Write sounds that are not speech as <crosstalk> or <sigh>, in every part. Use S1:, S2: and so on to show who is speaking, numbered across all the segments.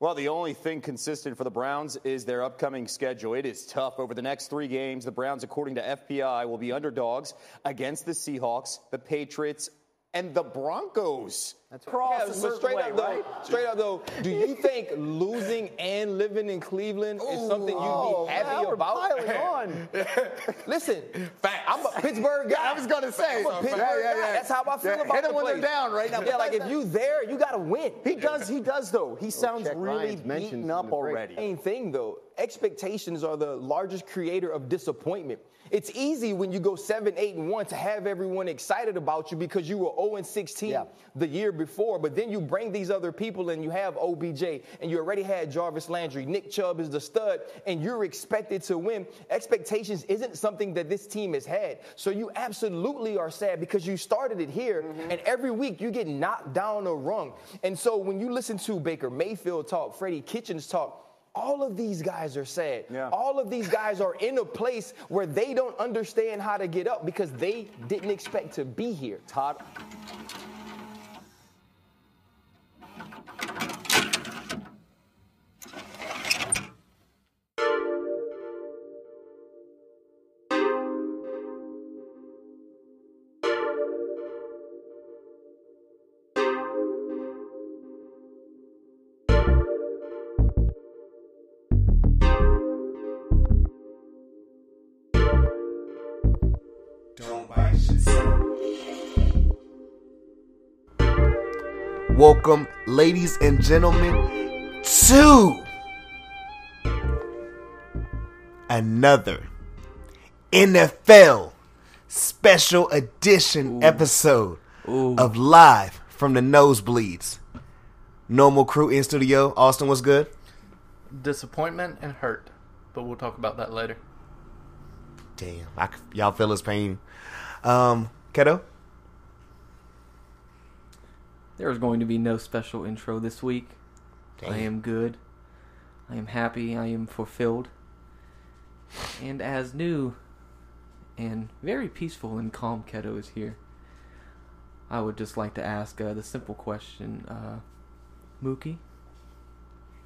S1: Well, the only thing consistent for the Browns is their upcoming schedule. It is tough. Over the next three games, the Browns, according to FPI, will be underdogs against the Seahawks, the Patriots, and the Broncos. That's
S2: Yeah, but straight up though, straight up though, do you think losing and living in Cleveland is something you'd be happy about? <laughs> Listen,
S3: Facts.
S2: I'm a Pittsburgh guy.
S4: I was gonna say.
S2: I'm a Pittsburgh
S4: Yeah, yeah,
S2: guy.
S4: yeah.
S2: That's how I feel
S4: Yeah,
S2: about
S4: hit 'em
S2: the
S4: when they're
S2: place.
S4: down, right?
S2: Yeah, like if you there, you gotta win.
S1: He does, he does though. He sounds
S4: Oh, check
S1: really
S4: Ryan's mentions
S1: beaten
S4: in
S1: up
S4: the break.
S1: already.
S2: Main thing though, expectations are the largest creator of disappointment. It's easy when you go seven, eight, and one to have everyone excited about you because you were 0 and 16
S4: Yeah.
S2: the year before, but then you bring these other people and you have OBJ and you already had Jarvis Landry, Nick Chubb is the stud, and you're expected to win. Expectations isn't something that this team has had. So you absolutely are sad because you started it here and every week you get knocked down a rung. And so when you listen to Baker Mayfield talk, Freddie Kitchens talk, all of these guys are sad.
S1: Yeah.
S2: All of these guys are in a place where they don't understand how to get up because they didn't expect to be here.
S1: Todd,
S5: Don't buy shit.
S6: Welcome, ladies and gentlemen, to another NFL special edition episode of Live from the Nosebleeds. Normal crew in studio. Austin, what's good?
S7: disappointment and hurt, but we'll talk about that later.
S6: Damn, I c y'all feel his pain. Um, Keto?
S7: There is going to be no special intro this week. I am good. I am happy. I am fulfilled. And as new and very peaceful and calm Keto is here, I would just like to ask uh, the simple question uh, Mookie,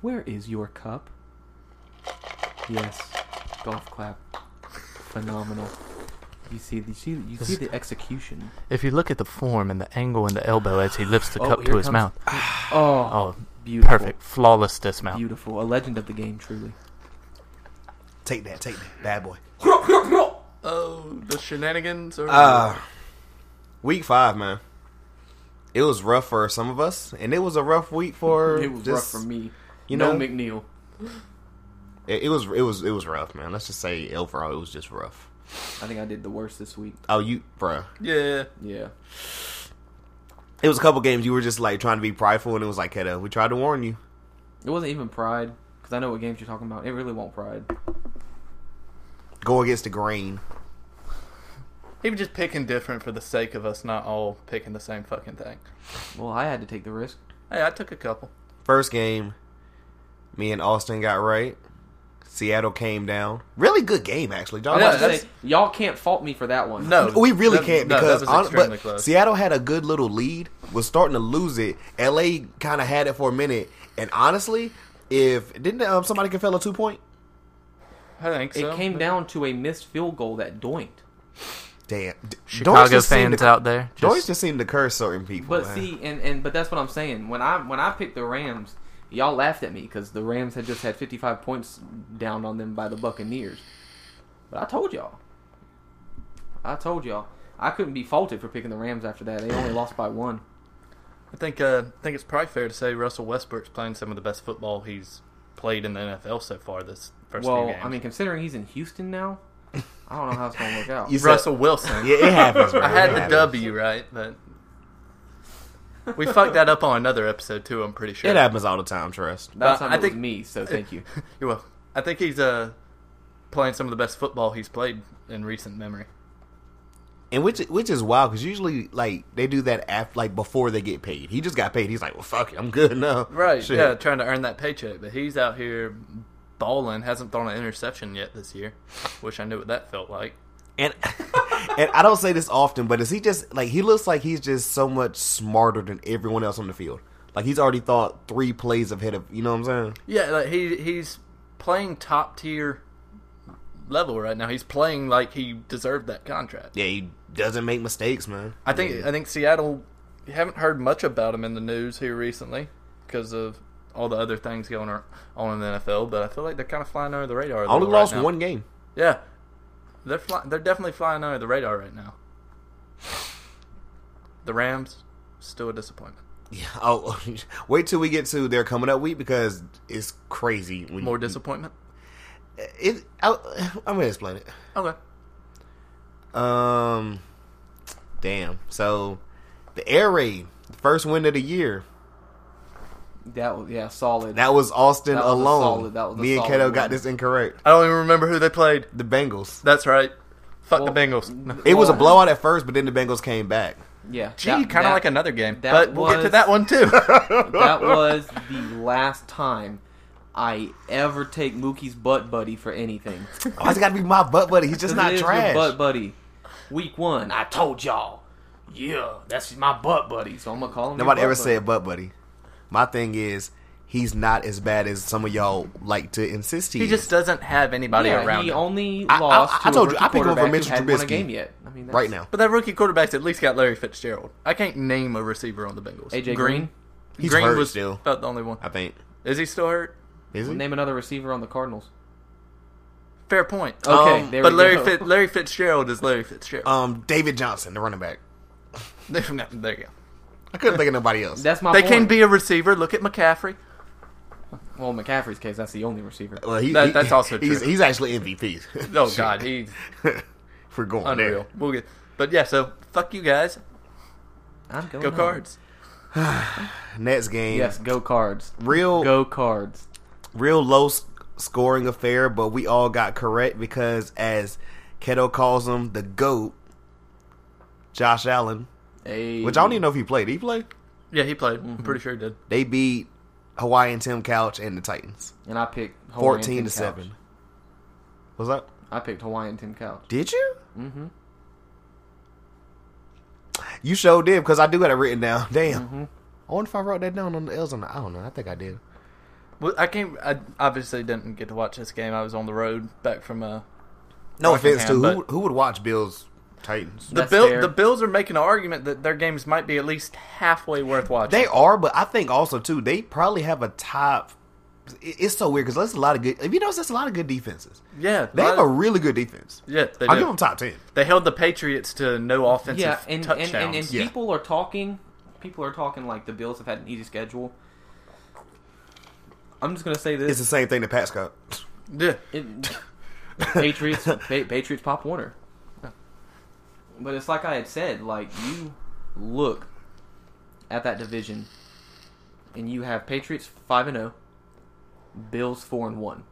S7: where is your cup? Yes, golf clap. Phenomenal. You see the you see, you see the execution.
S8: If you look at the form and the angle and the elbow as he lifts the
S7: Oh,
S8: cup
S7: here
S8: to his
S7: comes-
S8: mouth,
S7: Oh,
S8: oh,
S7: beautiful.
S8: perfect, flawless dismount.
S7: Beautiful. A legend of the game, truly.
S6: Take that, take that. Bad boy.
S7: oh,
S8: The shenanigans are
S6: Uh, week five, man. It was rough for some of us, and it was a rough week for.
S7: it was
S6: just-
S7: rough for me.
S6: you
S7: You
S6: No
S7: know,
S6: know-
S7: McNeil.
S6: It, it was it was it was rough, man. Let's just say overall, it was just rough.
S7: I think I did the worst this week.
S6: Oh, you, bruh.
S8: yeah.
S7: Yeah.
S6: It was a couple games you were just like trying to be prideful, and it was like, "Hey, we tried to warn you."
S7: It wasn't even Pride because I know what games you're talking about. It really won't Pride.
S6: Go against the grain.
S8: He was just picking different for the sake of us not all picking the same fucking thing.
S7: Well, I had to take the risk.
S8: Hey, I took a couple.
S6: First game, me and Austin got right. Seattle came down. Really good game, actually. John.
S8: Yeah,
S7: I was gonna
S8: that's-
S7: say, y'all can't fault me for that one.
S8: No,
S6: we really
S8: that-
S6: can't
S8: no, that
S6: because
S8: was
S6: hon-
S8: extremely
S6: but
S8: close.
S6: Seattle had a good little lead, was starting to lose it. LA kind of had it for a minute, and honestly, if didn't um, somebody confell a two point?
S8: I think
S7: It
S8: so.
S7: came down to a missed field goal that doinked.
S6: Damn, D- Dortch
S8: Chicago
S6: just seemed
S8: fans
S6: to,
S8: out there.
S6: Dortch
S8: Just,
S6: just seemed to curse certain people.
S7: But
S6: man.
S7: see, and, and but that's what I'm saying. When I when I picked the Rams, y'all laughed at me because the Rams had just had 55 points down on them by the Buccaneers. But I told y'all, I told y'all, I couldn't be faulted for picking the Rams after that. They only lost
S8: <laughs>
S7: by one.
S8: I think uh, I think it's probably fair to say Russell Westbrook's playing some of the best football he's played in the NFL so far this first few
S7: well,
S8: games.
S7: I mean, considering he's in Houston now, I don't know how it's gonna
S8: <laughs>
S7: work out.
S6: You said-
S8: Russell Wilson.
S6: yeah, it
S8: <laughs>
S6: happens. Bro.
S8: I
S6: It
S8: had the
S6: happens.
S8: W right, but we fucked that up on another episode too. I'm pretty sure.
S6: It happens all the time. Trust.
S7: That
S8: Uh,
S7: time
S8: I
S7: it was
S8: think-
S7: me, so thank you.
S8: You're welcome. I think he's uh, playing some of the best football he's played in recent memory.
S6: And which which is wild because usually like they do that after like before they get paid. He just got paid. He's like, well, fuck it, I'm good now.
S8: Right.
S6: Shit.
S8: Yeah, trying to earn that paycheck, but he's out here balling. Hasn't thrown an interception yet this year. Wish I knew what that felt like.
S6: And <laughs> and I don't say this often, but is he just like he looks like he's just so much smarter than everyone else on the field? Like he's already thought three plays ahead of you know what I'm saying?
S8: Yeah, like he he's playing top tier level right now. He's playing like he deserved that contract.
S6: Yeah, he doesn't make mistakes, man.
S8: I think I think Seattle you haven't heard much about him in the news here recently because of all the other things going ar- on in the NFL. But I feel like they're kind of flying under the radar. a
S6: Only
S8: little right
S6: lost
S8: now.
S6: one game.
S8: Yeah, they're fly- they're definitely flying under the radar right now. The Rams still a disappointment.
S6: Yeah. Oh, <laughs> wait till we get to their coming up week because it's crazy. When
S8: More disappointment.
S6: It, I, I'm gonna explain it.
S8: Okay.
S6: Um, damn. So, the air raid, the first win of the year.
S7: That was yeah, solid.
S6: That was Austin
S7: That was a
S6: alone.
S7: solid- that was a
S6: Me and
S7: solid
S6: Kato
S7: win.
S6: got this incorrect.
S8: I don't even remember who they played.
S6: The Bengals.
S8: That's right. Fuck
S7: Well,
S8: the Bengals.
S6: It was a
S7: Well-
S6: blowout at first, but then the Bengals came
S8: <laughs>
S6: back.
S7: yeah,
S8: Gee, kind of like another game.
S7: that
S8: but we'll get to
S7: was-
S8: that one
S7: <laughs>
S8: too. <laughs>
S7: that was the last time I ever take Mookie's butt buddy for anything.
S6: Oh, it's got to be my butt buddy. He's just not
S7: It is your
S6: trash.
S7: butt buddy. Week one, I told y'all. Yeah, that's my butt buddy. So I'm gonna call him. your
S6: Nobody
S7: butt
S6: ever
S7: buddy.
S6: said butt buddy. My thing is, he's not as bad as some of y'all like to insist he,
S8: he
S6: is.
S8: just doesn't have anybody
S7: Yeah,
S8: around
S7: he
S8: him.
S7: only
S6: I- I-
S7: lost.
S6: I
S7: to
S6: told
S7: a
S6: you,
S7: rookie
S6: I pick one for
S7: quarterback who
S6: Mitchell
S7: hadn't won a
S6: Trubisky.
S7: game yet. I mean, that's-
S6: right now.
S8: But that rookie quarterback's at least got Larry Fitzgerald. I can't name a receiver on the Bengals.
S7: AJ Green.
S6: He's
S8: Green
S6: hurt
S8: was
S6: still.
S8: about the only one.
S6: I think.
S8: Is he still hurt?
S6: Is he?
S7: Name another receiver on the Cardinals.
S8: Fair point.
S7: Okay, there
S8: but
S7: we
S8: Larry
S7: go.
S8: Fit, Larry Fitzgerald is Larry <laughs> Fitzgerald.
S6: Um, David Johnson, the running back.
S8: there you go.
S6: I couldn't think of nobody else.
S7: That's my.
S8: They
S7: point.
S8: can be a receiver. Look at McCaffrey.
S7: Well, in McCaffrey's case, that's the only receiver.
S6: well, he,
S8: that-
S6: he-
S8: that's also
S6: he's,
S8: true.
S6: He's actually MVP.
S8: Oh God, he's
S6: <laughs> We're going
S8: unreal.
S6: there.
S8: We'll get. But yeah, so fuck you guys.
S7: I'm going
S8: Go
S7: home.
S8: Cards.
S6: Next game.
S7: Yes, go cards.
S6: Real
S7: Go cards.
S6: real low s- scoring affair, but we all got correct because as Keto calls him the GOAT, Josh Allen,
S7: Hey.
S6: which I don't even know if he played. Did he play?
S8: Yeah, he played. I'm pretty sure he did.
S6: They beat Hawaiian Tim Couch and the Titans.
S7: And I picked Hawaiian
S6: 14
S7: Tim
S6: to
S7: Couch.
S6: 7. Was that?
S7: I picked Hawaiian Tim Couch.
S6: Did you? Mm-hmm. You sure did because I do got it written down. <laughs> Damn. I wonder if I wrote that down on the L's on the. I don't know. I think I did.
S8: Well, I came. I obviously didn't get to watch this game. I was on the road back from uh,
S6: No
S8: Rockingham,
S6: offense to who,
S8: but-
S6: who would watch Bills Titans.
S8: the
S7: That's
S8: Bill.
S7: fair.
S8: The Bills are making an argument that their games might be at least halfway worth watching.
S6: They are, but I think also too they probably have a top. it- It's so weird because there's a lot of good. If you notice, there's a lot of good defenses.
S8: yeah,
S6: They have
S8: lot
S6: a
S8: of-
S6: really good defense.
S8: yeah. They
S6: I
S8: do.
S6: give them top ten.
S8: They held the Patriots to no offensive
S7: Yeah, and, and,
S8: touchdowns.
S7: and, and
S6: Yeah.
S7: people are talking. People are talking like the Bills have had an easy schedule. I'm just gonna say
S6: It's
S7: this:
S6: the same thing that Pat's
S8: <laughs>
S6: got.
S8: yeah.
S6: <laughs>
S7: It- Patriots, pa- Patriots, Pop Warner. But it's like I had said: like you look at that division, and you have Patriots five and zero, Bills four and one.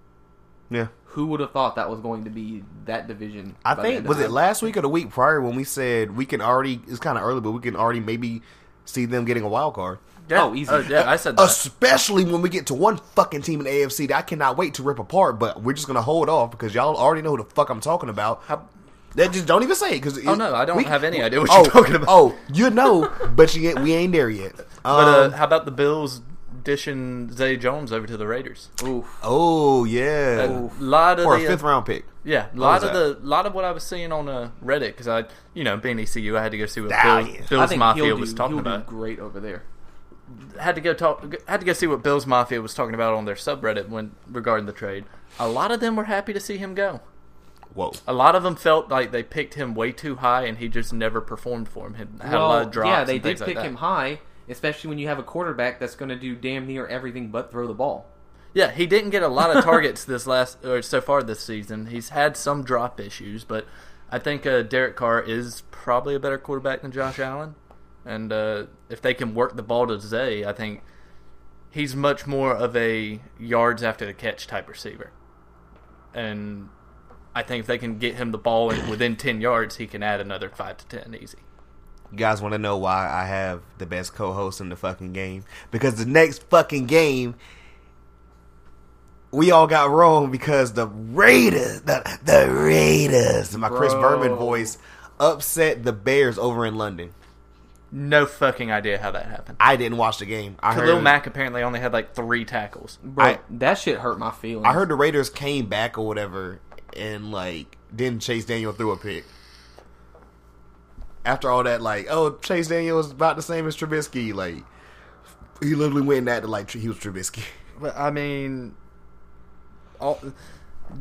S6: Yeah,
S7: Who would have thought that was going to be that division?
S6: I
S7: by the end
S6: think
S7: of
S6: was
S7: the-
S6: it last week or the week prior when we said we can already. It's kind of early, but we can already maybe see them getting a wild card.
S8: yeah. Uh,
S7: Oh, easy.
S8: yeah, I said that.
S6: Especially when we get to one fucking team in the AFC that I cannot wait to rip apart. But we're just gonna hold off because y'all already know who the fuck I'm talking about.
S8: How-
S6: That just don't even say it because
S8: Oh, no, I don't have any idea what you're talking about.
S6: Oh, you know, but you ain't, we ain't there yet. Um,
S8: but uh, how about the Bills dishing Zay Jones over to the Raiders?
S7: Oof.
S6: oh yeah,
S8: A lot of
S6: for a
S8: the, uh,
S6: fifth round pick.
S8: Yeah, a lot
S6: was
S8: of the lot of what I was seeing on uh, Reddit because I, you know, being ECU, I had to go see what
S6: Ah,
S8: Bill,
S6: yeah.
S7: I
S8: Bill's
S7: think
S8: Mafia
S7: he'll
S8: was
S7: do-
S8: talking
S7: he'll do
S8: about.
S7: great over there.
S8: Had to go talk. Had to go see what Bill's Mafia was talking about on their subreddit when regarding the trade. A lot of them were happy to see him go.
S6: Whoa,
S8: A lot of them felt like they picked him way too high and he just never performed for him. Had, had a lot of drops.
S7: Yeah, they
S8: and
S7: did
S8: things
S7: pick
S8: like that.
S7: him high, especially when you have a quarterback that's going to do damn near everything but throw the ball.
S8: Yeah, he didn't get a lot of targets this last or so far this season. He's had some drop issues, but I think uh, Derek Carr is probably a better quarterback than Josh Allen. And uh, if they can work the ball to Zay, I think he's much more of a yards after the catch type receiver. And I think if they can get him the ball in, within ten yards, he can add another five to ten easy.
S6: you guys want to know why I have the best co-host in the fucking game? Because the next fucking game, we all got wrong because the Raiders, the the Raiders, my Chris
S7: Bro.
S6: Berman voice upset the Bears over in London.
S8: No fucking idea how that happened.
S6: I didn't watch the game. I
S8: Khalil
S6: heard
S8: Mack apparently only had like three tackles.
S7: Bro,
S6: I-
S7: that shit hurt my feelings.
S6: I heard the Raiders came back or whatever, and like then Chase Daniel threw a pick. After all that, like oh Chase Daniel is about the same as Trubisky. Like he literally went that to like he was Trubisky. <laughs>
S8: But I mean, all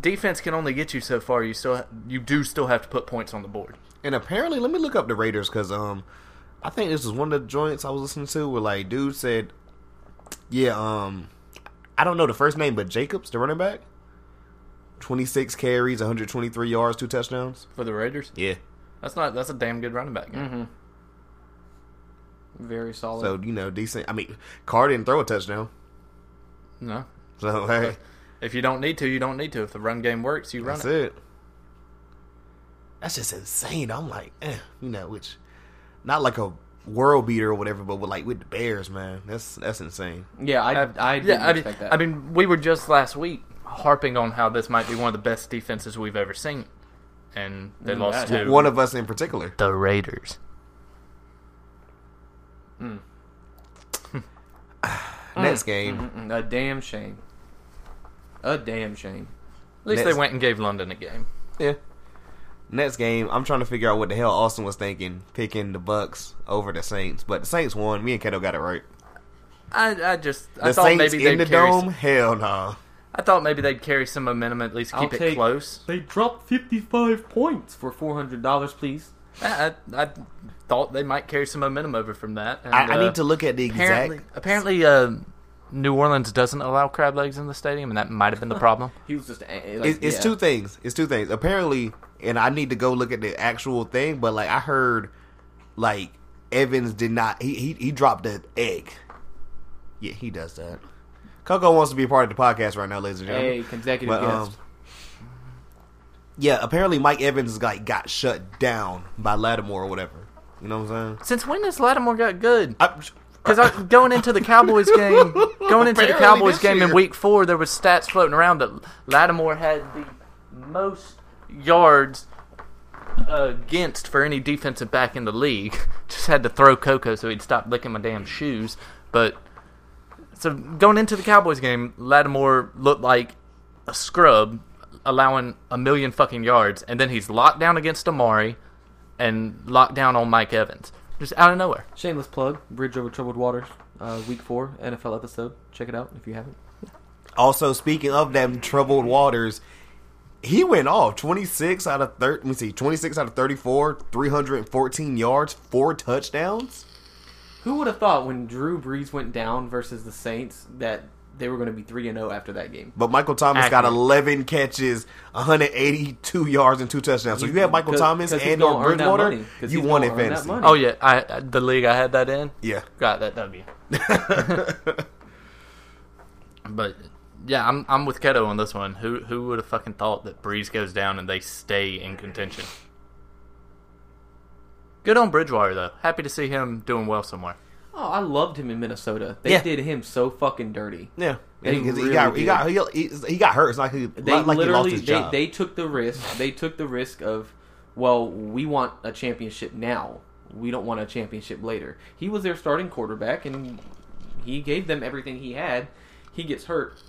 S8: defense can only get you so far. You still you do still have to put points on the board.
S6: And apparently, let me look up the Raiders because um, I think this was one of the joints I was listening to where like dude said, yeah um, I don't know the first name, but Jacobs, the running back, twenty six carries, one hundred twenty three yards, two touchdowns.
S8: For the Raiders,
S6: Yeah.
S8: that's not that's a damn good running back.
S7: Mm-hmm. Very solid.
S6: So you know, decent. I mean, Carr didn't throw a touchdown. <laughs>
S8: No,
S6: So hey,
S8: if you don't need to, you don't need to. If the run game works, you run
S6: that's
S8: it.
S6: it. That's just insane. I'm like, eh, you know, which not like a world beater or whatever, but with like with the Bears, man, that's that's insane.
S7: yeah, I, I, didn't
S8: yeah, I mean,
S7: expect that.
S8: I mean, we were just last week harping on how this might be one of the best defenses we've ever seen, and they lost
S7: that-
S8: to
S6: One of us in particular.
S8: the Raiders.
S6: Next game,
S8: Mm-hmm.
S7: Mm, a damn shame. A damn shame.
S8: At least
S6: Next-
S8: they went and gave London a game.
S6: yeah. Next game, I'm trying to figure out what the hell Austin was thinking, picking the Bucks over the Saints, but the Saints won. Me and Kato got it right.
S8: I, I just
S6: The
S8: I thought
S6: Saints
S8: maybe they'd
S6: in the
S8: carry
S6: dome, hell no.
S8: I thought maybe they'd carry some momentum, at least keep
S7: I'll
S8: it
S7: take-
S8: close.
S7: They dropped 55 points for $400, please.
S8: I, I, I thought they might carry some momentum over from that. And,
S6: I, I
S8: uh,
S6: need to look at the
S8: Apparently,
S6: exact.
S8: apparently uh, New Orleans doesn't allow crab legs in the stadium, and that might have been
S6: <laughs>
S8: the problem.
S7: He was just. a- Like,
S6: It's, it's
S7: yeah.
S6: two things. It's two things. Apparently, and I need to go look at the actual thing, but like I heard, like Evans did not. He he, he dropped an egg. Yeah, he does that. Coco wants to be a part of the podcast right now, ladies and gentlemen.
S7: Hey, consecutive
S6: But, um,
S7: guest.
S6: yeah, apparently Mike Evans like got shut down by Lattimore or whatever. You know what I'm saying?
S8: Since when has Lattimore got good?
S6: I,
S8: Because going into the Cowboys game, going into
S6: Apparently
S8: the Cowboys
S6: this
S8: game in
S6: year.
S8: Week Four, there was stats floating around that Lattimore had the most yards against for any defensive back in the league. <laughs> Just had to throw Coco so he'd stop licking my damn shoes. But so going into the Cowboys game, Lattimore looked like a scrub, allowing a million fucking yards, and then he's locked down against Amari and locked down on Mike Evans, just out of nowhere.
S7: Shameless plug Bridge Over Troubled Waters, uh, week four NFL episode. Check it out if you haven't.
S6: Also, speaking of them troubled waters, he went off 26 out of 30. Let me see, 26 out of 34, 314 yards, four touchdowns.
S7: Who would have thought when Drew Brees went down versus the Saints that they were going to be 3 and 0 after that game?
S6: But Michael Thomas got
S8: Accurate.
S6: 11 catches, 182 yards, and two touchdowns. So
S7: He's
S6: you have Michael
S7: gonna-
S6: Thomas
S7: 'cause he's
S6: and or
S7: gonna earn that
S6: Bridgewater,
S7: money, 'cause
S6: you
S7: he's
S6: won
S7: gonna
S6: in
S7: earn that
S6: fantasy.
S7: money.
S8: Oh yeah, I, I- the league I had that in.
S6: Yeah.
S8: got
S6: <laughs>
S8: that W. but yeah, I'm I'm with Keto on this one. Who who would have fucking thought that Breeze goes down and they stay in contention? Good on Bridgewater though. Happy to see him doing well somewhere.
S7: Oh, I loved him in Minnesota. They
S6: Yeah.
S7: did him so fucking dirty.
S6: Yeah.
S7: They
S6: And 'cause he,
S7: really
S6: got, he,
S7: did.
S6: got, he, he- he got hurt. It's like he,
S7: They
S6: like he lost
S7: literally
S6: his
S7: they,
S6: job.
S7: they took the risk. They took the risk of, well, we want a championship now. We don't want a championship later. He was their starting quarterback, and he gave them everything he had. He gets hurt.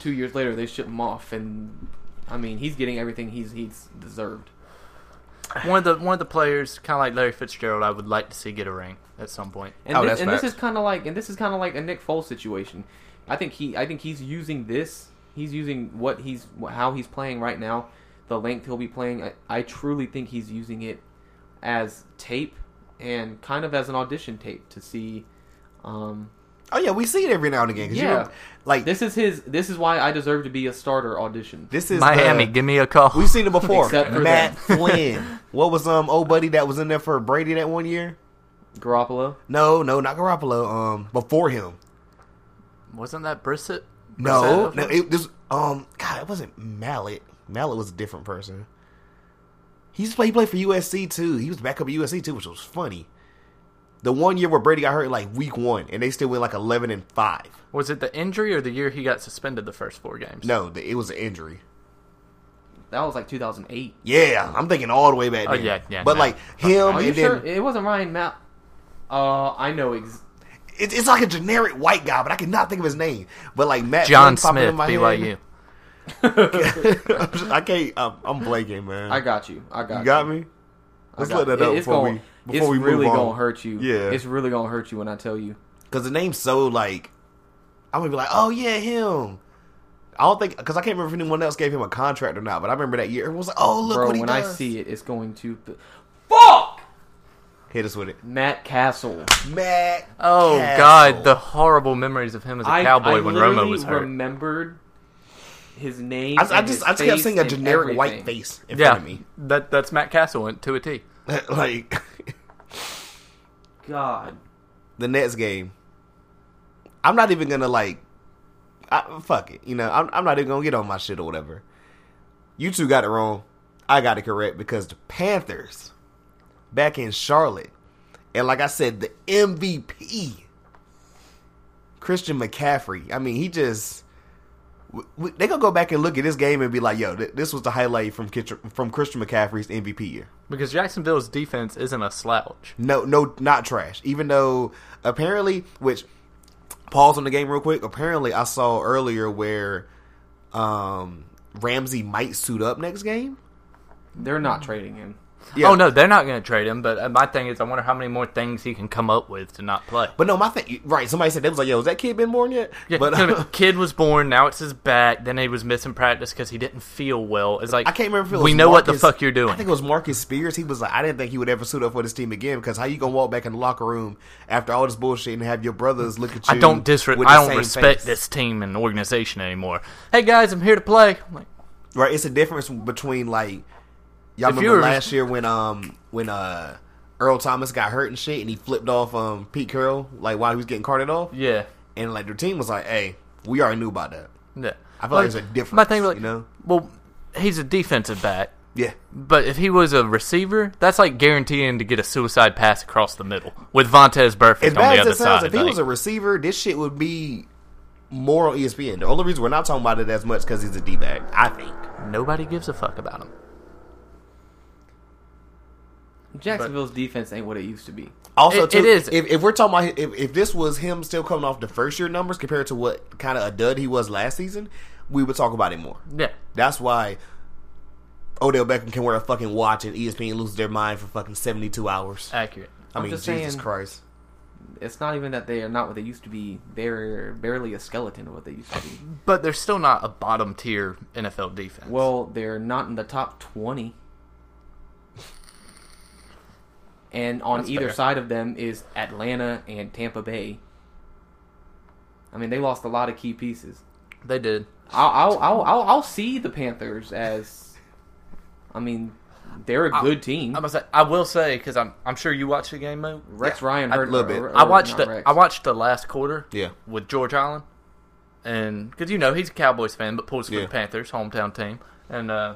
S7: Two years later, they ship him off, and I mean, he's getting everything he's he's deserved.
S8: One of the one of the players, kind of like Larry Fitzgerald, I would like to see get a ring at some point.
S7: And,
S6: Oh,
S7: this,
S6: that's
S7: and this
S6: facts.
S7: is kind of like, and this is kind of like a Nick Foles situation. I think he, I think he's using this. He's using what he's, how he's playing right now, the length he'll be playing. I, I truly think he's using it as tape and kind of as an audition tape to see. Um,
S6: oh, yeah. We see it every now and again. 'cause you
S7: Yeah.
S6: remember- like, this,
S7: this is his. This is why I deserve to be a starter audition.
S6: is
S8: Miami,
S6: the-
S8: give me a call.
S6: We've
S7: <laughs>
S6: seen it before.
S7: Except for
S6: Matt
S7: that. <laughs>
S6: Flynn. What was um old buddy that was in there for Brady that one year?
S7: Garoppolo.
S6: No, no, not Garoppolo. Um, before him.
S8: Wasn't that Brissett?
S6: No,
S8: Brissett?
S6: no, it this um God, it wasn't Mallet. Mallet was a different person. He used to play. He played for USC too. He was back up at USC too, which was funny. The one year where Brady got hurt, like week one, and they still went like eleven and five.
S8: Was it the injury or the year he got suspended the first four games?
S6: No, the, it was an injury.
S7: That was like 2008.
S6: Yeah, I'm thinking all the way back.
S8: Oh,
S6: then.
S8: yeah, yeah,
S6: But
S8: no.
S6: like him,
S7: Are you
S6: and
S7: sure
S6: then
S7: it wasn't Ryan Mallett? Uh, I know. Ex-
S6: It, it's like a generic white guy, but I cannot think of his name. But like Matt
S8: John
S6: Flynn popping
S8: Smith,
S6: in my <laughs>
S8: BYU.
S6: head. I'm just- I can't. I'm, I'm blanking, man.
S7: I got you. I got you.
S6: you got me. Let's
S7: I got-
S6: let that
S7: it-
S6: up
S7: it's
S6: before
S7: gonna-
S6: we before we
S7: it's really
S6: move on.
S7: gonna hurt you.
S6: Yeah.
S7: it's really gonna hurt you when I tell you.
S6: Because the name's so like, I would be like, oh yeah, him. I don't think because I can't remember if anyone else gave him a contract or not. But I remember that year it was like, oh look
S7: Bro,
S6: what he
S7: when
S6: does.
S7: I see it, it's going to. Fuck!
S6: hit us with it,
S7: Matt Castle.
S6: Matt.
S8: Oh
S6: Castle.
S8: God, the horrible memories of him as a
S7: I-
S8: cowboy
S7: I
S8: when Roma
S7: literally
S8: was hurt.
S7: remembered his name.
S6: I, I
S7: and his
S6: just I just kept
S7: face
S6: seeing a
S7: and
S6: generic white
S7: everything.
S6: face in
S8: yeah,
S6: front of me,
S8: that that's Matt Castle went to a T.
S6: <laughs> like
S7: God.
S6: the Nets game. I'm not even gonna like, I, fuck it. You know, I'm, I'm not even gonna get on my shit or whatever. You two got it wrong. I got it correct because the Panthers back in Charlotte, and like I said, the MVP Christian McCaffrey. I mean, he just w- w- they gonna go back and look at this game and be like, "Yo, th- this was the highlight from Kitch- from Christian McCaffrey's MVP year."
S8: Because Jacksonville's defense isn't a slouch.
S6: No, no, not trash. Even though apparently, which pause on the game real quick. Apparently, I saw earlier where um Ramsey might suit up next game.
S7: They're not trading him.
S6: Yeah.
S8: Oh no, they're not going to trade him. But uh, my thing is, I wonder how many more things he can come up with to not play.
S6: But no, my thing. Right? Somebody said they was like, "Yo, has that kid been born yet?"
S8: Yeah, <laughs>
S6: but
S8: so
S6: <laughs>
S8: the kid was born. Now it's his back. Then he was missing practice because he didn't feel well. It's like
S6: I can't remember. If it was
S8: we know what the
S6: Marcus-
S8: fuck you're doing.
S6: I think it was Marcus Spears. He was like, I didn't think he would ever suit up for this team again because how you gonna walk back in the locker room after all this bullshit and have your brothers look at you?
S8: I don't disre-
S6: with the
S8: I don't
S6: same
S8: respect
S6: face?
S8: this team and organization anymore. Hey guys, I'm here to play. I'm like,
S6: Right, it's a difference between like y'all
S8: If you
S6: remember
S8: were-
S6: last year when um when uh Earl Thomas got hurt and shit and he flipped off um Pete Carroll like while he was getting carted off
S8: yeah,
S6: and like their team was like, hey, we already knew about that.
S8: yeah.
S6: I feel like there's a
S8: My
S6: difference,
S8: thing, was like,
S6: you know?
S8: well, he's a defensive back,
S6: Yeah,
S8: but if he was a receiver, that's like guaranteeing to get a suicide pass across the middle with Vontez
S6: as
S8: Burfict on
S6: bad as
S8: the other
S6: it sounds,
S8: side.
S6: if he
S8: like-
S6: was a receiver, this shit would be more on E ESPN. The only reason we're not talking about it as much because he's a d bag, I think.
S8: nobody gives a fuck about him.
S7: Jacksonville's defense ain't what it used to be.
S6: Also,
S8: It-
S6: too,
S8: it is.
S6: If, if we're talking about if, if this was him still coming off the first year numbers compared to what kind of a dud he was last season, we would talk about it more.
S8: Yeah,
S6: That's why Odell Beckham can wear a fucking watch and E ESPN loses their mind for fucking 72 hours.
S8: accurate.
S6: I
S7: I'm
S6: mean, Jesus
S7: just saying-
S6: Christ.
S7: It's not even that they are not what they used to be. They're barely a skeleton of what they used to be.
S8: But they're still not a bottom tier NFL defense.
S7: Well, they're not in the top 20. And on
S8: That's
S7: either
S8: fair.
S7: side of them is Atlanta and Tampa Bay. I mean, they lost a lot of key pieces.
S8: they did.
S7: I'll, I'll, I'll, I'll, I'll see the Panthers as. I mean, they're a good team.
S8: I must say, I will say because I'm I'm sure you watched the game, Mo.
S7: Rex Ryan hurt
S6: a little bit.
S7: or-
S8: I watched
S7: not
S8: the
S7: Rex.
S8: I watched the last quarter.
S6: Yeah.
S8: With George Allen, and because you know he's a Cowboys fan, but pulls for
S6: Yeah.
S8: the Panthers, hometown team, and uh,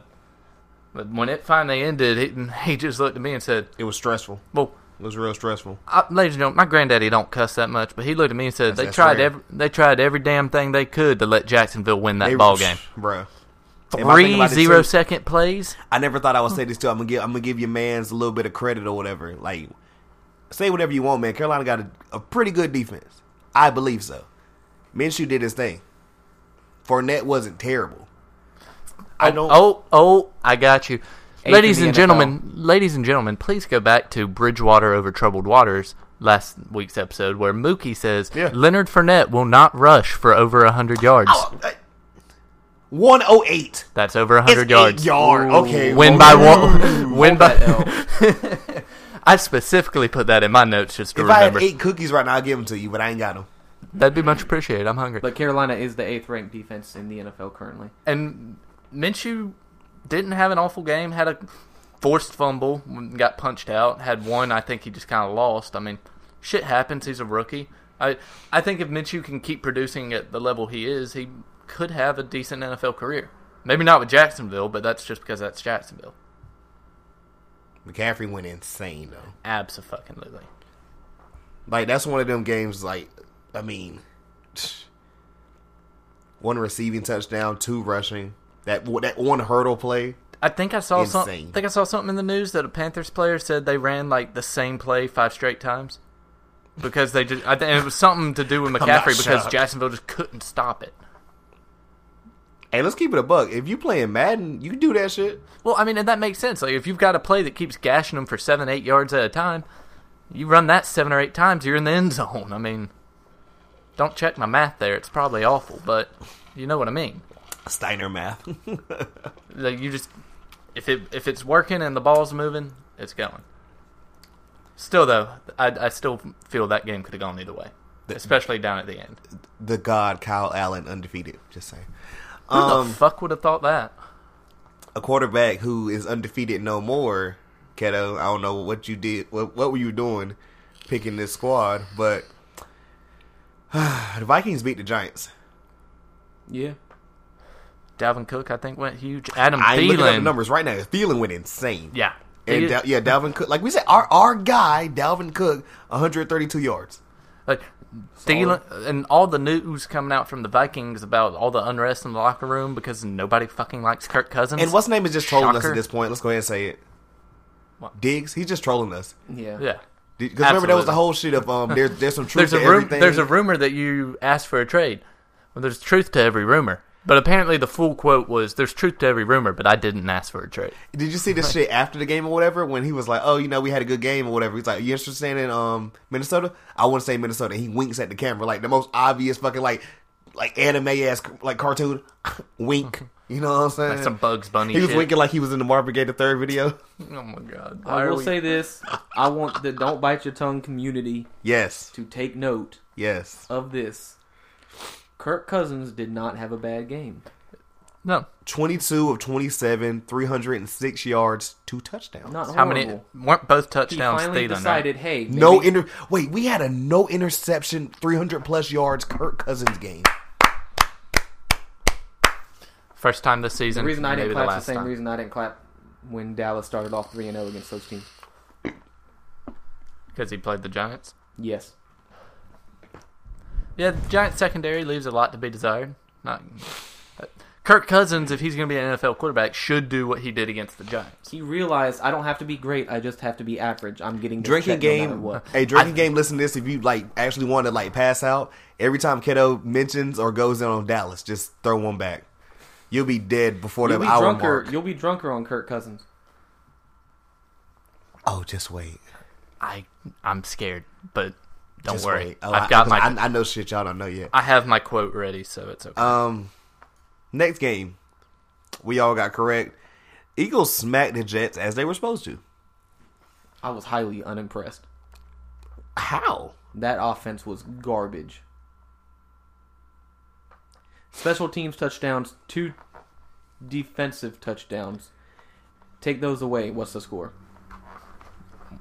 S8: but when it finally ended, he, <laughs> he just looked at me and said,
S6: It was stressful.
S8: "Well,
S6: It was real stressful.
S8: I, ladies and gentlemen, my granddaddy don't cuss that much, but he looked at me and said
S6: That's-
S8: they
S6: that's
S8: tried
S6: rare.
S8: every they tried every damn thing they could to let Jacksonville win that ball game.
S6: Bruh. And my thing
S8: Three
S6: about it, too,
S8: zero second plays.
S6: I never thought I would say this too. I'm gonna give I'm gonna give your man's a little bit of credit or whatever. Like, say whatever you want, man. Carolina got a, a pretty good defense. I believe so. Minshew did his thing. Fournette wasn't terrible. I don't.
S8: Oh, oh, I got you.
S7: in
S8: ladies
S7: the
S8: and gentlemen, ladies and gentlemen, please go back to Bridgewater over Troubled Waters last week's episode where Mookie says
S6: Yeah.
S8: Leonard Fournette will not rush for over 100 yards.
S6: Oh. One oh eight.
S8: That's over 100
S6: It's eight
S8: yards.
S6: yard. Okay.
S8: Win
S6: well,
S8: by one. Win
S7: That
S8: by.
S7: L.
S8: <laughs> I specifically put that in my notes just to
S6: If I had
S8: remember.
S6: eight cookies right now, I'd give them to you, but I ain't got them.
S8: That'd be much appreciated. I'm hungry.
S7: But Carolina is the eighth ranked defense in the NFL currently.
S8: and Minshew didn't have an awful game. Had a forced fumble, got punched out. Had one, I think he just kind of lost. I mean, shit happens. He's a rookie. I I think if Minshew can keep producing at the level he is, he could have a decent NFL career. Maybe not with Jacksonville, but that's just because that's Jacksonville.
S6: McCaffrey went insane though.
S8: Absolutely.
S6: Like that's one of them games. Like I mean, <sniffs> one receiving touchdown, two rushing. That that one hurdle play.
S8: I think I saw
S6: Insane.
S8: something. I think I saw something in the news that a Panthers player said they ran like the same play five straight times. because they just. I think it was something to
S6: <laughs>
S8: do with McCaffrey because
S6: shocked.
S8: Jacksonville just couldn't stop it.
S6: Hey, let's keep it a buck. If you playing Madden, you can do that shit.
S8: Well, I mean, and that makes sense. Like if you've got a play that keeps gashing them for seven, eight yards at a time, you run that seven or eight times, you're in the end zone. I mean, don't check my math there; it's probably awful, but you know what I mean.
S6: Steiner math.
S8: Like you just if it if it's working and the ball's moving, it's going. Still though, I, I still feel that game could have gone either way, especially down at the end.
S6: the God Kyle Allen undefeated. Just saying.
S8: Who
S6: Um,
S8: the fuck would have thought that?
S6: a quarterback who is undefeated no more, Keto. I don't know what you did. What, what were you doing picking this squad? But <sighs> the Vikings beat the Giants.
S7: Yeah.
S8: Dalvin Cook, I think, went huge. Adam
S6: I ain't looking at the
S8: Thielen,
S6: numbers right now. Thielen went insane.
S8: yeah,
S6: And
S8: He-
S6: Dal- yeah, Dalvin Cook. Like we said, our our guy Dalvin Cook, 132 yards.
S8: Like Thielen and all the news coming out from the Vikings about all the unrest in the locker room because nobody fucking likes Kirk Cousins.
S6: And what's name is just trolling us
S8: Shocker.
S6: at this point. Let's go ahead and say it.
S8: What?
S6: Diggs, he's just trolling us.
S7: Yeah.
S8: yeah.
S6: Because remember that was
S8: Absolutely.
S6: the whole shit of um. There's there's some truth
S8: <laughs> There's
S6: to
S8: a room,
S6: everything.
S8: there's a rumor that you asked for a trade. Well, there's truth to every rumor. But apparently the full quote was there's truth to every rumor, but I didn't ask for a trade.
S6: Did you see this shit after the game or whatever? When he was like, "Oh, you know, we had a good game or whatever." He's like, "You interested in um Minnesota?" I want to say Minnesota. He winks at the camera like the most obvious fucking like like anime ass like cartoon <laughs> wink. You know what I'm saying?
S8: Like some Bugs Bunny
S6: He was
S8: shit.
S6: winking like he was in the Marvin Gaye the third video. <laughs>
S8: Oh my god. Why
S7: I
S8: are
S7: will
S8: we- <laughs>
S7: say this. I want the Don't Bite Your Tongue community
S6: Yes,
S7: to take note
S6: yes.
S7: of this. Kirk Cousins did not have a bad game.
S8: No.
S6: 22 of 27, 306 yards, two touchdowns.
S7: Not
S8: How
S7: horrible.
S8: many weren't both
S7: He
S8: touchdowns
S7: finally
S8: Thielen, right?
S7: decided, hey, maybe,
S6: no inter. Wait, we had a no interception, 300 plus yards Kirk Cousins game.
S8: First time this season.
S7: the reason I
S8: maybe
S7: didn't clap
S8: the
S7: is the
S8: last
S7: same
S8: time.
S7: reason I didn't clap when Dallas started off 3 0 against those teams.
S8: Because he played the Giants.
S7: Yes.
S8: Yeah, the Giants secondary leaves a lot to be desired. Not Kirk Cousins, if he's going to be an NFL quarterback, should do what he did against the Giants.
S7: He realized I don't have to be great. I just have to be average. I'm getting this
S6: drinking
S7: check No matter
S6: game.
S7: what.
S6: hey, drinking game. Listen to this. If you like, actually want to like pass out every time Keto mentions or goes in on Dallas, just throw one back. You'll be dead before
S7: You'll
S6: the
S7: be
S6: hour
S7: drunker.
S6: mark.
S7: You'll be drunker on Kirk Cousins.
S6: Oh, just wait.
S8: I I'm scared, but don't
S6: Just
S8: worry.
S6: wait. Oh,
S8: I've
S6: I-
S8: got my
S6: I,
S8: I,
S6: I know shit y'all don't know yet.
S8: have my quote ready, so it's okay.
S7: Uh,
S6: Um, next game, we all got correct. Eagles smacked the Jets as they were supposed to.
S7: I was highly unimpressed.
S6: How?
S7: That offense was garbage. Special teams touchdowns, two defensive touchdowns. Take those away. What's the score?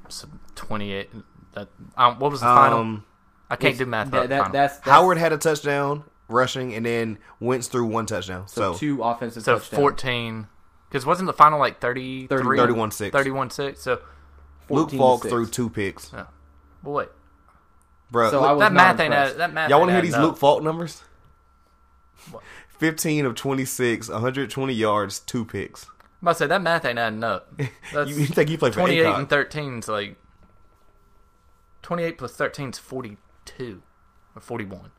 S8: So 28. That um, what was the final?
S6: Um,
S8: I can't do math.
S7: That,
S8: That,
S7: that, that's, that's
S6: Howard had a touchdown rushing, and then Wentz threw one touchdown.
S7: so
S6: So,
S7: two offensive
S8: so
S7: touchdowns.
S8: 14. Because wasn't the final like 33?
S6: 31 6.
S8: 31 6. So,
S6: Luke
S7: 14 to
S6: Falk
S7: six.
S6: threw two picks.
S8: yeah. boy,
S6: Bruh,
S7: So
S6: look-
S7: I was
S8: that
S7: not
S8: math ain't
S7: impressed.
S8: add, that math.
S6: Y'all want
S8: ain't
S6: to hear
S8: adding
S6: these
S8: up.
S6: Luke Falk numbers?
S8: What?
S6: 15 of 26, 120 yards, two picks.
S8: I'm about to say that math ain't adding up.
S6: <laughs>
S8: That's
S6: You, you think he played for
S8: 28
S6: Akon?
S8: and 13's like 28 plus 13's 42 or 41.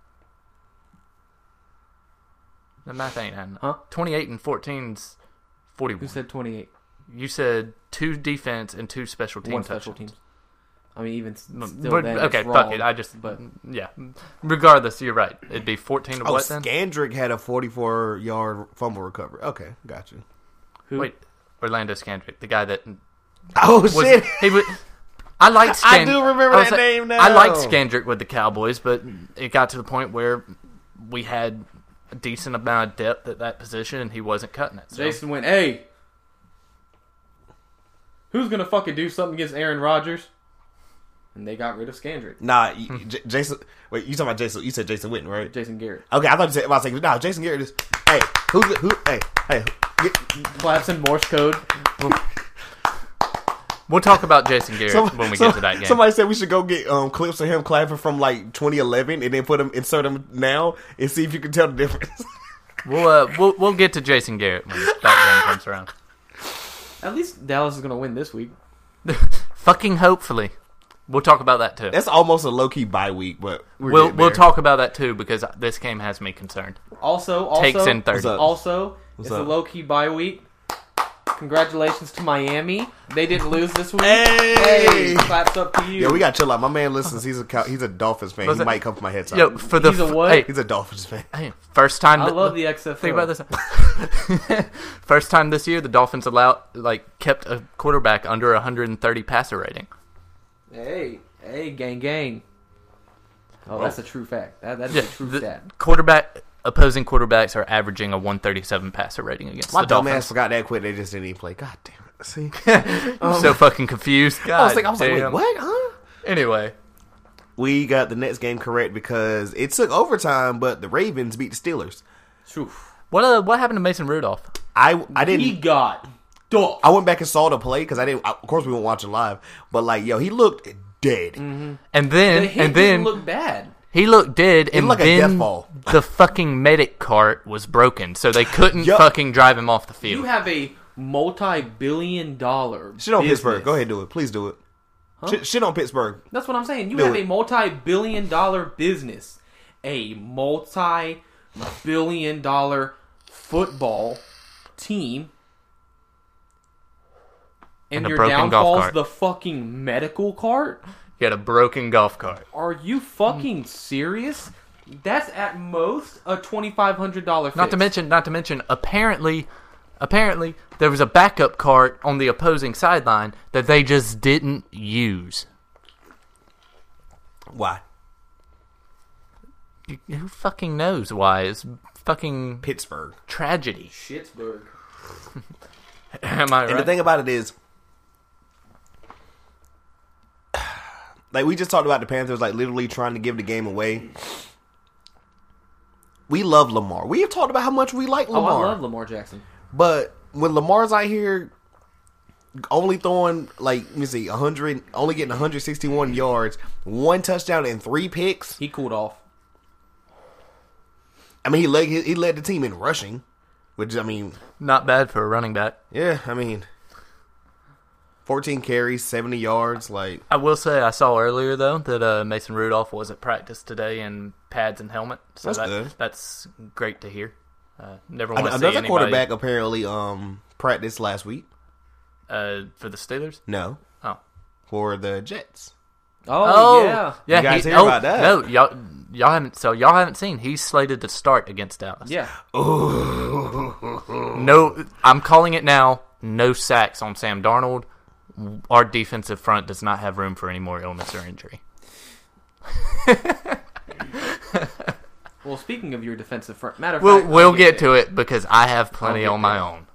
S8: The math ain't adding.
S7: Huh?
S8: 28 and 14's 41.
S7: Who said 28?
S8: you said two defense and two special team
S7: One special
S8: touchdowns. Mm,
S7: teams. I mean, even s- still
S8: But-
S7: then,
S8: okay,
S7: it's
S8: fuck
S7: wrong,
S8: it. I just Mm,
S7: But
S8: yeah. Regardless, you're right. It'd be 14 to
S6: Oh,
S8: what then?
S6: Scandrick had a 44 yard fumble recovery. Okay, gotcha.
S7: who?
S8: Wait, Orlando Scandrick, the guy that
S6: <laughs> Oh,
S8: was
S6: shit.
S8: he was. I
S6: <laughs>
S8: liked.
S6: I
S8: Scan-
S6: do remember
S8: was
S6: that name
S8: I liked
S6: now.
S8: Skandrick with the Cowboys, but it got to the point where we had a decent amount of depth at that position, and he wasn't cutting it. So.
S7: Jason went, hey, who's going to fucking do something against Aaron Rodgers? And they got rid of Scandrick.
S6: Nah, you- J- Jason. Wait, you talking about Jason? You said Jason Witten, right?
S7: Jason Garrett.
S6: Okay, I thought you said about saying, nah, Jason Garrett is. Hey, who's who? Hey, hey. get-
S7: Claps in Morse code.
S8: We'll talk about Jason Garrett
S6: some-
S8: when we
S6: some-
S8: get to that game.
S6: Somebody said we should go get um, clips of him clapping from like 2011 and then put them, insert them now and see if you can tell the difference.
S8: We'll, uh, we'll we'll get to Jason Garrett when that
S6: <laughs>
S8: game comes around. <laughs>
S7: At least Dallas is going to win this week.
S8: Fucking hopefully. We'll talk about that too.
S6: That's almost a low key bye week, but we're
S8: we'll
S6: getting
S8: we'll
S6: there.
S8: talk about that too because this game has me concerned.
S7: Also, also
S8: Takes in thirty.
S6: What's up?
S7: Also, it's a
S6: up?
S7: low key bye week. Congratulations to Miami. They didn't lose this week.
S6: Hey!
S7: claps up to you.
S6: Yeah, we gotta chill out. My man listens. He's a Cow- he's a Dolphins fan.
S8: What's
S6: He
S8: that?
S6: might come for my head. Yo,
S8: Yo, for the
S7: He's a
S8: f-
S7: what?
S8: hey,
S6: he's a Dolphins fan.
S8: <laughs> hey, first time.
S7: I
S8: that-
S7: love the XFL.
S8: <laughs> Think about this. <laughs> First time this year, the Dolphins allowed like kept a quarterback under 130 passer rating.
S7: Hey, hey, gang, gang. Oh, that's a true fact. That, that is a true
S8: The
S7: stat.
S8: quarterback opposing quarterbacks are averaging a 137 passer rating against
S6: My
S8: the
S6: dumb
S8: Dolphins.
S6: ass forgot that quick. They just didn't even play. God damn it. See,
S8: I'm so fucking confused.
S6: <laughs>
S8: God,
S6: um, I was like, I was like, wait,
S8: damn.
S6: what? Huh?
S8: Anyway,
S6: We got the next game correct because it took overtime, but the Ravens beat the Steelers.
S7: True.
S8: what uh, what happened to Mason Rudolph?
S6: I I
S7: He
S6: didn't.
S7: got dog.
S6: I went back and saw the play because I didn't. I- of course, we weren't watching live, but like, yo, he looked dead.
S8: Mm-hmm. And then
S7: The hit
S8: and then
S7: didn't look bad.
S8: he looked dead, and
S6: looked like a
S8: then
S6: death ball.
S8: the fucking medic cart was broken, so they couldn't
S6: Yup.
S8: fucking drive him off the
S7: You
S8: field.
S7: have a multi-billion dollar.
S6: Shit on
S7: business.
S6: Pittsburgh. Go ahead, do it. Please do it. Shit, shit on Pittsburgh.
S7: That's what I'm saying. You
S6: Do
S7: have
S6: it.
S7: a multi-billion dollar business, a multi-billion dollar football team, and,
S8: And a
S7: your
S8: broken golf
S7: downfall's
S8: cart.
S7: the fucking medical cart.
S8: He had a broken golf cart.
S7: Are you fucking serious? That's at most a twenty-five hundred dollar.
S8: Not to mention, not to mention, apparently, apparently there was a backup cart on the opposing sideline that they just didn't use.
S6: Why?
S8: Who fucking knows why? It's fucking
S6: Pittsburgh.
S8: tragedy.
S7: Shittsburg.
S8: Am I
S6: And
S8: right?
S6: the thing about it is, like we just talked about the Panthers, like literally trying to give the game away. We love Lamar. We have talked about how much we like
S7: Oh, I
S6: Lamar.
S7: love Lamar Jackson.
S6: but when Lamar's out here only throwing like let me see 100 only getting 161 yards one touchdown and three picks
S7: He cooled off.
S6: i mean he led he led the team in rushing which i mean
S8: Not bad for a running back.
S6: yeah i mean 14 carries 70 yards like
S8: I will say I saw earlier though that uh, Mason Rudolph was at practice today in pads and helmet, so
S6: That's
S8: that,
S6: good.
S8: that's great to hear. Uh, never want to see
S6: Another
S8: anybody
S6: quarterback apparently um practiced last week.
S8: uh, for the Steelers.
S6: No,
S8: Oh,
S6: for the Jets.
S7: Oh, yeah.
S8: yeah.
S6: You guys
S8: he-
S6: hear
S8: oh,
S6: about that?
S8: No, y'all, y'all haven't. So y'all haven't seen. He's slated to start against Dallas.
S7: Yeah.
S8: No, I'm calling it now. No sacks on Sam Darnold. Our defensive front does not have room for any more illness or injury.
S7: Well, speaking of your defensive front, matter of
S8: We'll
S7: fact,
S8: we'll get to it because I have plenty
S7: I'll get
S8: on my
S7: there.
S8: own.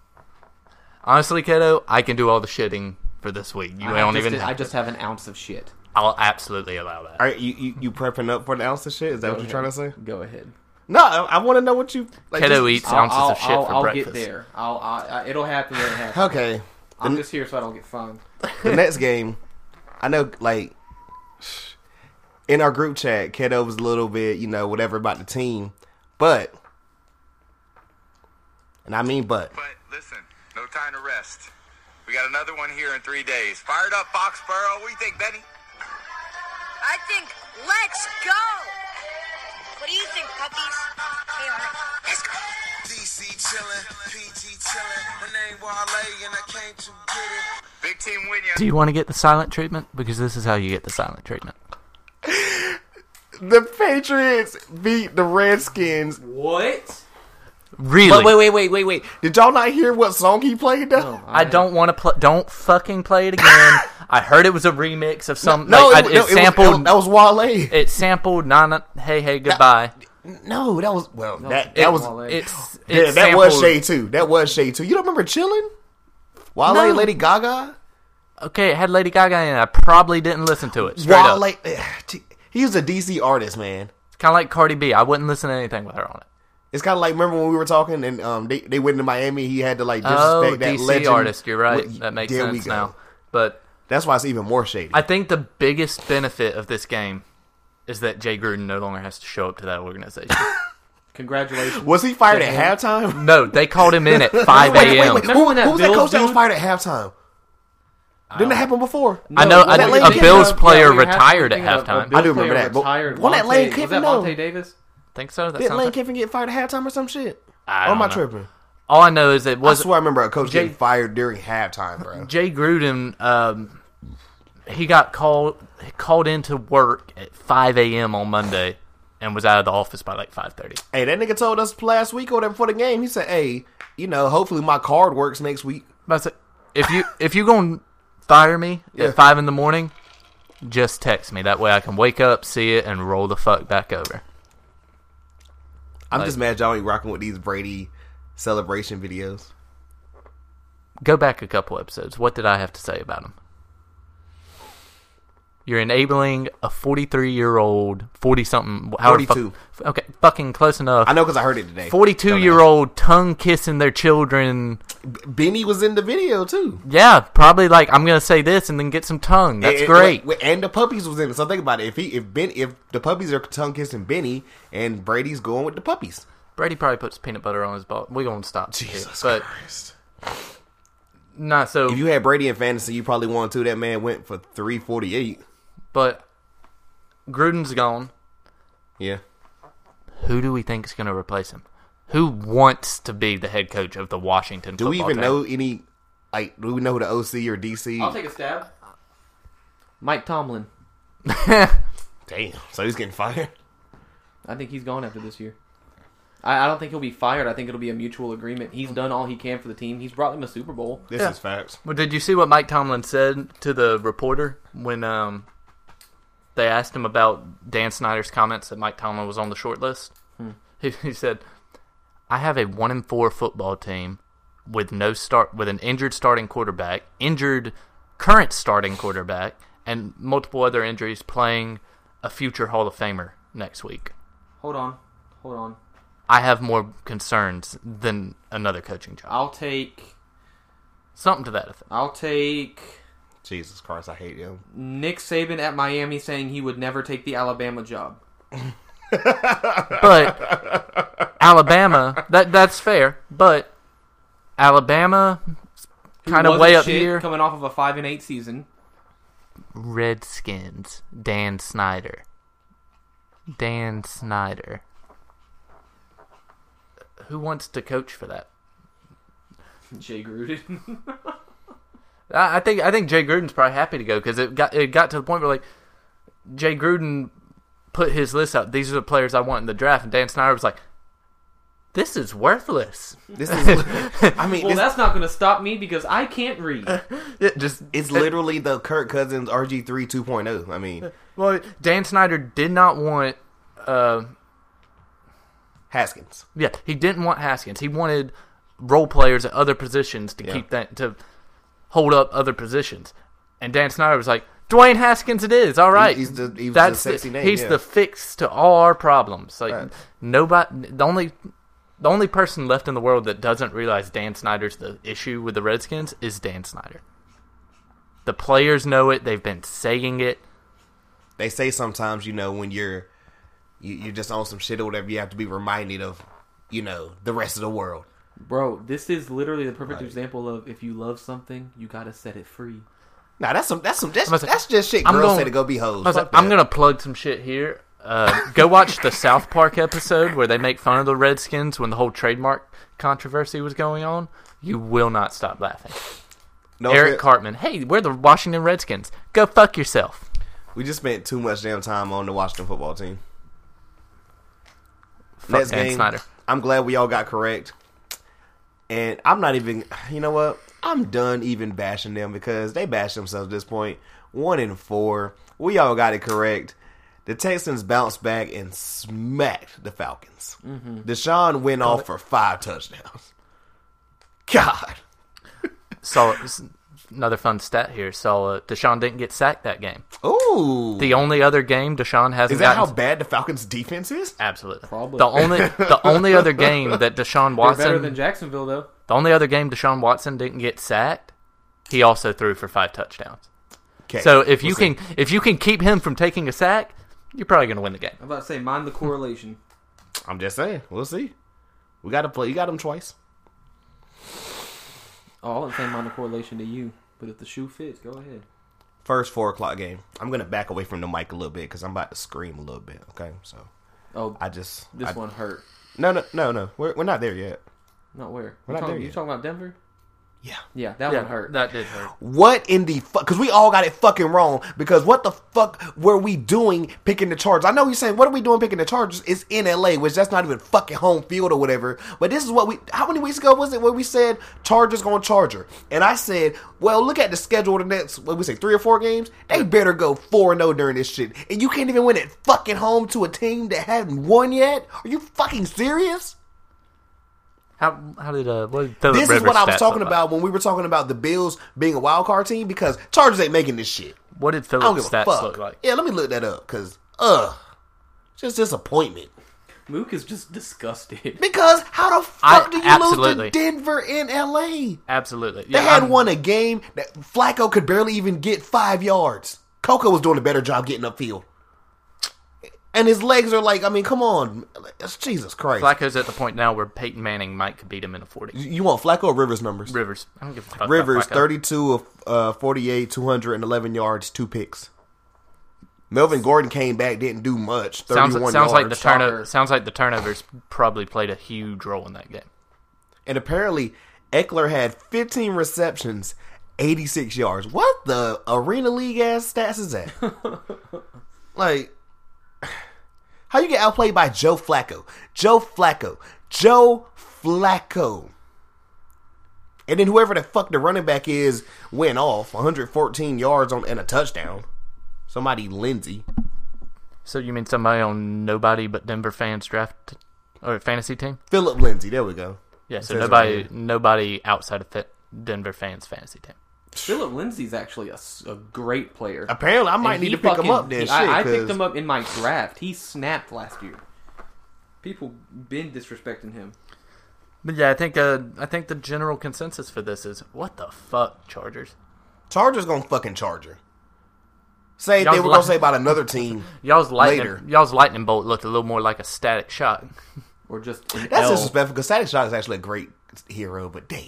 S8: Honestly, kiddo, I can do all the shitting for this week. You
S7: I
S8: don't
S7: just
S8: even.
S7: I
S8: have
S7: just have an ounce of shit.
S8: I'll absolutely allow that.
S6: All right, you, you, you prepping up for the ounce of shit? Is that what you're trying to say?
S7: Go ahead.
S6: No, I, I want to know what you. Like,
S8: Kiddo
S6: just-
S8: eats ounces
S7: I'll,
S8: of shit
S7: I'll,
S8: for
S7: I'll
S8: breakfast.
S7: get there. I'll, I, I, it'll happen when it happens.
S6: Okay,
S7: I'm just here so I don't get fined.
S6: the
S8: <laughs>
S6: next game, I know. Like in our group chat, Keto was a little bit, you know, whatever about the team, but, and I mean, but
S3: But listen, no time to rest. We got another one here in three days. Fired up, Foxborough. What do you think, Benny?
S4: I think let's go. What do you think, puppies? Hey, all right, let's go.
S9: DC chillin', PG chillin'. My name Wale and I came to get it.
S3: Big team win ya.
S8: Do you want to get the silent treatment? Because this is how you get the silent treatment.
S6: the Patriots beat the Redskins.
S7: What?
S8: Really?
S6: But wait, wait, wait, wait, wait. Did y'all not hear what song he played though?
S8: I don't want to play. Don't fucking play it again. I heard it was a remix of some.
S6: No,
S8: like, I-
S6: it,
S8: it,
S6: no, it
S8: sampled.
S6: Was, that was Wale.
S8: it sampled Nana. Hey, hey, goodbye.
S6: no, that was well. that
S8: it
S6: that was
S7: Wale.
S8: It's it
S6: yeah. That was
S8: sampled-
S6: Shay too. That was Shay too. You don't remember chilling? Wale,
S8: No.
S6: Lady Gaga,
S8: Okay, it had Lady Gaga in. it. I probably didn't listen to it. Straight
S6: Wale. eh,
S8: up,
S6: He was a DC artist, man.
S8: kind of like Cardi B. I wouldn't listen to anything with her on it.
S6: It's kind of like remember when we were talking and um they, they went to Miami. He had to like disrespect
S8: Oh,
S6: that
S8: DC
S6: legend.
S8: artist. You're right.
S6: Well,
S8: that makes
S6: there
S8: sense
S6: we go.
S8: now. But
S6: That's why it's even more shady.
S8: I think the biggest benefit of this game is that Jay Gruden no longer has to show up to that
S6: <laughs>
S8: organization.
S7: Congratulations.
S6: was he fired at halftime? <laughs>
S8: no, they called him in at 5
S6: Wait,
S8: a.m.
S6: wait, who,
S7: Remember when that
S6: who was that
S7: Bills
S6: coach that was
S7: dude-
S6: fired at halftime? Didn't that happen before?
S7: No,
S8: I know
S7: what
S8: I-
S7: you're
S8: a
S7: thinking
S8: Bills
S7: of-
S8: player
S7: what you're ha-
S8: retired at
S7: thinking of- a
S8: halftime.
S7: Bills
S6: I do remember
S7: player
S6: that, but
S7: retired.
S6: wasn't that
S7: Vontae-
S6: Lane
S7: was
S6: Kiffin,
S7: that
S6: though?
S7: Vontae Davis?
S8: Think so. That
S6: Didn't
S8: sounds
S6: Lane
S8: like-
S6: Kiffin get fired at halftime or some shit?
S8: I
S6: Or am I
S8: don't know.
S6: tripping?
S8: All I know is it
S6: I
S8: was
S6: swear I remember a coach
S8: Jay-
S6: getting fired during halftime, bro.
S8: Jay Gruden. Um, he got called called into work at 5 a.m. on Monday, and was out of the office by like 5:30.
S6: hey, that nigga told us last week or whatever before the game. He said, "Hey, you know, hopefully my card works next week."
S8: But I said, if you if you gonna fire me
S6: Yeah.
S8: at five in the morning, just text me. That way I can wake up, see it, and roll the fuck back over.
S6: I'm just mad y'all ain't rocking with these Brady celebration videos.
S8: Go back a couple episodes. What did I have to say about him? You're enabling a 43 year old, 40 something, however, fuck-
S6: 42.
S8: okay, fucking close enough.
S6: I know because I heard it today.
S8: 42 year old tongue kissing their children.
S6: Benny was in the video too.
S8: Yeah, probably like I'm gonna say this and then get some tongue.
S6: And-
S8: That's
S6: and-
S8: great.
S6: wait, And the puppies was in it. So think about it. If he, if Ben, if the puppies are tongue kissing Benny, and Brady's going with the puppies.
S8: Brady probably puts peanut butter on his ball. We're gonna stop. here,
S6: Jesus
S8: but
S6: Christ.
S8: nah. So
S6: If you had Brady in fantasy, you probably won too. That man went for three forty eight.
S8: But Gruden's gone.
S6: Yeah.
S8: Who do we think is going to replace him? Who wants to be the head coach of the Washington?
S6: Do we
S8: football
S6: even
S8: team?
S6: know any? Like, do we know who the OC or
S8: Hmm.
S6: DC?
S7: I'll take a stab. Mike Tomlin.
S8: <laughs>
S6: Damn. So he's getting fired.
S7: I think he's gone after this year. I, I don't think he'll be fired. I think it'll be a mutual agreement. He's done all he can for the team. He's brought them a Super Bowl.
S6: <laughs> This is facts.
S8: Well, did you see what Mike Tomlin said to the reporter when um, they asked him about Dan Snyder's comments that Mike Tomlin was on the short list? He, he said, "I have a one in four football team with no start with an injured starting quarterback, injured current starting quarterback, and multiple other injuries playing a future Hall of Famer next week.
S7: Hold on. Hold on.
S8: I have more concerns than another coaching job.
S7: I'll take.
S8: Something to that effect.
S7: I'll take
S6: Jesus Christ, I hate him.
S7: Nick Saban at Miami saying he would never take the Alabama job.
S8: but <laughs> Alabama, that that's fair. But Alabama, kind of
S7: Wasn't
S8: way up
S7: shit
S8: here.
S7: coming off of a five and eight season. <laughs>
S8: Redskins, Dan Snyder, Dan Snyder. Who wants to coach for that?
S7: Jay Gruden. <laughs>
S8: I I think I think Jay Gruden's probably happy to go because it got it got to the point where like Jay Gruden put his list out. These are the players I want in the draft, and Dan Snyder was like, "This is worthless."
S6: This is. <laughs> I mean,
S7: well,
S6: this,
S7: that's not going to stop me because I can't read.
S8: It just
S6: it's literally the Kirk Cousins RG three 2.0. I mean,
S8: Well, Dan Snyder did not want. Uh,
S6: Haskins.
S8: yeah, he didn't want Haskins. He wanted role players at other positions to
S6: Yeah.
S8: keep that to hold up other positions. And Dan Snyder was like, "Dwayne Haskins, it is all right.
S6: he's the- he was the sexy
S8: the,
S6: name,
S8: He's
S6: yeah.
S8: the fix to all our problems. Like
S6: Right.
S8: nobody, the only." The only person left in the world that doesn't realize Dan Snyder's the issue with the Redskins is Dan Snyder. The players know it. They've been saying it.
S6: They say sometimes, you know, when you're you, you're just on some shit or whatever, you have to be reminded of, you know, the rest of the world.
S7: Bro, this is literally the perfect example of if you love something, you got to set it free.
S6: Now that's some that's some that's,
S8: I'm gonna say-
S6: that's just shit
S8: I'm
S6: girls
S8: gonna-
S6: say to go be hoes.
S8: I was like,
S6: Fuck
S8: I'm
S6: that.
S8: gonna plug some shit here. Uh, go watch the South Park episode where they make fun of the Redskins when the whole trademark controversy was going on. You will not stop laughing.
S6: no,
S8: Eric
S6: offense.
S8: Cartman, hey, we're the Washington Redskins. Go fuck yourself.
S6: We just spent too much damn time on the Washington football team.
S8: Fuck Dan Snyder.
S6: I'm glad we all got correct. And I'm not even, you know what? I'm done even bashing them because they bash themselves at this point. One in four. We all got it correct. The Texans bounced back and smacked the Falcons.
S8: Mm-hmm.
S6: Deshaun went off for five touchdowns. God.
S8: Saw s- another fun stat here. Saw uh, Deshaun didn't get sacked that game.
S6: Ooh.
S8: The only other game Deshaun hasn't
S6: is that how
S8: gotten.
S6: bad the Falcons defense is?
S8: Absolutely.
S7: Probably.
S8: The only the only other game that Deshaun
S7: They're
S8: Watson
S7: better than Jacksonville, though.
S8: The only other game Deshaun Watson didn't get sacked, he also threw for five touchdowns.
S6: Okay.
S8: So if you
S6: We'll see.
S8: can if you can keep him from taking a sack, you're probably going to win the game.
S7: I'm about to say, mind the correlation.
S6: I'm just saying, we'll see. We got to play. You got them twice.
S7: Oh, I wouldn't say mind the correlation to you. But if the shoe fits, go ahead.
S6: First four o'clock game. I'm gonna back away from the mic a little bit because I'm about to scream a little bit. Okay, so
S7: Oh,
S6: I just
S7: this
S6: I-
S7: one hurt.
S6: No, no, no, no. We're, we're not there yet.
S7: Not where.
S6: We're
S7: you
S6: not
S7: talking,
S6: there
S7: you
S6: yet.
S7: talking about Denver?
S6: Yeah.
S7: Yeah, that one hurt.
S8: That did hurt.
S6: What in the fuck? Because we all got it fucking wrong. Because what the fuck were we doing picking the Chargers? I know you're saying, what are we doing picking the Chargers? It's in LA, which that's not even fucking home field or whatever. But this is what we, how many weeks ago was it where we said Chargers going Charger? And I said, well, look at the schedule of the next, what we say, three or four games? They better go 4 0 during this shit. And you can't even win at fucking home to a team that hasn't won yet? Are you fucking serious?
S8: How how did uh? What did
S6: This is what I was talking about when we were talking about the Bills being a wild card team because Chargers ain't making this shit.
S8: What did
S6: I don't give
S8: Phillips'
S6: a
S8: stats
S6: fuck.
S8: look like?
S6: Yeah, let me look that up because ugh, just disappointment.
S7: Mook is just disgusted. <laughs>
S6: Because how the
S8: I-
S6: fuck do you
S8: absolutely.
S6: lose to Denver in LA? They
S8: Absolutely. Yeah,
S6: had
S8: I'm-
S6: won a game that Flacco could barely even get five yards. Coco was doing a better job getting upfield, and his legs are like, I mean, come on, Jesus Christ.
S8: Flacco's at the point now where Peyton Manning might could beat him in a forty.
S6: you want Flacco or Rivers numbers?
S8: Rivers. I don't give a fuck. about
S6: Rivers,
S8: Flacco.
S6: 32 of uh, 48, 211 yards, two picks. Melvin Gordon came back, didn't do much. 31
S8: Sounds, sounds
S6: yards.
S8: like the turno-
S7: Shocker.
S8: Sounds like the turnovers probably played a huge role in that game.
S6: and apparently, Eckler had 15 receptions, 86 yards. What the Arena League ass stats is
S7: <laughs>
S6: that? like, how you get outplayed by Joe Flacco? Joe Flacco. Joe Flacco. And then whoever the fuck the running back is went off 114 yards on and a touchdown. Somebody Lindsey.
S8: So you mean somebody on nobody but Denver fans draft or fantasy team?
S6: Philip Lindsey. There we go.
S8: Yeah. So
S6: says it
S8: nobody
S6: right
S8: nobody outside of fit Denver fans fantasy team.
S7: Philip Lindsay's actually a, s- a great player.
S6: Apparently, I might
S7: And
S6: need
S7: he
S6: to pick him
S7: fucking-
S6: up then.
S7: he-
S6: Shit,
S7: I, I
S6: 'cause-
S7: picked him up in my draft. He snapped last year. People been disrespecting him.
S8: But yeah, I think uh, I think the general consensus for this is what the fuck Chargers.
S6: Chargers gonna fucking Charger. Say
S8: Y'all's
S6: they were
S8: li-
S6: gonna say about another team.
S8: Y'all's lightning
S6: Later.
S8: y'all's lightning bolt looked a little more like a static shot.
S7: Or just an
S6: That's
S7: L.
S6: disrespectful because Static Shot is actually a great hero, but damn,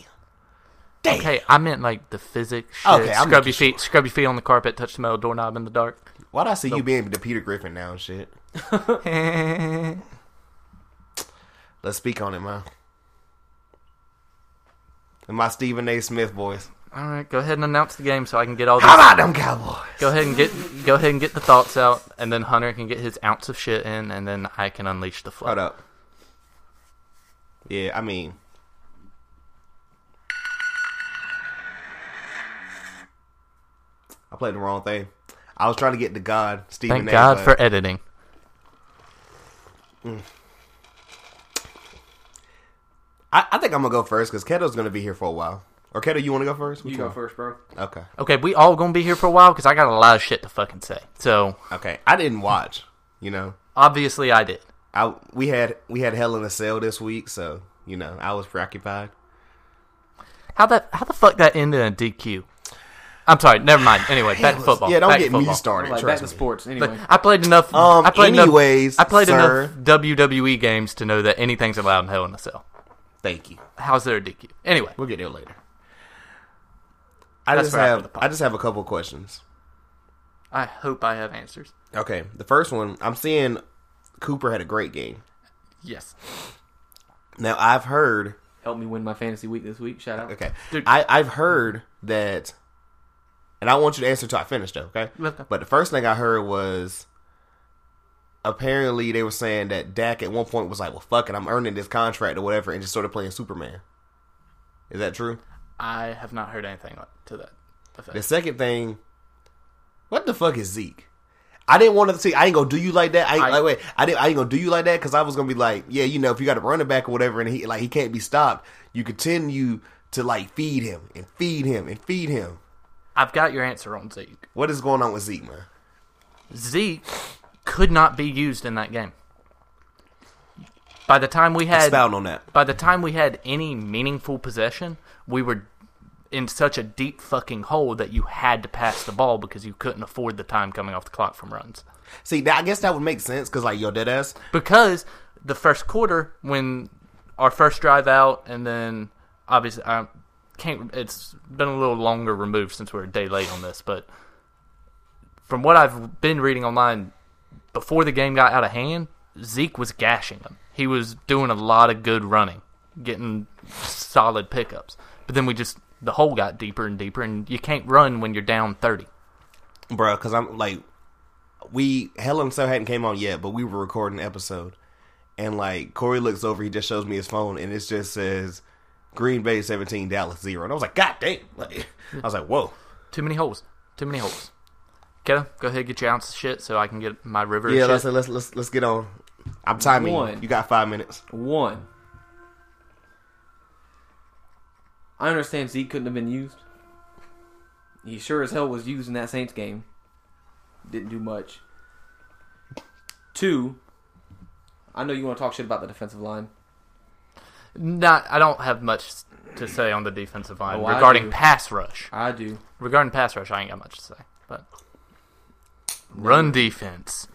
S6: damn.
S8: Okay, I meant like the physics. Shit.
S6: Okay, I'm
S8: scrubby
S6: making
S8: feet, scrubby feet on the carpet, touch the metal doorknob in
S6: <laughs>
S8: the dark.
S6: Why'd I see you being the Peter Griffin now and shit? Let's speak on it, man. And my Stephen A. Smith voice.
S8: All right, go ahead and announce the game so I can get all.
S6: How
S8: These,
S6: about them Cowboys?
S8: go ahead and get go ahead and get the thoughts out, and then Hunter can get his ounce of shit in, and then I can unleash the flood.
S6: Hold up. Yeah, I mean, I played the wrong thing. I was trying to get to God, Stephen.
S8: Thank
S6: A,
S8: God
S6: but
S8: for editing.
S6: I, I think I'm gonna go first because Keto's gonna be here for a while. Or Keto, you want to go first? Which
S7: You go
S6: one?
S7: first, bro.
S6: Okay.
S8: Okay, we all gonna be here for a while because I got a lot of shit to fucking say. So
S6: Okay. I didn't watch. You know,
S8: obviously I did.
S6: I we had we had Hell in a Cell this week, so you know I was preoccupied.
S8: How that? How the fuck that ended in a DQ? I'm sorry. Never mind. Anyway, back to football.
S6: Yeah, don't
S8: back to
S6: get me
S8: football.
S6: started.
S7: Like back
S6: trust
S7: to
S6: me.
S7: sports. Anyway,
S8: But I played enough.
S6: Um,
S8: I played
S6: anyways,
S8: enough, I played
S6: sir.
S8: enough WWE games to know that anything's allowed in Hell in a Cell.
S6: Thank you.
S8: How's there a DQ? Anyway,
S6: We'll get there later. I
S8: That's
S6: just
S8: right after
S6: have I just have a couple questions.
S8: I hope I have answers.
S6: Okay, the first one I'm seeing Cooper had a great game.
S8: Yes.
S6: Now I've heard
S7: help me win my fantasy week this week. Shout out.
S6: okay,
S8: Dude.
S6: I I've heard that, and I want you to answer till I finish though. Okay,
S8: Okay.
S6: but the first thing I heard was apparently they were saying that Dak at one point was like, "Well, fuck it, I'm earning this contract or whatever," and just started playing Superman. Is that true?
S8: I have not heard anything like- to that effect.
S6: The second thing, what the fuck is Zeke? I didn't want to see. I ain't gonna do you like that. I, ain't
S8: I-
S6: like wait. I didn't. I ain't gonna do you like that because I was gonna be like, yeah, you know, if you got a running back or whatever, and he like he can't be stopped. You continue to like feed him and feed him and feed him.
S8: I've got your answer on Zeke.
S6: What is going on with Zeke, man?
S8: Zeke could not be used in that game. By the time we had
S6: Expound on that.
S8: by the time we had any meaningful possession, we were in such a deep fucking hole that you had to pass the ball because you couldn't afford the time coming off the clock from runs.
S6: See, that, I guess that would make sense because like your dead ass.
S8: because the first quarter when our first drive out and then obviously I, can't. It's been a little longer removed since we are a day late on this, but from what I've been reading online, before the game got out of hand, Zeke was gashing him. He was doing a lot of good running, getting solid pickups. But then we just the hole got deeper and deeper, and you can't run when you're down thirty.
S6: bro. Because I'm like, we Hell and So hadn't came on yet, but we were recording an episode, and like Corey looks over, he just shows me his phone, and it just says Green Bay seventeen, Dallas zero, and I was like, God damn! Like, <laughs> I was like, Whoa,
S8: Too many holes. Too many holes. Kiddo, go ahead get your ounce of shit so I can get my river.
S6: yeah.
S8: of
S6: Let's
S8: shit.
S6: let's let's let's get on. I'm timing. you.
S7: One.
S6: You got five minutes.
S7: One. I understand Zeke couldn't have been used. He sure as hell was used in that Saints game. Didn't do much. Two. I know you want to talk shit about the defensive line.
S8: Not. I don't have much to say on the defensive line
S7: Oh, I
S8: regarding
S7: do.
S8: pass rush.
S7: I do.
S8: Regarding pass rush, I ain't got much to say. But run defense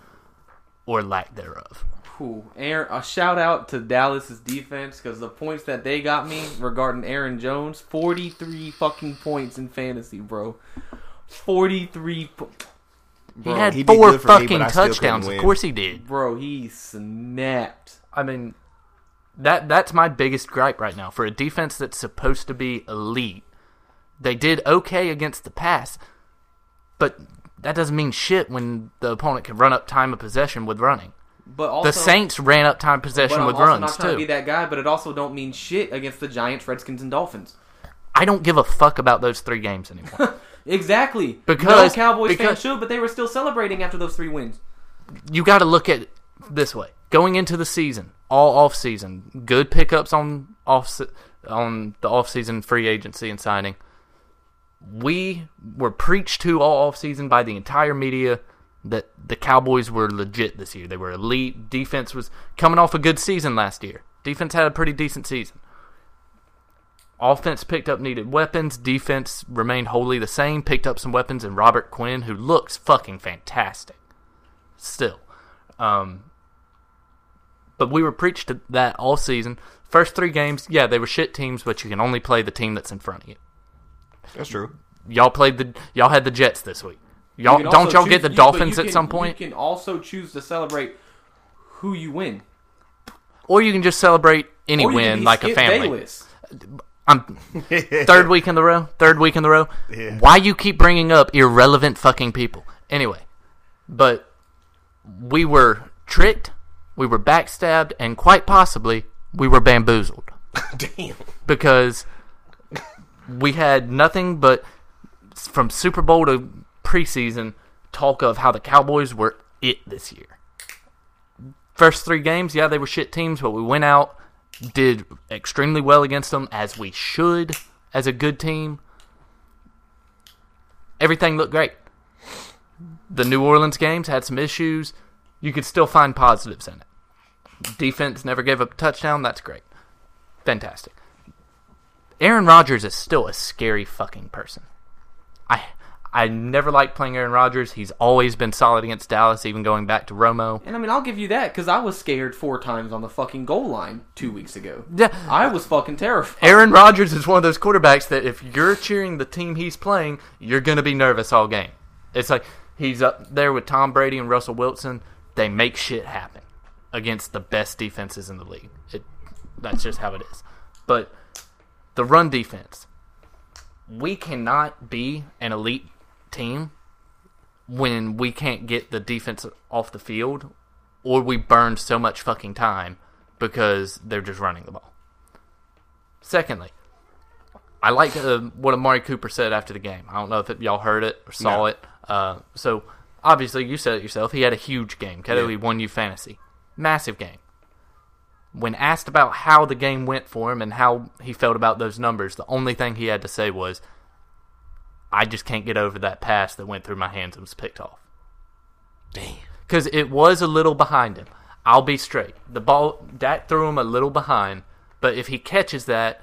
S8: or lack thereof.
S7: Cool. Aaron, a shout out to Dallas's defense because the points that they got me regarding Aaron Jones, forty-three fucking points in fantasy, bro. Forty-three, po-
S8: He had
S6: he did
S8: four
S6: good for me, but
S8: fucking
S6: I still couldn't
S8: touchdowns. Of
S6: win.
S8: course he did.
S7: bro. He snapped.
S8: I mean, that that's my biggest gripe right now for a defense that's supposed to be elite. They did okay against the pass, but that doesn't mean shit when the opponent can run up time of possession with running.
S7: But also,
S8: the Saints ran up time of possession
S7: But I'm
S8: with
S7: also
S8: runs
S7: not trying
S8: too.
S7: to be that guy, but it also don't mean shit against the Giants, Redskins, and Dolphins.
S8: I don't give a fuck about those three games anymore.
S7: Exactly.
S8: Because-
S7: no Cowboys
S8: because-
S7: fans should, but they were still celebrating after those three wins.
S8: you got to look at it this way: going into the season, all off season, good pickups on off on the off season free agency and signing. We were preached to all off season by the entire media that the Cowboys were legit this year. They were elite. Defense was coming off a good season last year. Defense had a pretty decent season. Offense picked up needed weapons. Defense remained wholly the same. Picked up some weapons in Robert Quinn, who looks fucking fantastic still. Um, but we were preached to that all season. First three games, yeah, they were shit teams, but you can only play the team that's in front of you.
S6: That's true.
S8: Y'all played the y'all had the Jets this week. Y'all
S7: You can
S8: don't
S7: also
S8: y'all
S7: choose-
S8: get the
S7: you- but
S8: Dolphins
S7: you
S8: at
S7: can-
S8: some point,
S7: You can also choose to celebrate who you win.
S8: or you can just celebrate any
S7: Or you can
S8: win
S7: be
S8: like a
S7: Skip
S8: family.
S7: Bayless.
S8: I'm third week in the row. Third week in the row. Why you keep bringing up irrelevant fucking people? Anyway, but we were tricked, we were backstabbed, and quite possibly we were bamboozled.
S6: Damn.
S8: because we had nothing but from Super Bowl to preseason talk of how the Cowboys were it this year. First three games, yeah, they were shit teams, but we went out, did extremely well against them, as we should, as a good team. Everything looked great. The New Orleans games had some issues. You could still find positives in it. Defense never gave up a touchdown. That's great. Fantastic. Aaron Rodgers is still a scary fucking person. I I never liked playing Aaron Rodgers. He's always been solid against Dallas, even going back to Romo.
S7: And I mean, I'll give you that because I was scared four times on the fucking goal line two weeks ago.
S8: Yeah.
S7: I was fucking terrified.
S8: Aaron Rodgers is one of those quarterbacks that if you're cheering the team he's playing, you're going to be nervous all game. It's like he's up there with Tom Brady and Russell Wilson. They make shit happen against the best defenses in the league. It, that's just how it is. But the run defense, we cannot be an elite team when we can't get the defense off the field or we burn so much fucking time because they're just running the ball. Secondly, I like uh, what Amari Cooper said after the game. I don't know if it, y'all heard it or saw
S6: No.
S8: it. Uh, so obviously, you said it yourself. He had a huge game. Keto,
S6: Yeah.
S8: he won you fantasy, massive game. When asked about how the game went for him and how he felt about those numbers, the only thing he had to say was, "I just can't get over that pass that went through my hands and was picked off."
S6: Damn.
S8: because it was a little behind him. I'll be straight. The ball Dak threw him a little behind, but if he catches that,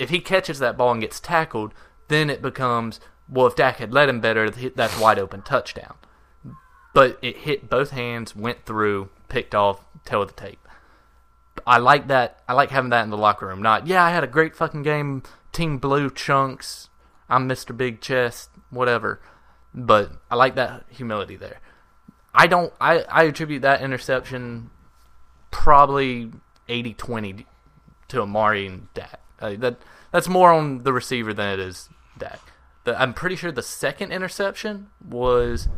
S8: if he catches that ball and gets tackled, then it becomes well. If Dak had led him better, th- that's wide open touchdown. But it hit both hands, went through, picked off, tail of the tape. I like that. I like having that in the locker room. Not yeah, I had a great fucking game. Team Blue chunks. I'm Mr. Big Chest. Whatever. But I like that humility there. I don't. I I attribute that interception probably 80-20 to Amari and Dak. Uh, that that's more on the receiver than it is Dak. The, I'm pretty sure the second interception was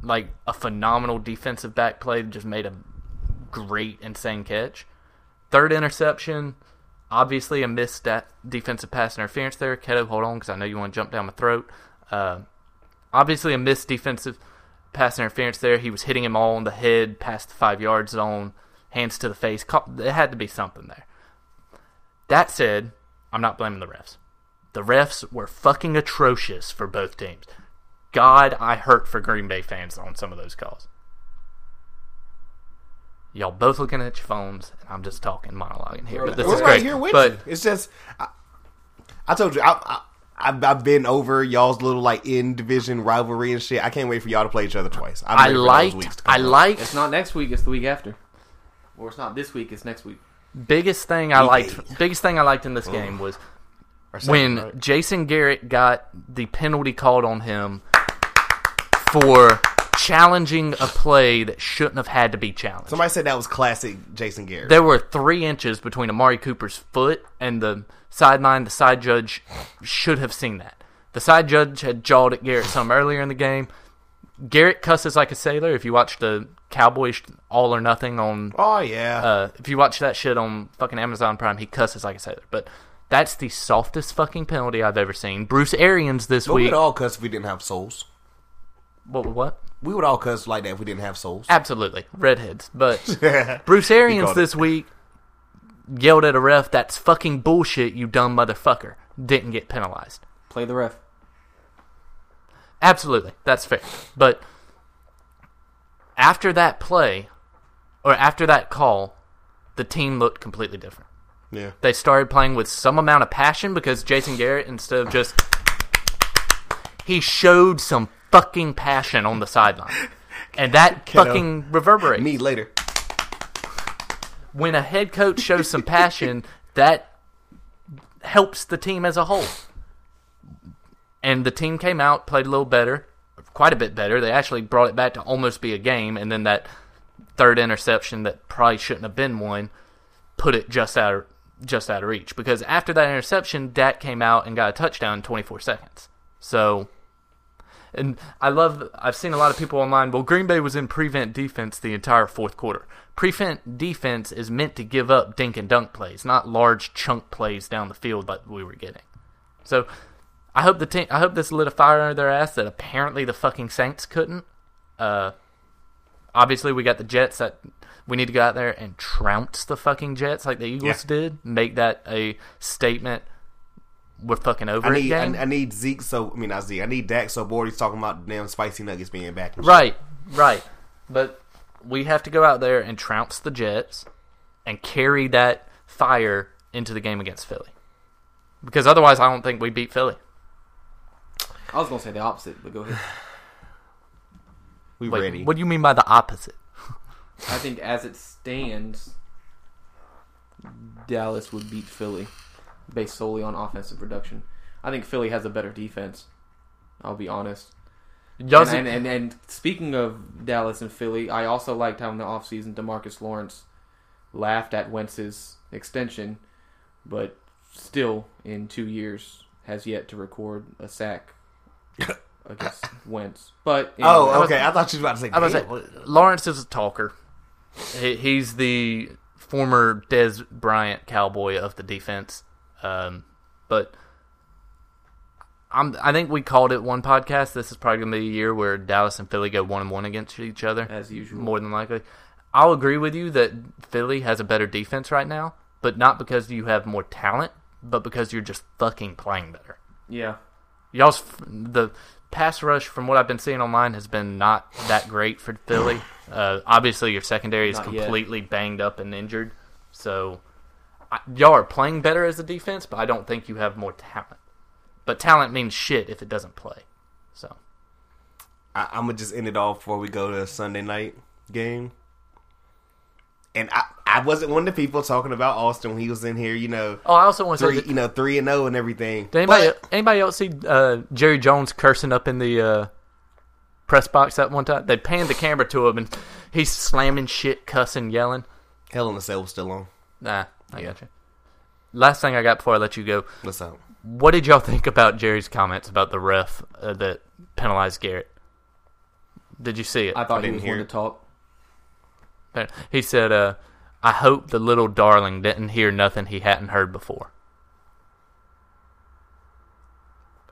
S8: like a phenomenal defensive back play that just made a great insane catch. Third interception, obviously a missed da- defensive pass interference there. Keto, hold on because I know you want to jump down my throat. Uh, obviously a missed defensive pass interference there. He was hitting him all on the head, past the five yard zone, hands to the face. It had to be something there. That said, I'm not blaming the refs. The refs were fucking atrocious for both teams. God, I hurt for Green Bay fans on some of those calls. Y'all both looking at your phones, and I'm just talking monologuing here. But this
S6: We're
S8: is
S6: right
S8: great.
S6: here with
S8: but
S6: you. It's just, I, I told you, I, I, I've, I've been over y'all's little like in division rivalry and shit. I can't wait for y'all to play each other twice. I'm
S8: I
S6: ready for those weeks
S8: liked,
S6: to come
S8: I
S6: up.
S8: liked
S7: It's not next week. It's the week after. Or it's not this week. It's next week.
S8: biggest thing I liked biggest thing I liked in this game was when Jason Garrett got the penalty called on him for challenging a play that shouldn't have had to be challenged.
S6: Somebody said that was classic Jason Garrett.
S8: There were three inches between Amari Cooper's foot and the sideline. The side judge should have seen that. The side judge had jawed at Garrett some earlier in the game. Garrett cusses like a sailor. If you watch the Cowboys All or Nothing on
S6: oh yeah,
S8: uh, if you watch that shit on fucking Amazon Prime, he cusses like a sailor. But that's the softest fucking penalty I've ever seen. Bruce Arians this
S6: but
S8: week.
S6: we'd all cuss if we didn't have souls.
S8: what? What?
S6: We would all cuss like that if we didn't have souls.
S8: Absolutely, redheads. But Bruce Arians
S6: called it.
S8: this week yelled at a ref, "That's fucking bullshit, you dumb motherfucker!" Didn't get penalized.
S7: Play the ref.
S8: Absolutely, that's fair. But after that play, or after that call, the team looked completely different.
S6: Yeah,
S8: they started playing with some amount of passion because Jason Garrett, instead of just he showed some fucking passion on the sideline, and that fucking reverberates.
S6: me later.
S8: When a head coach shows some passion, that helps the team as a whole. And the team came out, played a little better, quite a bit better. They actually brought it back to almost be a game, and then that third interception that probably shouldn't have been one put it just out of, just out of reach because after that interception, Dak came out and got a touchdown in 24 seconds. So, and I love I've seen a lot of people online. Well, Green Bay was in prevent defense the entire fourth quarter. Prevent defense is meant to give up dink and dunk plays, not large chunk plays down the field that we were getting. So, I hope the team. I hope this lit a fire under their ass that apparently the fucking Saints couldn't. Uh, obviously we got the Jets that we need to go out there and trounce the fucking Jets like the Eagles
S6: Yeah.
S8: did. Make that a statement. We're fucking over
S6: I
S8: it
S6: need,
S8: game.
S6: I, I need Zeke so I mean not Zeke. I need Dak so bored he's talking about damn spicy nuggets being back. and shit.
S8: Right, right. But we have to go out there and trounce the Jets and carry that fire into the game against Philly. Because otherwise, I don't think we beat Philly.
S7: I was gonna say the opposite, but go ahead.
S6: We
S8: Wait,
S6: ready.
S8: what do you mean by the opposite?
S7: I think as it stands, Dallas would beat Philly based solely on offensive production. I think Philly has a better defense. I'll be honest.
S8: Y'all
S7: And, and, and, and speaking of Dallas and Philly, I also liked how in the offseason Demarcus Lawrence laughed at Wentz's extension, but still in two years has yet to record
S6: <coughs>
S7: a sack against Wentz. But anyway,
S6: Oh, okay. I thought you were about to say.
S8: I was
S6: damn.
S8: about to say, Lawrence is a talker. He, he's the former Des Bryant cowboy of the defense. Um, but I'm, I think we called it one podcast. This is probably going to be a year where Dallas and Philly go one and one against each other,
S7: As usual.
S8: More than likely, I'll agree with you that Philly has a better defense right now, but not because you have more talent, but because you're just fucking playing better
S7: yeah.
S8: y'all's the pass rush from what I've been seeing online has been not that great for <sighs> Philly. Uh, obviously, your secondary is
S7: Not yet.
S8: completely banged up and injured, so I, y'all are playing better as a defense, but I don't think you have more talent. But talent means shit if it doesn't play. So
S6: I, I'm gonna just end it off before we go to Sunday night game. And I, I I wasn't one of the people talking about Austin when he was in here. You know.
S8: Oh, I also want to say
S6: three,
S8: that-
S6: you know three and zero and everything.
S8: Did anybody anybody else see uh, Jerry Jones cursing up in the uh, press box that one time? They panned the camera to him and he's slamming shit, cussing, yelling.
S6: Hell in the Cell was still on.
S8: Nah, I got you. Last thing I got before I let you go.
S6: What's up?
S8: What did y'all think about Jerry's comments about the ref uh, that penalized Garrett? Did you see it?
S7: I thought he
S6: didn't
S7: was
S6: hear
S7: one to
S6: it.
S7: talk.
S8: He said, uh, "I hope the little darling didn't hear nothing he hadn't heard before."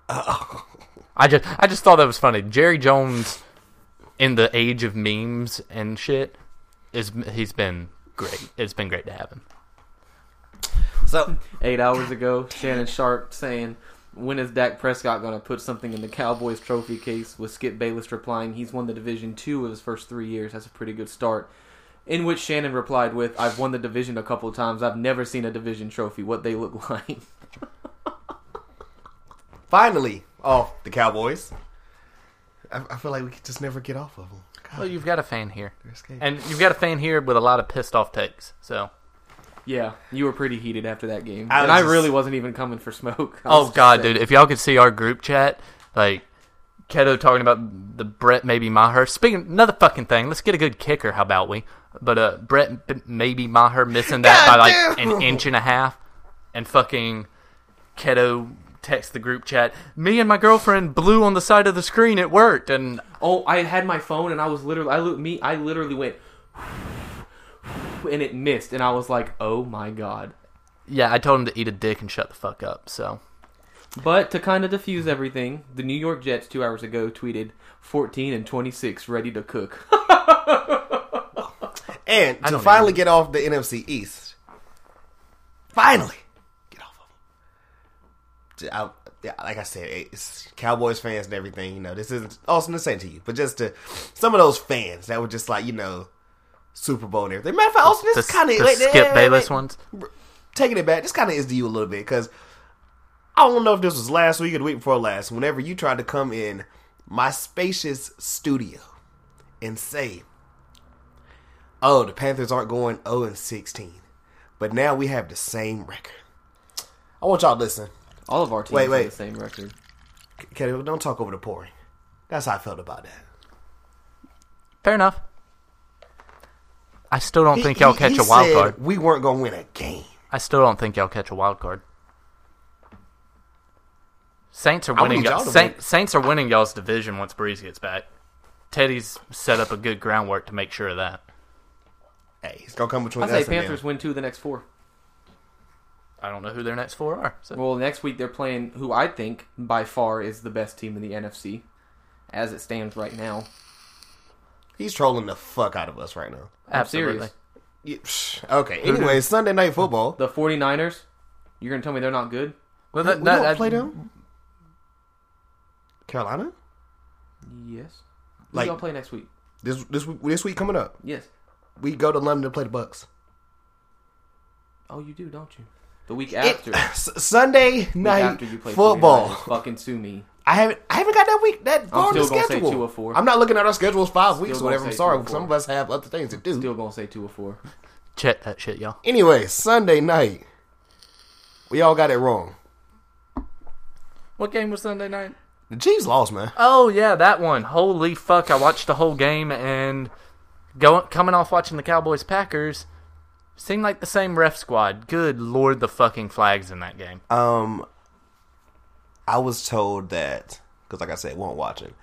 S7: Oh.
S8: I just, I just thought that was funny. Jerry Jones, in the age of memes and shit, is he's been great. It's been great to have him.
S6: So
S7: Eight hours ago, Shannon Sharp saying, "When is Dak Prescott going to put something in the Cowboys trophy case?" With Skip Bayless replying, "He's won the Division two of his first three years. That's a pretty good start." In which Shannon replied with, "I've won the division a couple times. I've never seen a division trophy. What they look <laughs> like."
S6: finally off the Cowboys. I, I feel like we could just never get off of them. God,
S8: Well, you've got a fan here,
S6: they're escaping.
S8: and you've got a fan here with a lot of pissed off takes. So,
S7: Yeah, you were pretty heated after that game,
S6: I
S7: and
S6: was
S7: I
S6: just-
S7: really wasn't even coming for smoke. <laughs> I
S8: oh
S7: was just
S8: god,
S7: saying-
S8: dude, if y'all could see our group chat, like Keto talking about the Brett maybe Maher. Speaking another fucking thing, let's get a good kicker. How about we? But uh, Brett b- maybe Maher missing that by like an inch and a half, and fucking Keto text the group chat. Me and my girlfriend blew on the side of the screen. It worked, and
S7: Oh, I had my phone and I was literally I li- me I literally went <sighs> and it missed and I was like, "Oh my god."
S8: yeah, I told him to eat a dick and shut the fuck up. So
S7: But to kind of diffuse everything, the New York Jets 2 hours ago tweeted 14 and 26 ready to cook. <laughs>
S6: And to
S8: don't
S6: finally get off the NFC East, finally get off of them. I, yeah, like I said, it's Cowboys fans and everything. You know, this isn't Austin. This ain't to you, but just to some of those fans that were just like, you know, Super Bowl and everything. Matter of fact, Austin,
S8: the,
S6: this kind of
S8: the Skip Bayless ones.
S6: taking it back, this kind of is to you a little bit because I don't know if this was last week or the week before last. Whenever you tried to come in my spacious studio and say, "Oh, the Panthers aren't going 0 and 16," but now we have the same record. I want y'all to listen.
S7: All of our teams
S6: Wait,
S7: have
S6: wait.
S7: the same record.
S6: Kelly, don't talk over the pouring. That's how I felt about that.
S8: Fair enough. I still don't think
S6: He-
S8: y'all
S6: he-
S8: catch
S6: he
S8: a wild
S6: said
S8: card.
S6: We weren't going to win a game.
S8: I still don't think y'all catch a wild card. Saints are
S6: I
S8: winning.
S6: need
S8: y'all-
S6: y'all to
S8: Saint,
S6: win.
S8: Saints are winning y'all's division once Breeze gets back. Teddy's set up a good groundwork to make sure of that.
S6: Hey, it's gonna come between
S7: I
S6: us
S7: say
S6: and them.
S7: Panthers win 2 of the next 4.
S8: I don't know who their next four are. So
S7: Well, next week they're playing who I think by far is the best team in the NFC as it stands right now.
S6: He's trolling the fuck out of us right now.
S7: Absolutely.
S8: absolutely.
S6: Yeah, psh, Okay. Anyway, Sunday night football.
S7: The 49ers, you're going to tell me they're not good?
S8: Well,
S6: We don't play them. Carolina?
S7: Yes. Who
S6: Like-
S7: y'all play next week?
S6: This this week- this week coming up,
S7: Yes.
S6: we go to London to play the Bucks.
S7: Oh, you do, don't you? The week
S6: <laughs>
S7: after.
S6: S- Sunday
S7: week
S6: night
S7: after you play
S6: football.
S7: 49ers, Fucking sue me.
S6: I haven't I haven't got that week that far in the
S7: still gonna say
S6: schedule.
S7: two or four.
S6: I'm not looking at our schedule as five weeks or
S7: gonna
S6: whatever. I'm
S7: say
S6: sorry,
S7: two or
S6: some
S7: four.
S6: of us have other things to do.
S7: Still gonna say two or four.
S8: Check that shit, y'all.
S6: Anyway, Sunday night, we all got it wrong.
S8: What game was Sunday night?
S6: The Chiefs lost, man.
S8: Oh yeah, that one. Holy fuck! I watched the whole game and going coming off watching the Cowboys Packers seemed like the same ref squad. Good lord, the fucking flags in that game.
S6: Um, I was told that because, like I said, won't watching.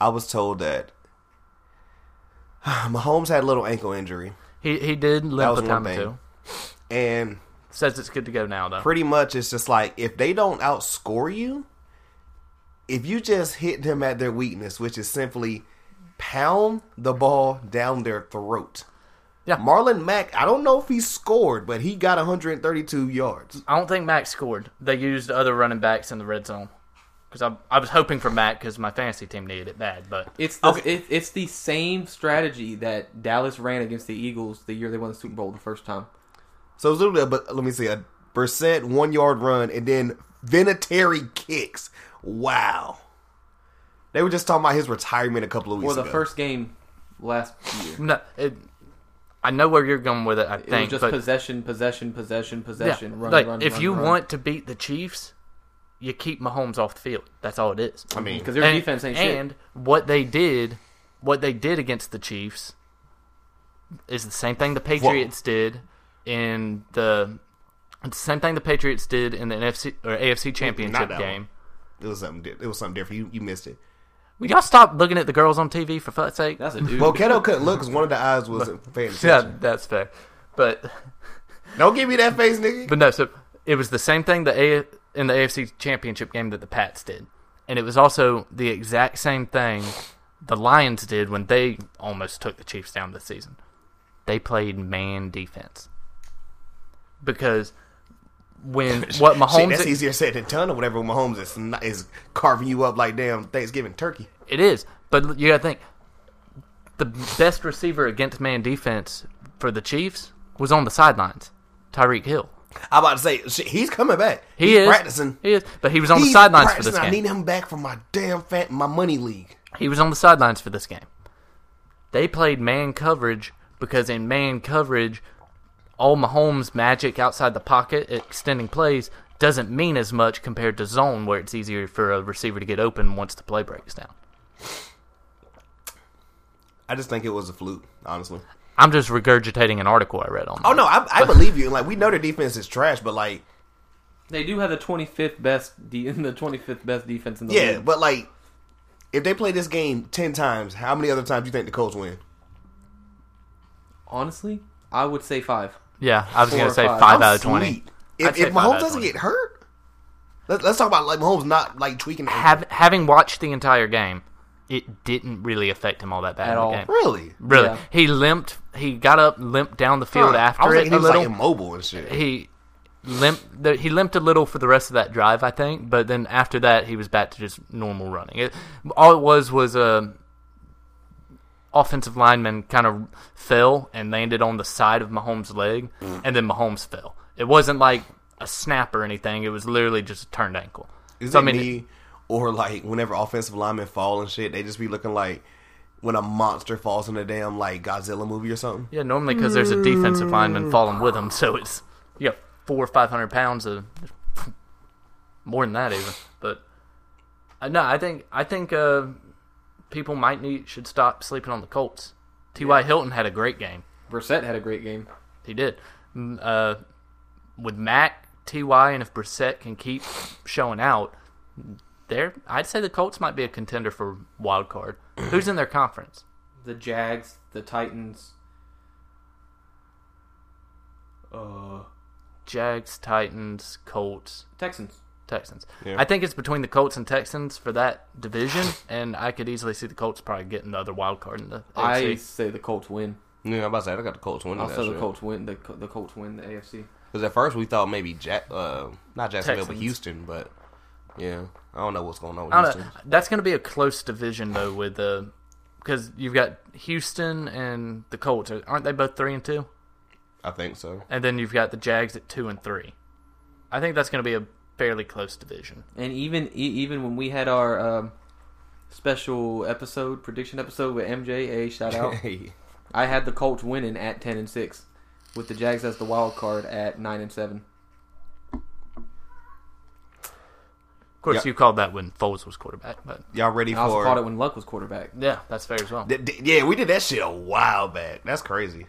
S6: I was told that <sighs> Mahomes had a little ankle injury,
S8: He he did
S6: That
S8: limp
S6: was
S8: a
S6: one
S8: time or
S6: thing.
S8: two.
S6: and
S8: Says it's good to go now though.
S6: pretty much it's just like if they don't outscore you, if you just hit them at their weakness, which is simply pound the ball down their throat.
S8: Yeah.
S6: Marlon Mack, I don't know if he scored, but he got 132 yards.
S8: I don't think Mac scored. They used other running backs in the red zone because I I was hoping for Mac because my fantasy team needed it bad. But
S7: It's the, it, it's the same strategy that Dallas ran against the Eagles the year they won the Super Bowl the first time.
S6: So it's literally, a, but let me see, a Brissett one yard run and then Vinatieri kicks. Wow. They were just talking about his retirement a couple of weeks
S7: Or the
S6: ago.
S7: first game last year.
S8: no, it, I know where you're going with it. I
S7: It
S8: think
S7: was just
S8: but-
S7: possession, possession, possession, possession. Run,
S8: like
S7: run,
S8: if
S7: run,
S8: you
S7: run.
S8: want to beat the Chiefs, you keep Mahomes off the field. That's all it is.
S6: I mean,
S7: 'Cause their
S8: and,
S7: defense ain't shit.
S8: and what they did, what they did against the Chiefs, is the same thing the Patriots did in the. It's the same thing the Patriots did in the NFC or AFC Championship
S6: that
S8: game.
S6: one. it was something. di- It was something different. You you missed it.
S8: Will y'all stop looking at the girls on TV for fuck's sake?
S7: That's a dude.
S6: Well, Kato couldn't look because one of the eyes wasn't paying
S8: <laughs> yeah,
S6: attention.
S8: that's fair. But
S6: Don't give me that face, nigga.
S8: But no, so it was the same thing the A- in the AFC Championship game that the Pats did, and it was also the exact same thing the Lions did when they almost took the Chiefs down this season. They played man defense because when what
S6: Shit,
S8: Mahomes
S6: that's easier said than done. Or whatever Mahomes is not- is carving you up like damn Thanksgiving turkey.
S8: it is, but you gotta think the best receiver against man defense for the Chiefs was on the sidelines, Tyreek Hill.
S6: I'm about to say shit, he's coming back.
S8: He
S6: he's
S8: is
S6: practicing.
S8: He is, but he was on the
S6: He's
S8: sidelines for this
S6: practicing.
S8: game.
S6: I need him back for my damn fat my money league.
S8: He was on the sidelines for this game. They played man coverage because in man coverage, all Mahomes' magic outside the pocket, extending plays, doesn't mean as much compared to zone, where it's easier for a receiver to get open once the play breaks down.
S6: I just think it was a fluke, honestly.
S8: I'm just regurgitating an article I read on.
S6: Oh no, I, I believe you. Like we know their defense is trash, but like
S7: They do have the 25th best de- <laughs> the 25th best defense
S8: Oh,
S7: in the
S6: yeah,
S7: league.
S6: but like if they play this game ten times, how many other times do you think the Colts win?
S7: Honestly, I would say 5.
S8: Yeah, I was
S7: Four
S8: gonna
S7: or
S8: say
S7: five.
S8: five,
S6: I'm
S8: out of twenty.
S6: sweet.
S8: I'd
S6: If,
S8: say
S6: if
S8: five out
S6: Mahomes
S8: of
S6: doesn't
S8: 20.
S6: get hurt, let, let's talk about like Mahomes not like tweaking. the ankle.
S8: Have, having watched the entire game, it didn't really affect him all that bad
S7: At
S8: in
S7: all.
S8: the game.
S6: really?
S8: Really,
S7: Yeah.
S8: he limped. He got up, limped down the field
S6: Huh.
S8: after
S6: I was
S8: it
S6: thinking
S8: a
S6: he was
S8: little.
S6: like immobile and shit.
S8: he limped the, he limped a little for the rest of that drive, I think. But then after that, he was back to just normal running. It, all it was was a offensive lineman kind of fell and landed on the side of Mahomes' leg,
S6: Mm.
S8: and then Mahomes fell. It wasn't like a snap or anything. It was literally just a turned ankle.
S6: Is
S8: So,
S6: it me or like whenever offensive linemen fall and shit, they just be looking like when a monster falls in a damn like Godzilla movie or something?
S8: yeah, normally because there's a defensive lineman falling with him, so it's you got four or five hundred pounds of more than that even. But uh, no, I think I think uh, people might need should stop sleeping on the Colts. T. Y. Hilton had a great game.
S7: Brissett had a great game.
S8: He did. Mm, Uh, with Mac, T. Y. and if Brissett can keep showing out, there I'd say the Colts might be a contender for wild card. Who's in their conference?
S7: The Jags, the Titans. Uh,
S8: Jags, Titans, Colts.
S7: Texans.
S8: Texans.
S6: Yeah.
S8: I think it's between the Colts and Texans for that division, and I could easily see the Colts probably getting the other wild card in the
S7: I
S8: AFC.
S7: say the Colts win.
S6: Yeah, I'm about to say I got the Colts winning.
S7: Also, the Colts win. The, Co- the Colts win the AFC.
S6: Because at first we thought maybe Jack, uh, not Jacksonville,
S8: Texans.
S6: but Houston. But yeah, I don't know what's going on with
S8: I, don't
S6: Houston.
S8: know. That's going to be a close division though, with the because you've got Houston and the Colts. Aren't they both three and two?
S6: I think so.
S8: And then you've got the Jags at two and three. I think that's going to be a fairly close division.
S7: And even e- even when we had our um, special episode prediction episode with MJ, a shout
S6: <laughs>
S7: out.
S6: Hey,
S7: I had the Colts winning at ten and six, with the Jags as the wild card at nine and seven.
S8: Of course,
S6: Yep.
S8: you called that when Foles was quarterback, but
S6: y'all ready
S7: I also
S6: for?
S7: called it when Luck was quarterback.
S8: yeah, that's fair as well.
S6: D- d- yeah, we did that shit a while back. That's crazy.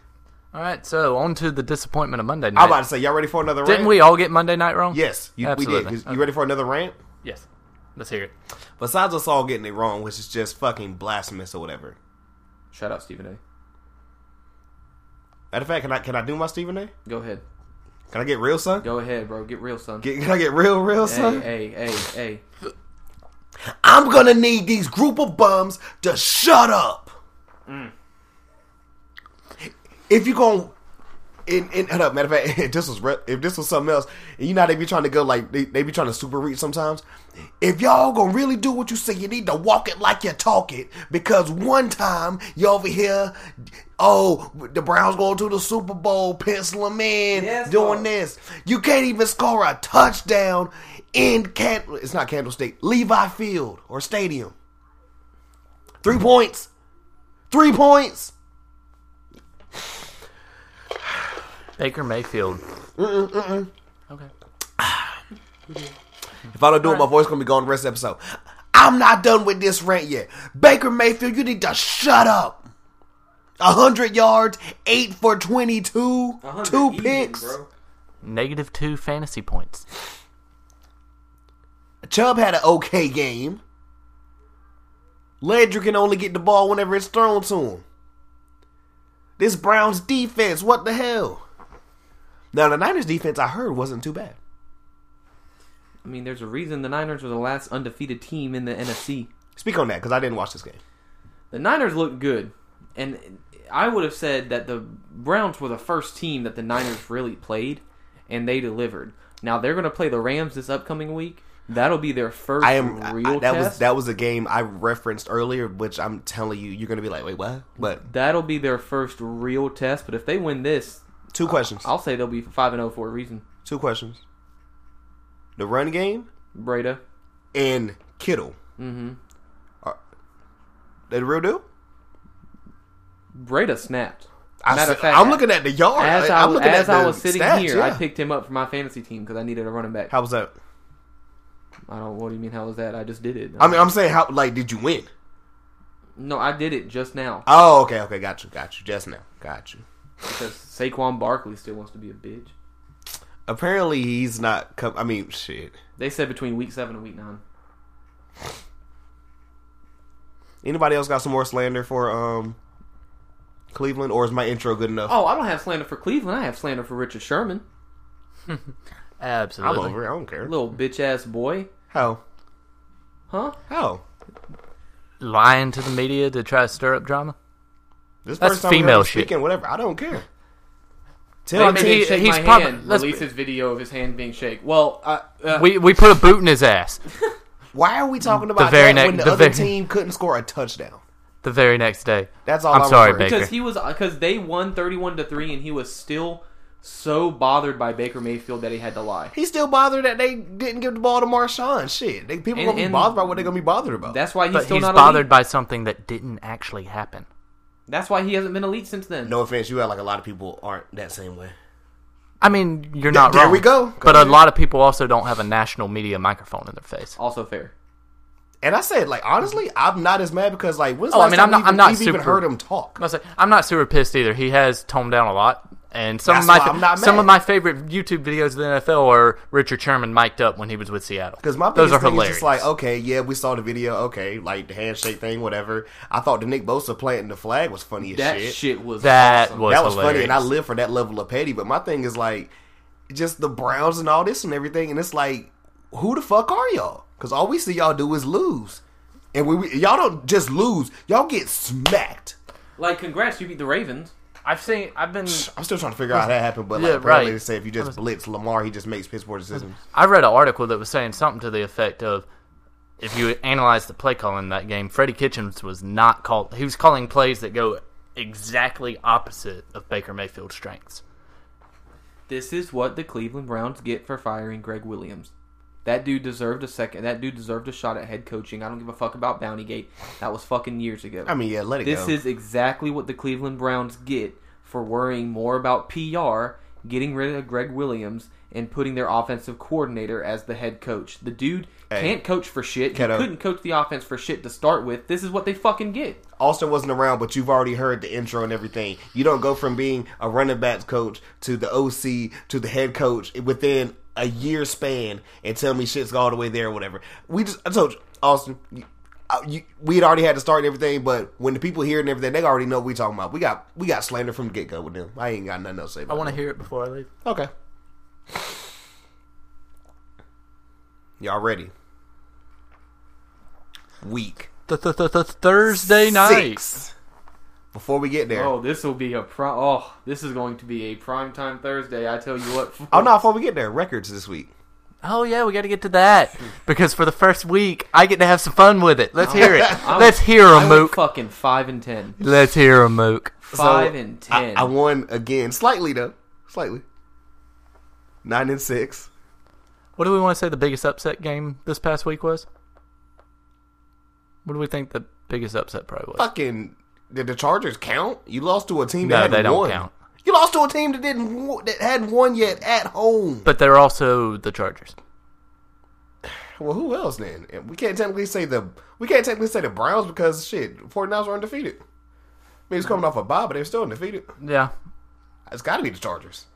S8: All right, so on to the disappointment of Monday night.
S6: I'm about to say, y'all ready for another rant?
S8: Didn't we all get Monday night wrong?
S6: Yes, you, we did.
S8: Absolutely.
S6: 'Cause You ready for another rant?
S8: Yes. Let's hear it.
S6: Besides us all getting it wrong, which is just fucking blasphemous or whatever.
S7: Shout out Stephen A.
S6: Matter of fact, can I can I do my Stephen A?
S7: Go ahead,
S6: Can I get real, son?
S7: go ahead, bro. Get real, son.
S6: Get, can I get real, real,
S7: hey,
S6: son?
S7: hey, hey, hey.
S6: I'm gonna need these group of bums to shut up.
S7: Mm.
S6: If you gon' in in hold up, matter of fact, <laughs> if this was re- if this was something else, and you know how they be trying to go like they, they be trying to super reach sometimes. If y'all gonna really do what you say, you need to walk it like you talk it. Because one time you over here, oh the Browns going to the Super Bowl, pencil 'em in,
S7: Yes,
S6: doing
S7: boss.
S6: this. You can't even score a touchdown in Can it's not Candlestick, Levi Field or Stadium. Three points. Three points.
S8: Baker Mayfield.
S6: Mm-mm, mm-mm.
S8: Okay.
S6: If I don't do it, my voice gonna be gone the rest of the episode. I'm not done with this rant yet. Baker Mayfield, you need to shut up. hundred yards, eight for twenty-two, two picks.
S8: Negative two fantasy points.
S6: Chubb had an okay game. Ledger can only get the ball whenever it's thrown to him. This Browns defense, what the hell? Now the Niners defense I heard wasn't too bad.
S7: I mean, there's a reason the Niners were the last undefeated team in the NFC.
S6: Speak on that because I didn't watch this game.
S7: The Niners looked good, and I would have said that the Browns were the first team that the Niners really played, and they delivered. Now they're going to play the Rams this upcoming week. That'll be their first
S6: I am I-
S7: real
S6: I- that
S7: test.
S6: was that was a game I referenced earlier, which I'm telling you, you're gonna be like, wait, what? But
S7: That'll be their first real test. But if they win this,
S6: two questions,
S7: I'll say they'll be five and zero for a reason.
S6: two questions: the run game
S7: Breda,
S6: and Kittle.
S7: mm-hmm.
S6: They the real deal?
S7: Breda snapped.
S6: I
S7: Matter
S6: said-
S7: of fact,
S6: I'm looking at the yard.
S7: As
S6: Oh, I,
S7: I,
S6: am looking
S7: as
S6: at
S7: I
S6: the
S7: was sitting
S6: stats,
S7: here, I
S6: yeah.
S7: picked him up for my fantasy team because I needed a running back.
S6: How was that?
S7: I don't. What do you mean? How was that? I just did it.
S6: I mean, I'm saying how like did you win?
S7: no, I did it just now
S6: Oh, okay, okay, got you, got you, just now, got you.
S7: because Saquon Barkley still wants to be a bitch.
S6: Apparently, he's not. Com- I mean, shit.
S7: They said between week seven and week nine.
S6: Anybody else got some more slander for um Cleveland, or is my intro good enough?
S7: Oh, I don't have slander for Cleveland. I have slander for Richard Sherman,
S6: I'm
S8: Absolutely.
S6: over. it. I don't care.
S7: little bitch ass boy,
S6: How?
S7: huh?
S6: How?
S8: Lying to the media to try to stir up drama.
S6: This
S8: That's
S6: first time we
S8: female
S6: ever
S8: shit.
S6: Speaking, whatever. I don't care.
S7: They
S6: Tell me,
S7: made
S8: mean, he-
S7: him shake
S8: he's
S7: my
S8: probably-
S7: hand.
S8: let's-
S7: Release his video of his hand being shake. Well, I, uh,
S8: We we put a boot in his ass. <laughs>
S6: why are we talking about
S8: very
S6: that
S8: next-
S6: when the,
S8: the
S6: other
S8: very-
S6: team couldn't score a touchdown?
S8: The very next day.
S6: That's all
S8: I'm
S6: I
S8: sorry,
S6: refer-
S8: Baker.
S7: because he was because they won thirty one to three, and he was still so bothered by Baker Mayfield that he had to lie.
S6: He's still bothered that they didn't give the ball to Marshawn. Shit, they, people
S7: And-
S6: gonna be
S7: and-
S6: bothered about what they're gonna be bothered about.
S7: That's why he's
S8: But
S7: still
S8: he's
S7: not
S8: bothered
S7: Elite.
S8: by something that didn't actually happen.
S7: That's why he hasn't been elite since then.
S6: no offense. You had like a lot of people aren't that same way.
S8: I mean, you're not
S6: there
S8: wrong.
S6: we go. Go
S8: But a
S6: ahead.
S8: lot of people also don't have a national media microphone in their face.
S7: Also fair.
S6: And I said, like honestly, I'm not as mad because like when's the
S8: Oh, I
S6: last
S8: mean,
S6: time
S8: I'm not-
S6: we've-
S8: I'm not
S6: we've even
S8: super-
S6: heard him talk.
S8: I must say, I'm not super pissed either. He has toned down a lot, and some
S6: That's
S8: of my
S6: why I'm not
S8: some
S6: mad.
S8: of my favorite YouTube videos of the NFL are Richard Sherman mic'd up when he was with Seattle.
S6: Because my
S8: those
S6: biggest
S8: are
S6: thing
S8: hilarious.
S6: is just like, okay, yeah, we saw the video, okay, like the handshake thing, whatever. I thought the Nick Bosa planting the flag was funny as
S7: That
S6: shit.
S7: shit, was
S8: that
S7: awesome.
S8: was
S6: oh, that was
S8: hilarious.
S6: funny, and I live for that level of petty. But my thing is like, just the Browns and all this and everything, and it's like, who the fuck are y'all? Because all we see y'all do is lose, and we, we y'all don't just lose, y'all get smacked.
S7: like congrats, you beat the Ravens.
S8: I've seen. I've been.
S6: I'm still trying to figure out how that happened, but like
S8: Yeah,
S6: apparently
S8: right.
S6: they say if you just blitz Lamar, he just makes Pittsburgh decisions.
S8: I read an article that was saying something to the effect of, if you analyze the play calling in that game, Freddie Kitchens was not called. He was calling plays that go exactly opposite of Baker Mayfield's strengths.
S7: This is what the Cleveland Browns get for firing Greg Williams. That dude deserved a second. That dude deserved a shot at head coaching. I don't give a fuck about Bountygate. That was fucking years ago.
S6: I mean, yeah, let it
S7: this
S6: go.
S7: is exactly what the Cleveland Browns get for worrying more about PR, getting rid of Greg Williams, and putting their offensive coordinator as the head coach. The dude
S6: Hey.
S7: can't coach for shit.
S6: Kiddo.
S7: He couldn't coach the offense for shit to start with. This is what they fucking get.
S6: Austin wasn't around, but you've already heard the intro and everything. You don't go from being a running backs coach to the OC to the head coach within a year span and tell me shit's all the way there or whatever. We just, I told you, Austin, you, uh, you, we had already had to start and everything, but when the people hear it and everything, they already know what we talking about. We got we got slander from the get go with them. I ain't got nothing else to say.
S8: I
S6: About
S8: want to hear it before I leave.
S6: it. Okay. Y'all ready? Week
S8: Th- th- th- th- Thursday night.
S6: six. Before we get there,
S7: Oh, this will be a pro. Oh, this is going to be a prime time Thursday. I tell you what.
S6: Oh no! Before we get there, records this week.
S8: Oh yeah, we got to get to that because for the first week, I get to have some fun with it. Let's <laughs> hear it.
S7: I
S8: Let's
S7: went-
S8: hear
S7: I
S8: a
S7: went
S8: mook.
S7: Fucking five and
S6: <laughs>
S7: ten.
S8: Let's hear a mook.
S7: Five
S6: So,
S7: and
S6: I,
S7: ten.
S6: I won again, slightly though, slightly. Nine and six.
S8: What do we want to say the biggest upset game this past week was? What do we think the biggest upset probably was?
S6: Fucking did the Chargers count? You lost to a team
S8: No,
S6: that
S8: they
S6: hadn't
S8: don't
S6: won.
S8: count.
S6: You lost to a team that didn't wa- that hadn't won yet at home.
S8: But they're also the Chargers.
S6: Well, who else then? We can't technically say the we can't technically say the Browns because shit, 49ers were undefeated. I mean, it's coming off a bye, but they're still undefeated.
S8: Yeah.
S6: It's got to be the Chargers.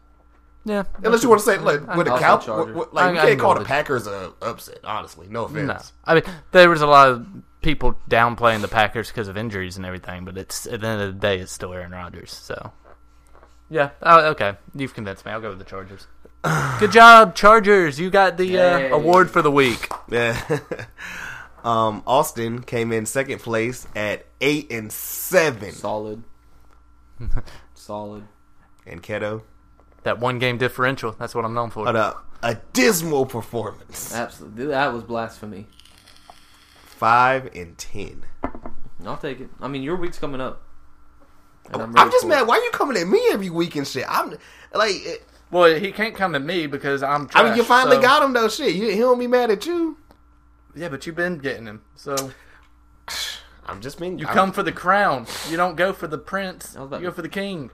S8: Yeah.
S6: Unless you want to say like
S8: I-
S6: with the
S8: I'll say
S6: cow,
S7: Chargers.
S6: w- w- like
S8: I-
S6: you
S8: I can
S6: can't
S8: go
S6: call the
S8: with it.
S6: Packers a upset. Honestly, no
S8: No,
S6: offense.
S8: I mean there was a lot of people downplaying the Packers because of injuries and everything, but it's at the end of the day, it's still Aaron Rodgers. So, yeah, oh, okay, you've convinced me. I'll go with the Chargers. <sighs> Good job, Chargers! You got the
S7: Yay.
S8: uh, award for the week.
S6: Yeah. <laughs> um, Austin came in second place at eight and seven. <laughs>
S7: Solid. Solid.
S6: And Keto,
S8: That one game differential. That's what I'm known for.
S6: but uh, a dismal performance.
S7: Absolutely. That was blasphemy.
S6: Five and ten.
S7: I'll take it. I mean, your week's coming up. And
S6: I'm,
S7: ready
S6: Oh, just
S7: for
S6: mad.
S7: it.
S6: Why you coming at me every week and shit? I'm like, eh,
S8: Well, he can't come at me because I'm. Trash,
S6: I mean, you finally
S8: so-
S6: got him though. Shit, you, he don't be mad at you.
S8: Yeah, but you've been getting him. So
S6: I'm just being.
S8: you
S6: I'm-
S8: come for the crown. You don't go for the prince.
S7: I was
S8: You
S7: about
S8: go
S7: to-
S8: for the king.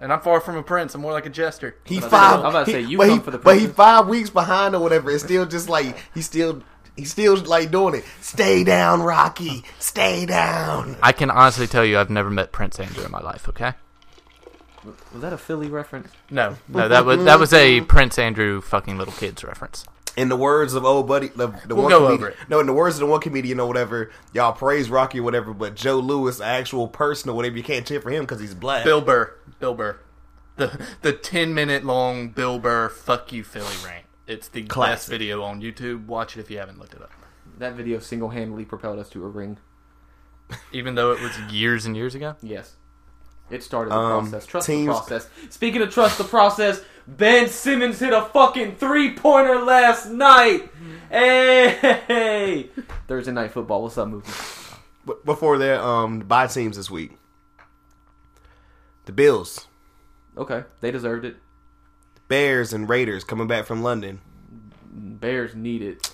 S8: And I'm far from a prince. I'm more like a jester.
S6: He
S7: I'm about to
S6: five.
S7: say- I'm about
S6: he-
S7: to say, you
S6: but
S7: come
S6: he,
S7: for the
S6: but he
S7: princess.
S6: five weeks behind or whatever. It's still just like he still he still like doing it. Stay down, Rocky. Stay down.
S8: I can honestly tell you, I've never met Prince Andrew in my life. Okay.
S7: Was that a Philly reference?
S8: No, no, that was that was a Prince Andrew fucking little kids reference.
S6: In the words of old buddy, the, the
S8: We'll
S6: one
S8: go
S6: comedian,
S8: over it.
S6: no, in the words of the one comedian or whatever, y'all praise Rocky or whatever, but Joe Lewis, an actual person or whatever, you can't cheer for him because he's black.
S8: Bill Burr, Bill Burr, the the ten minute long Bill Burr "fuck you Philly" rant. It's the
S6: Classic.
S8: last video on YouTube. Watch it if you haven't looked it up.
S7: That video single handedly propelled us to a ring.
S8: Even though it was years and years ago.
S7: Yes. It started the
S6: Um,
S7: process. Trust
S6: teams-
S7: the process. Speaking of trust the process, Ben Simmons hit a fucking three pointer last night. Hey! <laughs> Thursday night football. What's up, movie?
S6: But before that, um, the bye teams this week, the Bills,
S7: Okay, they deserved it.
S6: Bears, and Raiders coming back from London.
S7: Bears need it.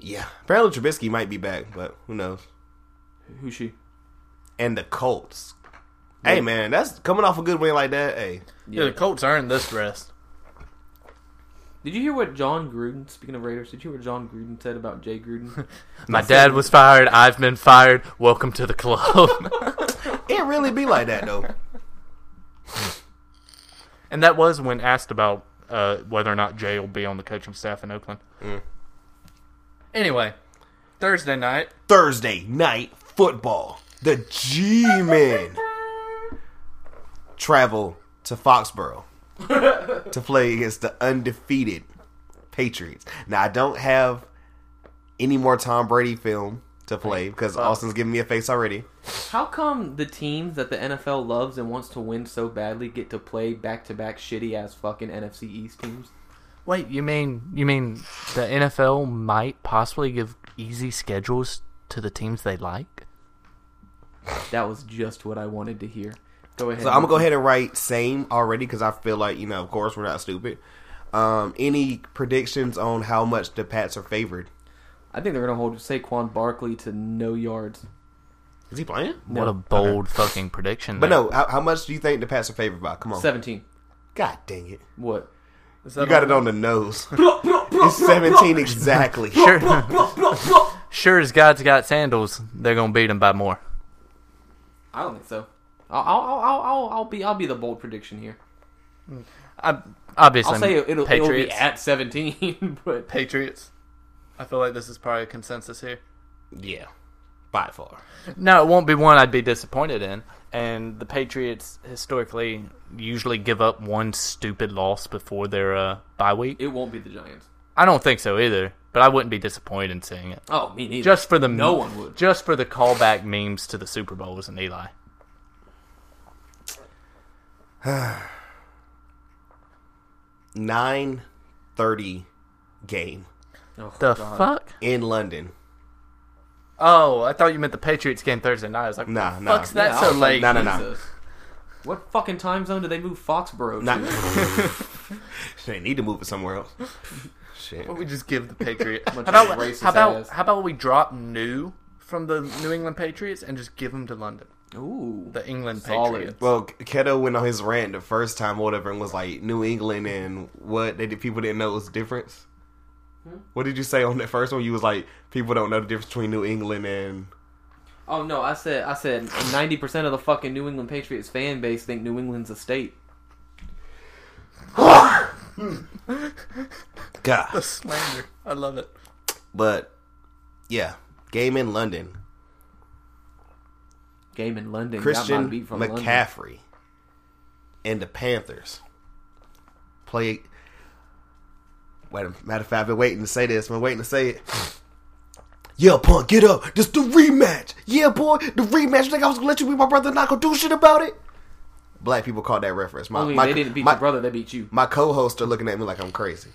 S6: Yeah, apparently Trubisky might be back, but who knows?
S7: Who's she?
S6: and the Colts. Hey man, that's coming off a good win like that. Hey,
S8: Yeah, the Colts earned this rest.
S7: Did you hear what John Gruden, speaking of Raiders, did you hear what John Gruden said about
S8: <laughs>
S7: Jay Gruden?
S8: My dad was fired. I've been fired. Welcome to the club. <laughs>
S6: it really be like that though.
S8: and that was when asked about uh, whether or not Jay will be on the coaching staff in Oakland. Mm. Anyway, Thursday night.
S6: Thursday night football. The G men travel to <laughs> Foxborough to play against the undefeated Patriots. Now I don't have any more Tom Brady film to play because Austin's giving me a face already.
S7: How come the teams that the NFL loves and wants to win so badly get to play back to back shitty ass fucking NFC East teams?
S8: Wait, you mean you mean the NFL might possibly give easy schedules to the teams they like?
S7: That was just what I wanted to hear. Go ahead.
S6: So I'm gonna go ahead and write same already because I feel like you know, of course, we're not stupid. Um, any predictions on how much the Pats are favored?
S7: I think they're gonna hold Saquon Barkley to no yards.
S6: Is he playing?
S8: What a bold fucking prediction!
S6: But
S8: there.
S6: no, how, how much do you think the Pats are favored by? Come on,
S7: Seventeen.
S6: God dang it!
S7: What?
S6: You got it on the
S8: <laughs>
S6: nose. it's 17 exactly.
S8: sure, <laughs> sure as God's got sandals, they're gonna beat him by more.
S7: I don't think so. I'll I'll, I'll, I'll, I'll be I'll be the bold prediction here.
S8: I, obviously,
S7: I'll say it, it'll, it'll be
S8: Patriots.
S7: at seventeen, <laughs> but
S8: Patriots. I feel like this is probably a consensus here.
S6: Yeah, by far.
S8: No, it won't be one I'd be disappointed in. And the Patriots historically usually give up one stupid loss before their uh, bye week.
S7: it won't be the Giants.
S8: I don't think so either, but I wouldn't be disappointed in seeing it.
S7: Oh, me neither.
S8: Just for the
S7: No one would.
S8: Just for the callback memes to the Super Bowls and Eli.
S6: Nine thirty game
S7: Oh,
S8: The
S7: God.
S8: fuck?
S6: in London.
S8: Oh, I thought you meant the Patriots game Thursday night. I was like,
S6: Nah,
S8: nah,
S6: nah.
S8: fuck's that
S7: Yeah, I
S8: so
S7: was like,
S8: late?
S6: Nah, nah, nah.
S7: Jesus. What fucking time zone do they move Foxborough to?
S6: Not. <laughs> they need to move it somewhere else. Shit.
S8: Why don't we just give the Patriots? <laughs> how
S7: Bunch
S8: about
S7: of racist
S8: how about
S7: ass.
S8: how about we drop new from the New England Patriots and just give them to London?
S7: Ooh,
S8: the England
S7: Solid.
S8: Patriots.
S6: Well, Keto went on his rant the first time or whatever and was like New England and what they did, people didn't know was the difference.
S8: Hmm?
S6: What did you say on that first one? You was like people don't know the difference between New England and
S7: Oh no, I said I said ninety percent of the fucking New England Patriots fan base think New England's a state.
S6: God.
S8: The slander. I love it.
S6: But yeah, game in London.
S7: Game in London. got my
S6: Christian
S7: beat from London.
S6: McCaffrey and the Panthers play. Wait, a- matter of fact, I've been waiting to say this. I've been waiting to say it. Yeah, punk, get up. This the rematch. Yeah, boy, the rematch. You think I was gonna let you be my brother and not gonna do shit about it? Black people caught that reference. My,
S7: Only
S6: my,
S7: they didn't beat
S6: my,
S7: your brother, they beat you.
S6: my co-hosts are looking at me like I'm crazy.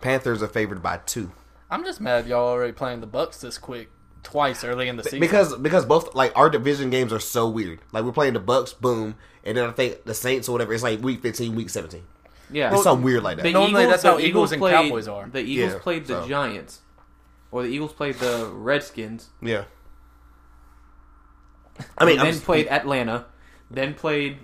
S6: Panthers are favored by two.
S8: I'm just mad y'all already playing the Bucks this quick twice early in the season.
S6: because because both like our division games are so weird. Like we're playing the Bucks, boom, and then I think the Saints or whatever. It's like week fifteen, week seventeen.
S7: Yeah,
S6: it's something weird like that.
S7: The
S8: Normally, that's how
S7: the
S8: Eagles and
S7: played-
S8: Cowboys are.
S7: The Eagles
S6: Yeah,
S7: played the
S6: so.
S7: Giants, or the Eagles played the Redskins.
S6: yeah. I mean,
S7: then
S6: I'm,
S7: played Atlanta, then played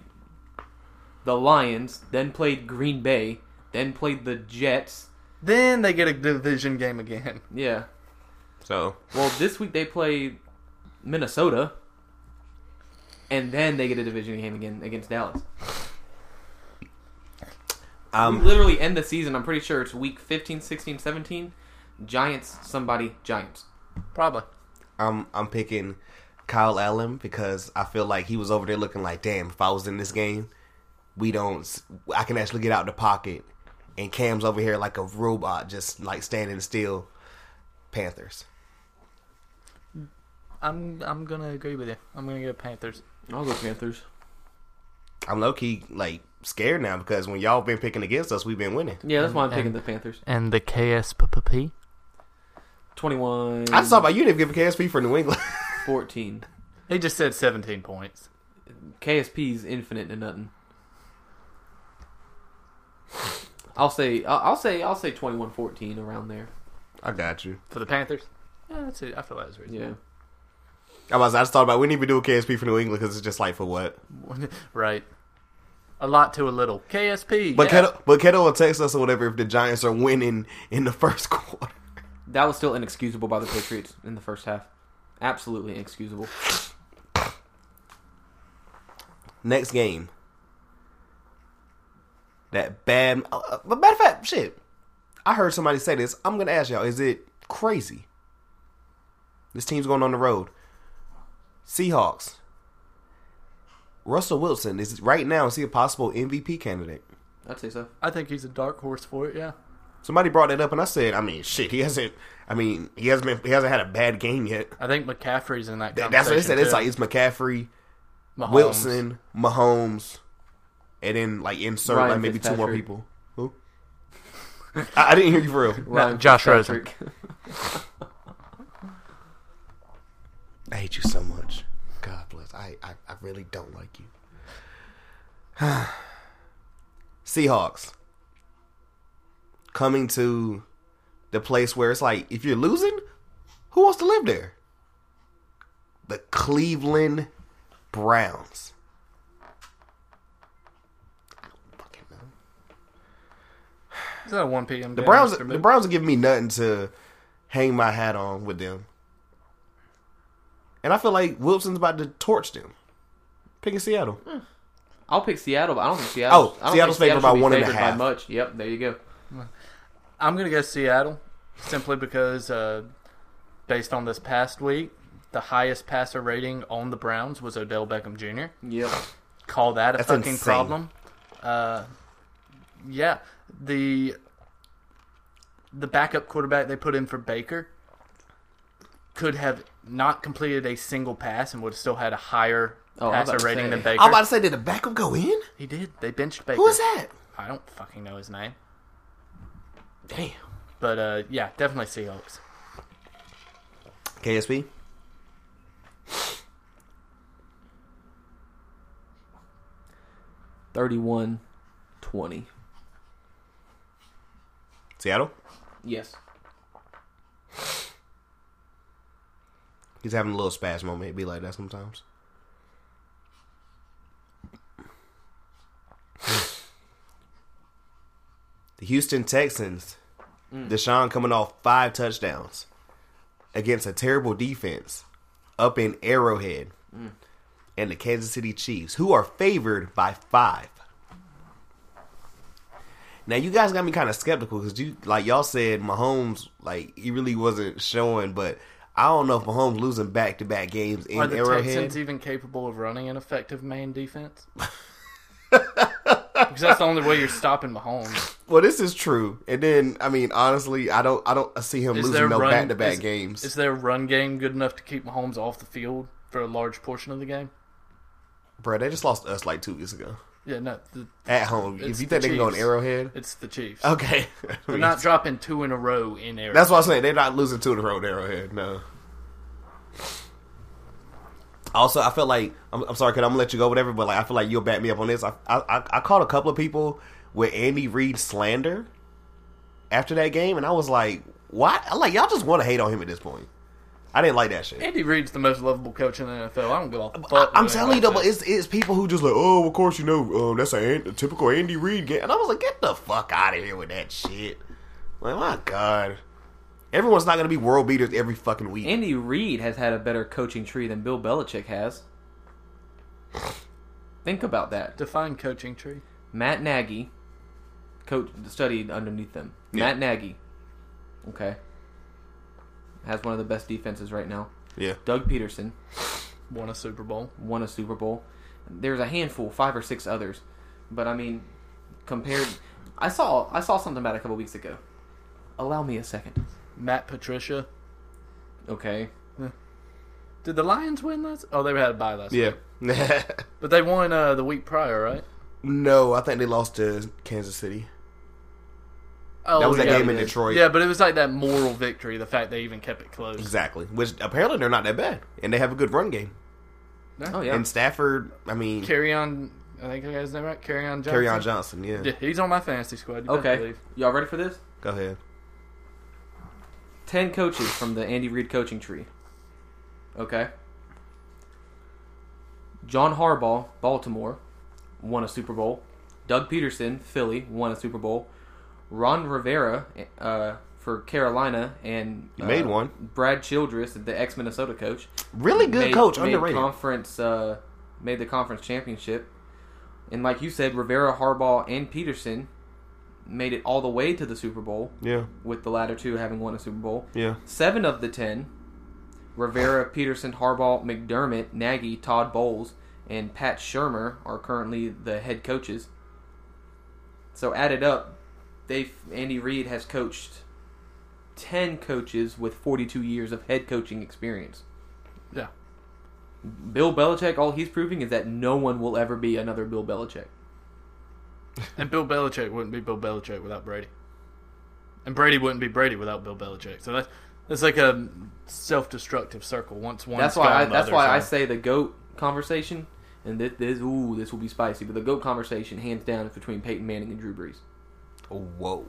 S7: the Lions, then played Green Bay, then played the Jets.
S8: then they get a division game again.
S7: Yeah.
S6: so
S7: Well, this week they play Minnesota, and then they get a division game again against Dallas. We
S6: um,
S7: literally end the season. I'm pretty sure it's week 15, 16, 17. Giants, somebody, Giants.
S8: Probably.
S6: I'm I'm picking Kyle Allen because I feel like he was over there looking like, damn, if I was in this game, we don't, s- I can actually get out the pocket, and Cam's over here like a robot, just like standing still. Panthers.
S8: I'm I'm gonna agree with you. I'm gonna go Panthers.
S7: I'll go Panthers.
S6: I'm low key like scared now because when y'all been picking against us, we've been winning.
S7: Yeah, that's why I'm picking
S8: And-
S7: the Panthers.
S8: And the KSPP.
S7: 21,
S6: I just thought about you didn't give a KSP for New England. <laughs>
S7: 14.
S8: He just said 17 points.
S7: KSP's infinite to nothing. I'll say I'll I'll say I'll say 21-14 around there.
S6: I got you.
S8: For the Panthers? Yeah, that's it. I feel that's
S7: Yeah.
S8: reasonable.
S6: I was. I just thought about we didn't even do a KSP for New England because it's just like for what.
S8: Yeah. <laughs> right. A lot to a little. KSP.
S6: But
S8: yeah.
S6: Keto, but Keto will text us or whatever if the Giants are winning in the <laughs> first quarter.
S7: That was still inexcusable by the Patriots in the first half. Absolutely inexcusable.
S6: Next game. That bad. uh, uh, But matter of fact, shit. I heard somebody say this. I'm gonna ask y'all: Is it crazy? This team's going on the road. Seahawks. Russell Wilson is right now. Is he a possible MVP candidate?
S7: I'd say so.
S8: I think he's a dark horse for it, yeah.
S6: Somebody brought that up, and I said, I mean, shit, he hasn't. I mean, he hasn't been. He hasn't had a bad game yet.
S8: I think McCaffrey's in that
S6: Th-
S8: conversation.
S6: That's what they said. It's
S8: too.
S6: like it's McCaffrey,
S8: Mahomes.
S6: Wilson, Mahomes, and then like insert
S7: Ryan
S6: like maybe two more
S7: Fitzpatrick.
S6: people. Who? <laughs> I, I didn't hear you for real.
S7: Ryan
S8: Josh
S7: Fitzpatrick.
S6: I hate you so much. God bless. I I, I really don't like you. <sighs> Seahawks coming to the place where it's like if you're losing, who wants to live there? The Cleveland Browns. I don't fucking know.
S8: Is that a 1 p.m.
S6: The Browns, the Browns are giving me nothing to hang my hat on with them, and I feel like Wilson's about to torch them. Picking Seattle,
S7: I'll pick Seattle, but I don't think Seattle.
S6: Oh,
S7: I don't
S6: Seattle's
S7: think
S6: favored
S7: Seattle
S6: by
S7: should be
S6: one and a
S7: favored
S6: half.
S7: By much. Yep, there you go.
S8: I'm going to go Seattle simply because, uh, based on this past week, the highest passer rating on the Browns was Odell Beckham Jr.
S7: Yep.
S8: Call that a
S6: That's
S8: fucking
S6: insane.
S8: problem. Uh, yeah, the the backup quarterback they put in for Baker could have not completed a single pass and would have still had a higher
S7: Oh, I was
S8: passer
S7: about to
S8: rating
S7: say.
S8: than Baker.
S6: I'm about to say, did the backup go in?
S8: He did. They benched Baker.
S6: Who is that?
S8: I don't fucking know his name.
S6: Damn.
S8: But uh, yeah, definitely Seahawks.
S6: KSP.
S7: Thirty-one, twenty.
S6: Seattle.
S7: Yes.
S6: He's having a little spaz moment. It be like that sometimes. the Houston Texans.
S10: Mm.
S6: Deshaun coming off five touchdowns against a terrible defense up in Arrowhead
S10: Mm.
S6: and the Kansas City Chiefs, who are favored by five. Now you guys got me kind of skeptical because you like y'all said Mahomes like he really wasn't showing, but I don't know if Mahomes losing back to back games in
S8: Are the
S6: Arrowhead.
S8: Texans even capable of running an effective man defense? because that's the only way you're stopping Mahomes.
S6: Well, this is true. And then I mean, honestly, I don't I don't see him
S8: Is their
S6: losing no
S8: run-
S6: back to back
S8: is-
S6: games.
S8: Is their run game good enough to keep Mahomes off the field for a large portion of the game?
S6: Bro, they just lost us like two weeks ago.
S8: Yeah, no. The,
S6: At home. If
S8: it's
S6: you
S8: the
S6: think they can go in
S8: Chiefs.
S6: Arrowhead?
S8: it's the Chiefs.
S6: Okay. <laughs>
S8: they're not dropping two in a row in Arrowhead.
S6: That's what I'm saying. They're not losing two in a row to Arrowhead. No. Also, I feel like I'm, I'm sorry, could I'm gonna let you go, whatever. But like, I feel like you'll back me up on this. I I, I- I caught a couple of people with Andy Reid slander after that game, and I was like, "What? I'm like, y'all just want to hate on him at this point." I didn't like that shit.
S8: Andy Reid's the most lovable coach in the NFL. I don't give a fuck. what
S6: I'm
S8: anybody
S6: telling you though,
S8: says.
S6: but it's it's people who just like, oh, of course you know, um, that's a, an- a typical Andy Reid game, and I was like, get the fuck out of here with that shit. Like, my god, everyone's not gonna be world beaters every fucking week.
S7: Andy Reid has had a better coaching tree than Bill Belichick has. Think about that.
S8: Define coaching tree.
S7: Matt Nagy, coach studied underneath them.
S8: Yeah.
S7: Matt Nagy, okay, has one of the best defenses right now.
S6: Yeah.
S7: Doug Peterson
S8: won a Super Bowl.
S7: Won a Super Bowl. There's a handful, five or six others, but I mean, compared, I saw I saw something about it a couple weeks ago. Allow me a second.
S8: Matt Patricia.
S7: Okay.
S8: Did the Lions win last? Oh, they had a bye last
S6: Yeah. <laughs>
S8: week. but they won uh, the week prior, right?
S6: No, I think they lost to Kansas City.
S8: Oh,
S6: that was that
S8: yeah,
S6: game
S8: they
S6: in
S8: did.
S6: Detroit.
S8: Yeah, but it was like that moral victory, the fact they even kept it close.
S6: exactly. Which apparently they're not that bad, and they have a good run game.
S8: Yeah. Oh, yeah.
S6: And Stafford, I mean,
S8: Carry on. I think I got his name right. Carry on Johnson.
S6: Kerryon Johnson, yeah.
S8: He's on my fantasy squad. You
S7: Okay.
S8: better believe.
S7: Y'all ready for this?
S6: Go ahead.
S7: Ten coaches from the Andy Reid coaching tree. Okay. John Harbaugh, Baltimore, won a Super Bowl. Doug Peterson, Philly, won a Super Bowl. Ron Rivera uh, for Carolina and
S6: He made
S7: uh,
S6: one.
S7: Brad Childress, the ex Minnesota coach,
S6: Really good coach,
S7: made
S6: underrated.
S7: Conference uh, made the conference championship, and like you said, Rivera, Harbaugh, and Peterson made it all the way to the Super Bowl.
S6: Yeah.
S7: with the latter two having won a Super Bowl.
S6: Yeah.
S7: seven of the ten Rivera, Peterson, Harbaugh, McDermott, Nagy, Todd Bowles, and Pat Shermer are currently the head coaches. So added up, they Andy Reid has coached ten coaches with forty-two years of head coaching experience.
S8: Yeah.
S7: Bill Belichick, all he's proving is that no one will ever be another Bill Belichick.
S8: And Bill Belichick wouldn't be Bill Belichick without Brady. And Brady wouldn't be Brady without Bill Belichick. So that's that's like a self-destructive circle. Once one,
S7: that's why. I,
S8: Gone, the
S7: that's
S8: other's
S7: why I
S8: gone.
S7: say the goat conversation, and this, this ooh, this will be spicy. But the goat conversation, hands down, is between Peyton Manning and Drew Brees.
S6: Whoa.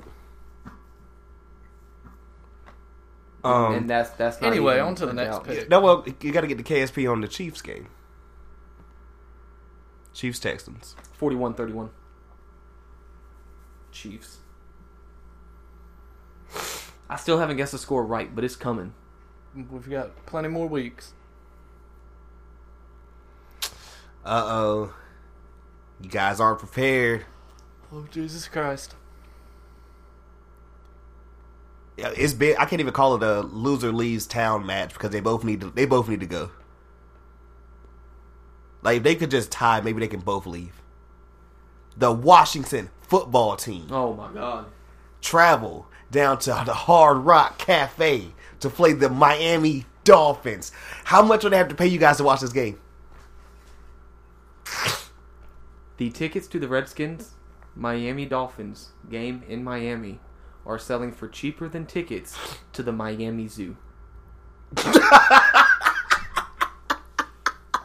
S7: and that's that's not
S8: anyway,
S7: even
S8: on to the
S7: a
S8: next
S7: doubt.
S8: pick.
S6: No, well, you got to get the KSP on the Chiefs game. Chiefs Texans.
S7: 41-31. Chiefs. I still haven't guessed the score right, but it's coming.
S8: We've got plenty more weeks.
S6: Uh oh. You guys aren't prepared.
S8: Oh Jesus Christ!
S6: Yeah, It's been. I can't even call it a loser leaves town match because they both need to. They both need to go. Like if they could just tie, maybe they can both leave. The Washington football team.
S7: Oh my God.
S6: Travel down to the Hard Rock Cafe to play the Miami Dolphins. How much would they have to pay you guys to watch this game?
S7: The tickets to the Redskins Miami Dolphins game in Miami are selling for cheaper than tickets to the Miami Zoo.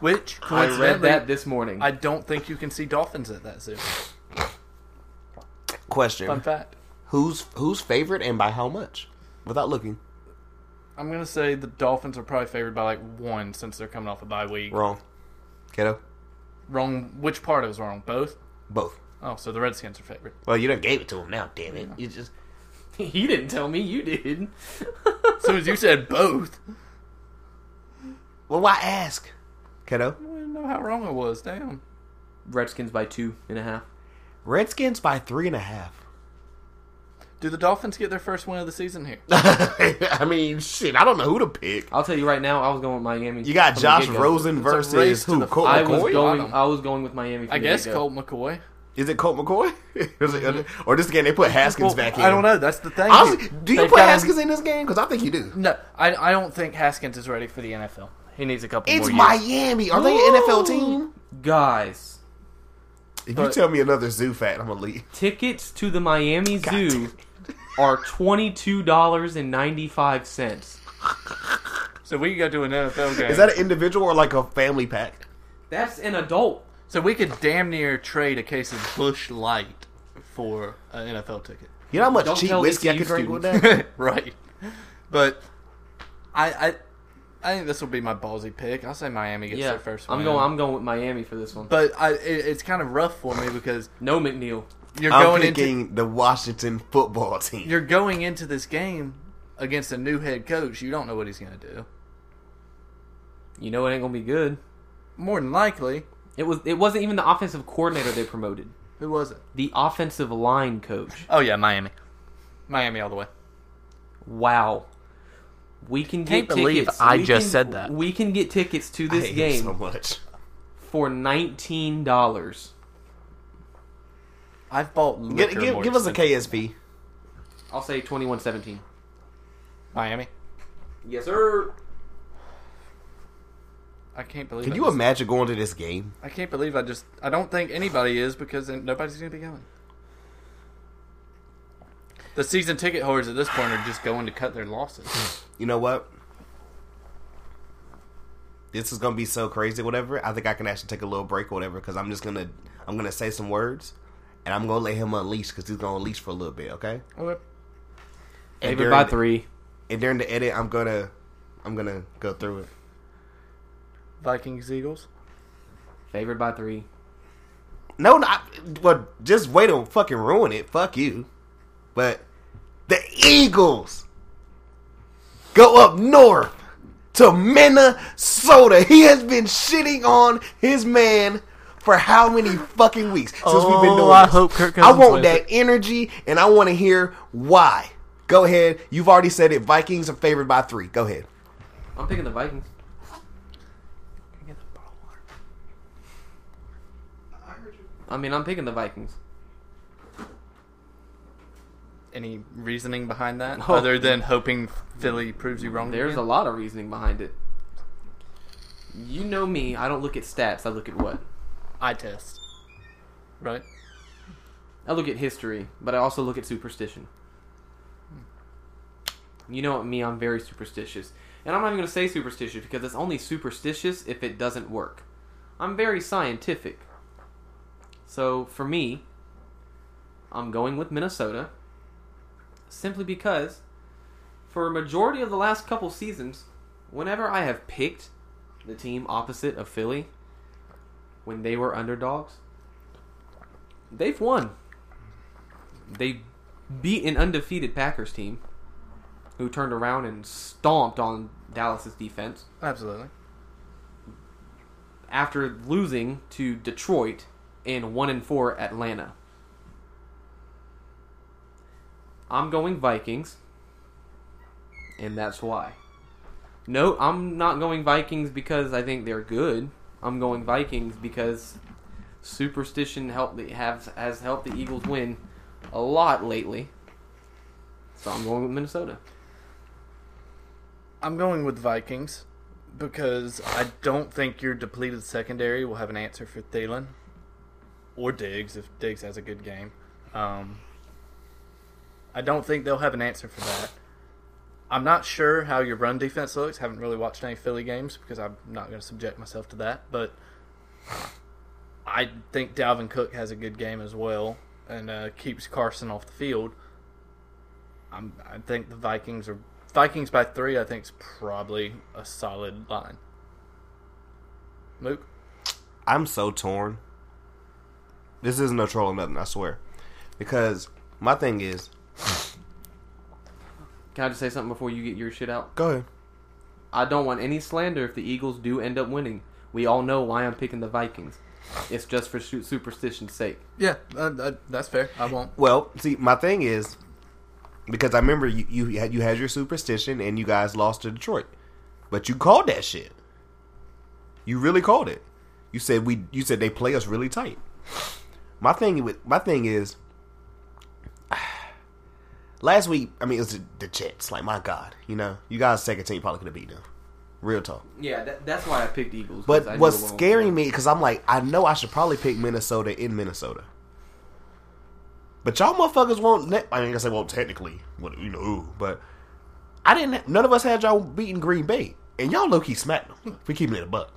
S8: Which
S7: I read
S8: coincidentally,
S7: that this morning.
S8: I don't think you can see dolphins at that zoo.
S6: Question.
S8: Fun fact.
S6: Who's who's favorite and by how much? Without looking.
S8: I'm gonna say the Dolphins are probably favored by like one since they're coming off a bye week.
S6: Wrong. Kiddo?
S8: Wrong. Which part is wrong? Both.
S6: Both.
S8: Oh, so the Redskins are favored.
S6: Well, you done gave it to him now, damn it. You just.
S7: <laughs> He didn't tell me. You did.
S8: As soon as you said both,
S6: Well, why ask? Kiddo?
S8: I didn't know how wrong I was. Damn.
S7: Redskins by two and a half.
S6: Redskins by three and a half.
S8: Do the Dolphins get their first win of the
S6: <laughs>
S8: season here?
S6: <laughs> I mean, shit, I don't know who to pick.
S7: I'll tell you right now. I was going with Miami.
S6: You got
S7: from the
S6: Josh
S7: get-go.
S6: Rosen
S8: race
S6: versus
S8: to
S6: who?
S8: the-
S6: Colt
S7: I was
S6: McCoy?
S7: going.
S8: Got 'em.
S7: I was going with Miami. From
S8: I
S7: the
S8: guess
S7: get-go.
S8: Colt McCoy.
S6: Is it Colt McCoy? <laughs> Is it- or this game they put Haskins
S8: Well,
S6: back in?
S8: I don't know. That's the thing.
S6: Honestly, do you
S8: They've
S6: put
S8: got him-
S6: Haskins in this game? Because I think you do.
S8: No, I, I don't think Haskins is ready for the NFL. He needs a couple
S6: It's
S8: more years.
S6: Miami. Are they an NFL team?
S7: Guys,
S6: If you
S7: But-
S6: tell me another zoo fact, I'm gonna leave.
S7: tickets to the Miami
S6: damn
S7: Zoo are twenty two dollars and ninety five cents.
S8: So we could go to an NFL game.
S6: Is that an individual or like a family pack?
S7: That's an adult.
S8: so we could damn near trade a case of Bush Light for an NFL ticket.
S6: You know how much
S7: Don't
S6: cheap
S7: tell
S6: whiskey I could
S7: these
S6: drink
S7: you
S6: with
S7: <laughs>
S6: that?
S8: <laughs> right. But I I I think this will be my ballsy pick. I'll say Miami gets
S7: Yeah,
S8: their first win.
S7: I'm going. I'm going with Miami for this one.
S8: but I, it, it's kind of rough for me because
S7: no McNeil.
S8: you're
S6: I'm
S8: going into
S6: picking the Washington football team.
S8: you're going into this game against a new head coach. You don't know what he's going to do.
S7: You know it ain't gonna be good.
S8: More than likely,
S7: It was. It wasn't even the offensive coordinator they promoted.
S8: who was it?
S7: The offensive line coach.
S8: Oh yeah, Miami. Miami all the way.
S7: Wow. We can
S8: Can't
S7: get
S8: believe
S7: tickets.
S8: I
S7: we
S8: just
S7: can-
S8: said that.
S7: We can get tickets to
S6: I
S7: this
S6: hate him
S7: game
S6: so much.
S7: for nineteen dollars.
S8: I've bought
S6: Give,
S8: liquor
S6: give,
S8: more
S6: give us a
S8: expensive-
S6: KSP.
S7: I'll say twenty-one seventeen.
S8: Miami.
S7: Yes, sir.
S8: I can't believe.
S6: Can
S8: I
S6: you
S8: just-
S6: imagine going to this game?
S8: I can't believe I just. I don't think anybody is because then nobody's going to be going. The season ticket holders at this point are just going to cut their losses.
S6: You know what? This is gonna be so crazy, whatever. I think I can actually take a little break or whatever because I'm just gonna I'm gonna say some words and I'm gonna let him unleash because he's gonna unleash for a little bit, okay?
S8: Okay.
S6: And
S7: Favored
S6: during
S7: by
S6: the-
S7: <laughs> three.
S6: and during the edit, I'm gonna I'm gonna go through it.
S8: Vikings Eagles.
S7: Favored by three.
S6: No, no. I, well, just wait to fucking ruin it. Fuck you. But the Eagles go up north to Minnesota. He has been shitting on his man for how many fucking weeks since we've been
S8: Oh,
S6: doing
S8: I
S6: this.
S8: hope Kirk
S6: I
S8: Cousins
S6: want
S8: wins
S6: that
S8: it.
S6: energy, and I want to hear why. Go ahead. You've already said it. Vikings are favored by three. Go ahead.
S7: I'm picking the Vikings. I mean, I'm picking the Vikings.
S8: Any reasoning behind that
S7: Oh.
S8: other than hoping Philly proves you wrong?
S7: There's a
S8: again?
S7: lot of reasoning behind it. You know me. I don't look at stats. I look at what?
S8: eye test, right?
S7: I look at history, but I also look at superstition. You know me, I'm very superstitious. And I'm not even going to say superstitious because it's only superstitious if it doesn't work. I'm very scientific. So for me, I'm going with Minnesota simply because for a majority of the last couple seasons, whenever I have picked the team opposite of Philly when they were underdogs, they've won. They beat an undefeated Packers team who turned around and stomped on Dallas's defense
S8: Absolutely.
S7: after losing to Detroit and 1 and 4 Atlanta. I'm going Vikings, and that's why. No, I'm not going Vikings because I think they're good. I'm going Vikings because superstition helped the, have, has helped the Eagles win a lot lately. So I'm going with Minnesota.
S8: I'm going with Vikings because I don't think your depleted secondary will have an answer for Thielen or Diggs if Diggs has a good game. Um, I don't think they'll have an answer for that. I'm not sure how your run defense looks. Haven't really watched any Philly games because I'm not going to subject myself to that. But I think Dalvin Cook has a good game as well and uh, keeps Carson off the field. I'm, I think the Vikings are Vikings by three, I think, is probably a solid line. Luke?
S6: I'm so torn. This isn't no troll or nothing, I swear. Because my thing is,
S7: Can I just say something before you get your shit out?
S6: go ahead.
S7: I don't want any slander if the Eagles do end up winning. We all know why I'm picking the Vikings. It's just for su- superstition's sake.
S8: Yeah, uh, uh, that's fair. I won't. <laughs>
S6: Well, see, my thing is because I remember you you had, you had your superstition and you guys lost to Detroit, but you called that shit. You really called it. You said we. You said they play us really tight. My thing with my thing is. <sighs> Last week, I mean, it was the, the Jets. Like, my God, you know, you guys' second team probably could have beat them. Real talk.
S7: Yeah, that, that's why I picked Eagles. 'cause I
S6: But
S7: knew
S6: what's
S7: it won't-
S6: scaring me because I'm like, I know I should probably pick Minnesota in Minnesota. But y'all motherfuckers won't. Ne- I mean, I guess they won't technically, what- you know. ooh, But I didn't. None of us had y'all beating Green Bay, and y'all low key smacked them. If we keep it in a buck.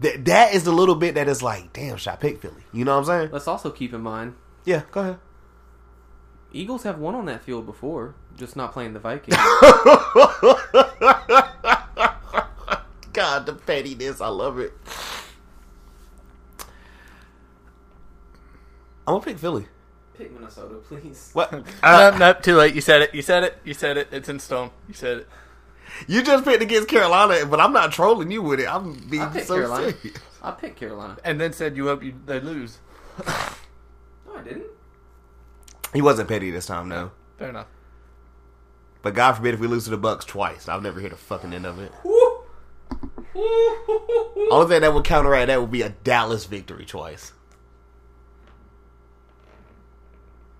S6: That that is the little bit that is like, damn, should I pick Philly? You know what I'm saying?
S7: Let's also keep in mind
S6: Yeah, go ahead.
S7: Eagles have won on that field before, just not playing
S6: <laughs>
S7: the Vikings.
S6: God, the pettiness, I love it. I'm gonna pick Philly.
S7: Pick Minnesota, please.
S6: What?
S8: no, no, Uh, too late. You said it. You said it. You said it. It's in stone. You said it.
S6: You just picked against Carolina, but I'm not trolling you with it. I'm being
S7: I picked
S6: so
S7: Carolina.
S6: serious.
S7: I picked Carolina.
S8: And then said you hope you, they lose.
S7: No, I didn't.
S6: He wasn't petty this time, no.
S8: Fair enough.
S6: But God forbid if we lose to the Bucks twice. I'll never hear the fucking end of it. Only thing that would counteract that would be a Dallas victory twice.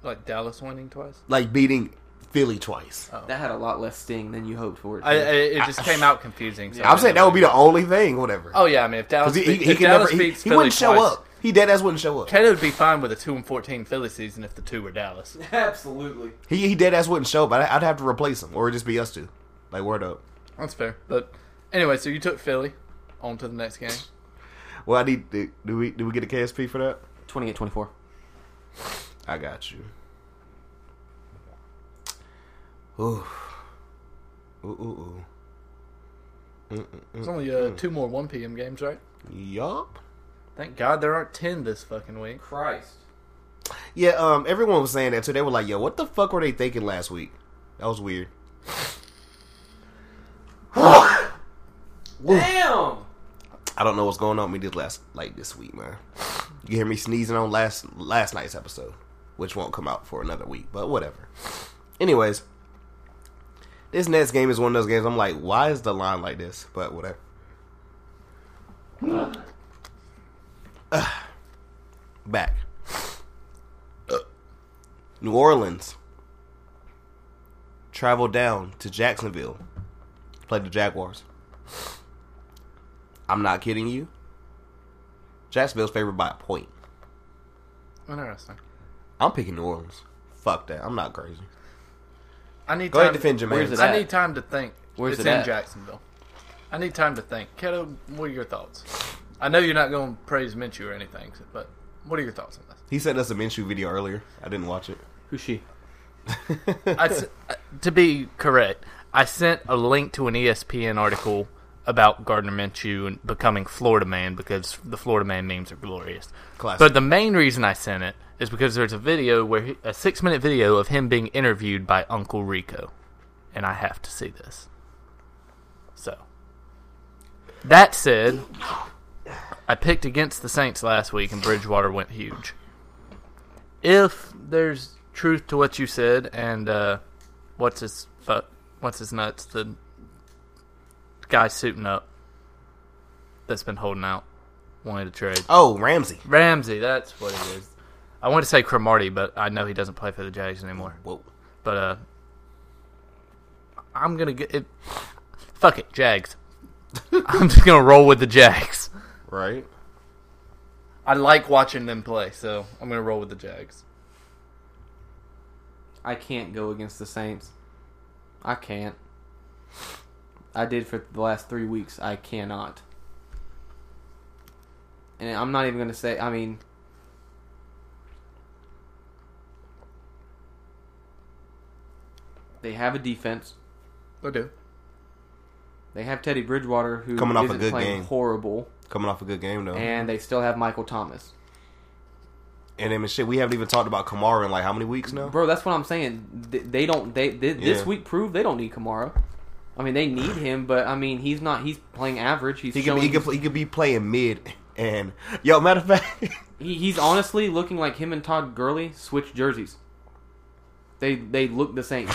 S8: Like Dallas winning twice.
S6: Like beating Philly twice.
S8: Oh,
S7: That had a lot less sting than you hoped for. It.
S8: I, I,
S7: to.
S8: it just came out confusing. So
S6: I'm saying that would be the only thing, whatever.
S8: Oh yeah, I mean if Dallas,
S6: Because he,
S8: beat-
S6: he, he
S8: if
S6: could
S8: Dallas
S6: never, he,
S8: beats
S6: he
S8: Philly
S6: wouldn't show
S8: twice,
S6: up. He dead ass wouldn't show up.
S8: Taylor would be fine with a two and fourteen Philly season if the two were Dallas.
S7: Absolutely.
S6: He, he dead ass wouldn't show up. I'd, I'd have to replace him, or it'd just be us two. Like, word up.
S8: That's fair. But anyway, so you took Philly. On to the next game.
S6: Well, I need. Do, do we do we get a KSP for that?
S7: 28-24.
S6: I got you. Ooh. Ooh, ooh,
S8: There's only uh, two more 1 p.m. games, right?
S6: ooh. Yup.
S8: Thank God there aren't 10 this fucking week.
S7: Christ.
S6: Yeah, um, everyone was saying that too. They were like, yo, what the fuck were they thinking last week? That was weird.
S7: Damn.
S6: I don't know what's going on with me this last like this week, man. You hear me sneezing on last last night's episode, which won't come out for another week, but whatever. Anyways, this next game is one of those games I'm like, why is the line like this? But whatever. <sighs> Ah. back. New Orleans traveled down to Jacksonville, played the Jaguars. I'm not kidding you. Jacksonville's favored by a point.
S8: Interesting.
S6: I'm picking New Orleans. Fuck that. I'm not crazy.
S8: I need
S6: Go
S8: time
S6: ahead, defend Jermaine.
S7: Where's it
S8: I
S7: at?
S8: need time to think.
S7: Where's
S8: it's
S7: it
S8: in
S7: at?
S8: Jacksonville. I need time to think. Keto, what are your thoughts? I know you're not going to praise Minshew or anything, but what are your thoughts on this?
S6: He sent us a Minshew video earlier. I didn't watch it.
S7: Who's she?
S8: I s- uh, to be correct, I sent a link to an E ESPN article about Gardner Minshew and becoming Florida man because the Florida man memes are glorious.
S6: Classic.
S8: But the main reason I sent it is because there's a video where he, a six minute video of him being interviewed by Uncle Rico, and I have to see this. So that said, I picked against the Saints last week, and Bridgewater went huge if there's truth to what you said and uh what's his fu- what's his nuts the guy suiting up that's been holding out wanted to trade
S6: Oh, Ramsey.
S8: ramsey that's what it is i want to say cromarty but i know he doesn't play for the jags anymore
S6: Whoa.
S8: but uh i'm gonna get it fuck it jags <laughs> i'm just gonna roll with the jags
S6: Right?
S8: i like watching them play so i'm gonna roll with the jags
S7: I can't go against the Saints. I can't. I did for the last three weeks. I cannot. And I'm not even going to say. I mean, They have a defense.
S8: They do.
S7: They have Teddy Bridgewater, who
S6: Coming off a
S7: isn't
S6: good
S7: playing
S6: game. Uh-huh.
S7: horrible,
S6: Coming off a good game though, and,
S7: and they still have Michael Thomas.
S6: then and shit, we haven't even talked about Kamara in like how many weeks now?
S7: Bro, that's what I'm saying. Th- They don't. They, th this
S6: Yeah.
S7: week proved they don't need Kamara. I mean, they need him, but I mean, he's not. He's playing average. He's
S6: he could
S7: showing.
S6: he could, he could be playing mid, and yo, matter of fact, <laughs>
S7: he- he's honestly looking like him and Todd Gurley switched jerseys. They they look the same.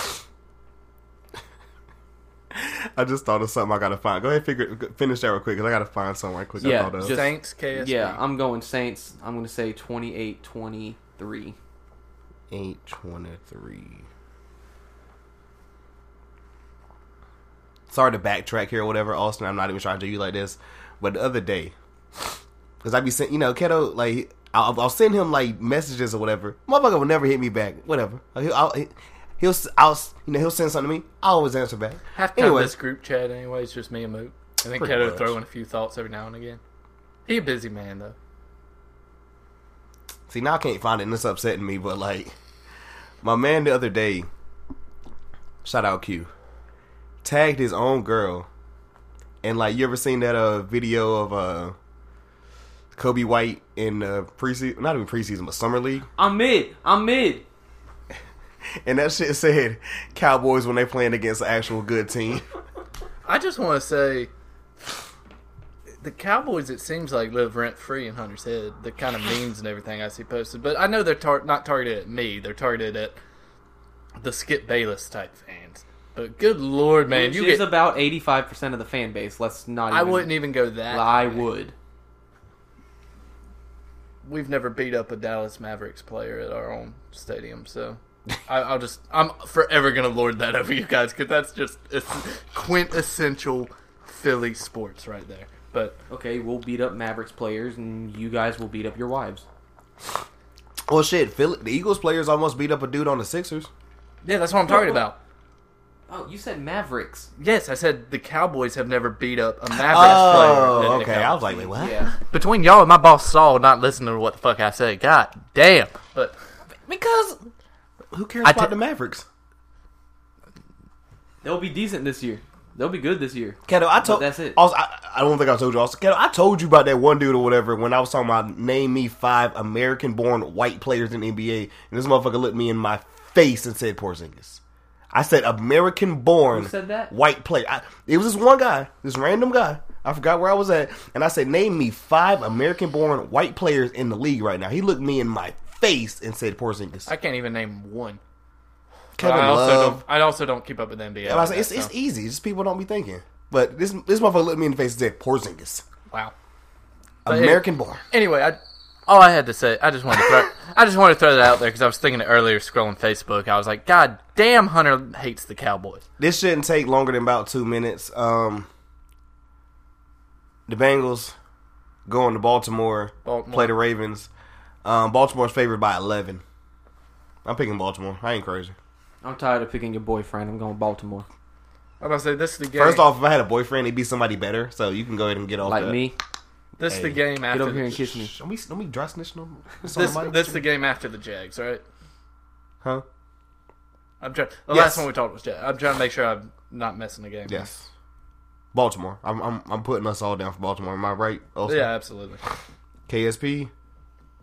S6: I just thought of something I gotta find. Go ahead, figure finish that real quick because I gotta find something right quick.
S7: Yeah,
S6: I thought of.
S7: just-
S8: Saints, KSP.
S7: yeah, I'm going Saints. I'm going to say 28-23.
S6: eight twenty three. Sorry to backtrack here or whatever, Austin. I'm not even trying to do you like this, but the other day, because I be sent, you know, Keto like I'll, I'll send him like messages or whatever. Motherfucker will never hit me back. Whatever. He'll I'll, he'll I'll you know he'll send something to me. I always answer back.
S8: Half time
S6: Anyway,
S8: this group chat anyway, it's just me and Moot. And then
S6: Pretty
S8: Keto
S6: much.
S8: throw in a few thoughts every now and again. He a busy man though.
S6: see now I can't find it, and it's upsetting me. But like my man the other day, shout out Q, tagged his own girl, and like you ever seen that uh video of uh Kobe White in uh, preseason, not even preseason, but summer league,
S7: I'm mid. I'm mid.
S6: and that shit said Cowboys when they playing against an actual good team.
S8: I just want to say, the Cowboys it seems like live rent free in Hunter's head. The kind of memes and everything I see posted, but I know they're tar- not targeted at me. They're targeted at the Skip Bayless type fans. But good lord, man,
S7: Which
S8: you
S7: is
S8: get.
S7: about 85% of the fan base. Let's not even
S8: I wouldn't even go that.
S7: I
S8: high.
S7: would.
S8: We've never beat up a Dallas Mavericks player at our own stadium, so. I, I'll just. I'm forever gonna lord that over you guys because that's just it's quintessential Philly sports right there. But
S7: Okay, we'll beat up Mavericks players, and you guys will beat up your wives.
S6: <laughs> well, shit, Philly, the Eagles players almost beat up a dude on the Sixers.
S8: yeah, that's what I'm talking
S7: Well, well-
S8: about.
S7: Oh, you said Mavericks.
S8: Yes, I said the Cowboys have never beat up a Mavericks player.
S6: Oh,
S8: at the
S6: okay. I was
S8: Cowboys.
S6: like, wait, what?
S7: Yeah.
S8: Between y'all and my boss Saul not listening to what the fuck I said. God damn. But
S7: Because
S6: Who cares
S8: I
S6: about
S8: ta-
S6: the Mavericks?
S7: they'll be decent this year. They'll be good this year.
S6: Keto, I told
S7: that's it.
S6: Also, I, I don't think I told you. Also, Keto, I told you about that one dude or whatever when I was talking about name me five American-born white players in the NBA, and this motherfucker looked me in my face and said Porzingis. I said American-born
S7: Who said that?
S6: white player. I, it was this one guy, this random guy. I forgot where I was at, and I said name me five American-born white players in the league right now. He looked me in my face and said Porzingis.
S8: I can't even name one. But
S6: Kevin
S8: I also
S6: Love.
S8: don't I also don't keep up with the NBA.
S6: I was
S8: like
S6: like, it's,
S8: that,
S6: it's
S8: so-
S6: easy. Just people don't be thinking. But this this motherfucker looked me in the face and said Porzingis.
S8: wow. it-
S6: American born.
S8: Anyway, I all I had to say, I just wanted to throw, I just wanted to throw that out there because I was thinking it earlier scrolling Facebook. I was like, God damn, Hunter hates the Cowboys.
S6: This shouldn't take longer than about two minutes. Um, the Bengals going to Baltimore,
S8: Baltimore.
S6: play the Ravens. Um, Baltimore's favored by eleven. I'm picking Baltimore. I ain't crazy.
S7: I'm tired of picking your boyfriend. I'm going Baltimore.
S8: I'm about to say this is the game.
S6: First off, if I had a boyfriend, he'd be somebody better. So you can go ahead and get off.
S7: Like
S6: that.
S7: me,
S8: this is the
S6: Hey,
S8: game after
S7: get over here and
S8: the,
S7: kiss me.
S6: Shh, Don't be don't be dry snitching on this,
S8: <laughs> this this is the game after the Jags, right?
S6: huh?
S8: I'm trying. The
S6: Yes.
S8: last one we talked was Jet. I'm trying to make sure I'm not messing the game.
S6: Yes. Baltimore. I'm, I'm I'm putting us all down for Baltimore. Am I right? Olsen?
S8: Yeah, absolutely.
S6: KSP.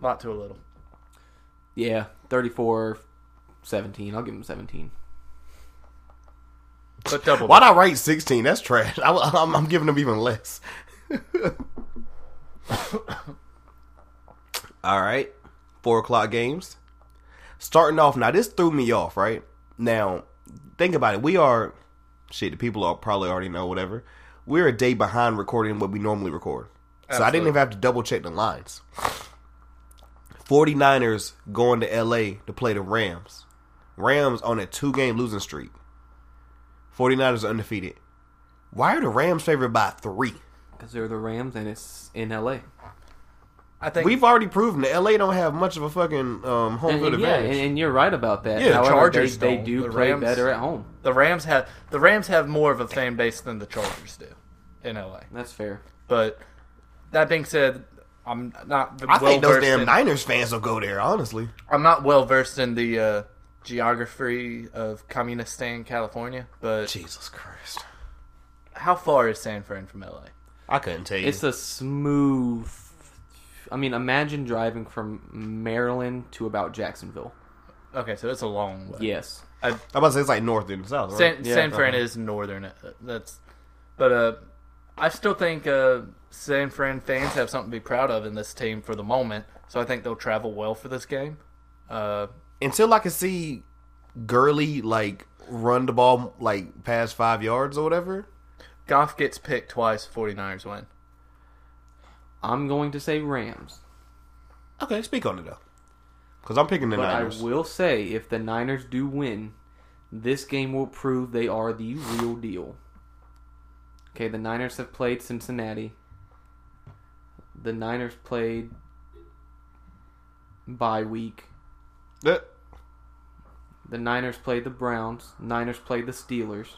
S8: Lot to a little.
S7: Yeah, 34 17. I'll give him 17.
S8: But double.
S6: Why'd I write 16? That's trash. <laughs> I, am I'm giving them even less. <laughs> All right. Four o'clock games. Starting off, now this threw me off, right? Now, think about it. We are, shit, the people are probably already know, whatever. We're a day behind recording what we normally record. So I didn't
S8: Absolutely.
S6: even have to double check the lines. 49ers going to LA to play the Rams. Rams on a two game losing streak. 49ers are undefeated. Why are the Rams favored by three?
S7: Because they're the Rams, and it's in L.A.
S8: I think
S6: We've already proven that LA don't have much of a fucking um, home
S7: And,
S6: field
S7: and yeah, and,
S6: advantage.
S7: and you're right about that.
S6: Yeah, the
S7: However,
S8: Chargers
S7: they, they
S8: don't.
S7: do
S8: The
S7: play
S8: Rams-
S7: better at home.
S8: the Rams have the Rams have more of a fan base than the Chargers do in LA.
S7: That's fair.
S8: But that being said, I'm not.
S6: I think those
S8: well-versed
S6: damn
S8: in,
S6: Niners fans will go there, honestly.
S8: I'm not well versed in the uh, geography of communistan California, but
S6: Jesus Christ,
S8: how far is San Fran from LA?
S6: I couldn't tell you.
S7: It's a smooth. I mean, imagine driving from Maryland to about Jacksonville.
S8: Okay, so it's a long way.
S7: Yes.
S6: I'm about to say it's like north and south, right?
S8: San, San Fran is northern. uh, That's, but uh, I still think uh, San Fran fans have something to be proud of in this team for the moment. So I think they'll travel well for this game. Uh,
S6: Until I can see Gurley like run the ball like past five yards or whatever.
S8: Goff gets picked twice. 49ers win.
S7: I'm going to say Rams.
S6: Okay, speak on it though, because I'm picking the
S7: But
S6: Niners.
S7: I will say, if the Niners do win, this game will prove they are the real deal. Okay, the Niners have played Cincinnati. The Niners played bye week.
S6: Eh,
S7: The Niners played the Browns. Niners played the Steelers.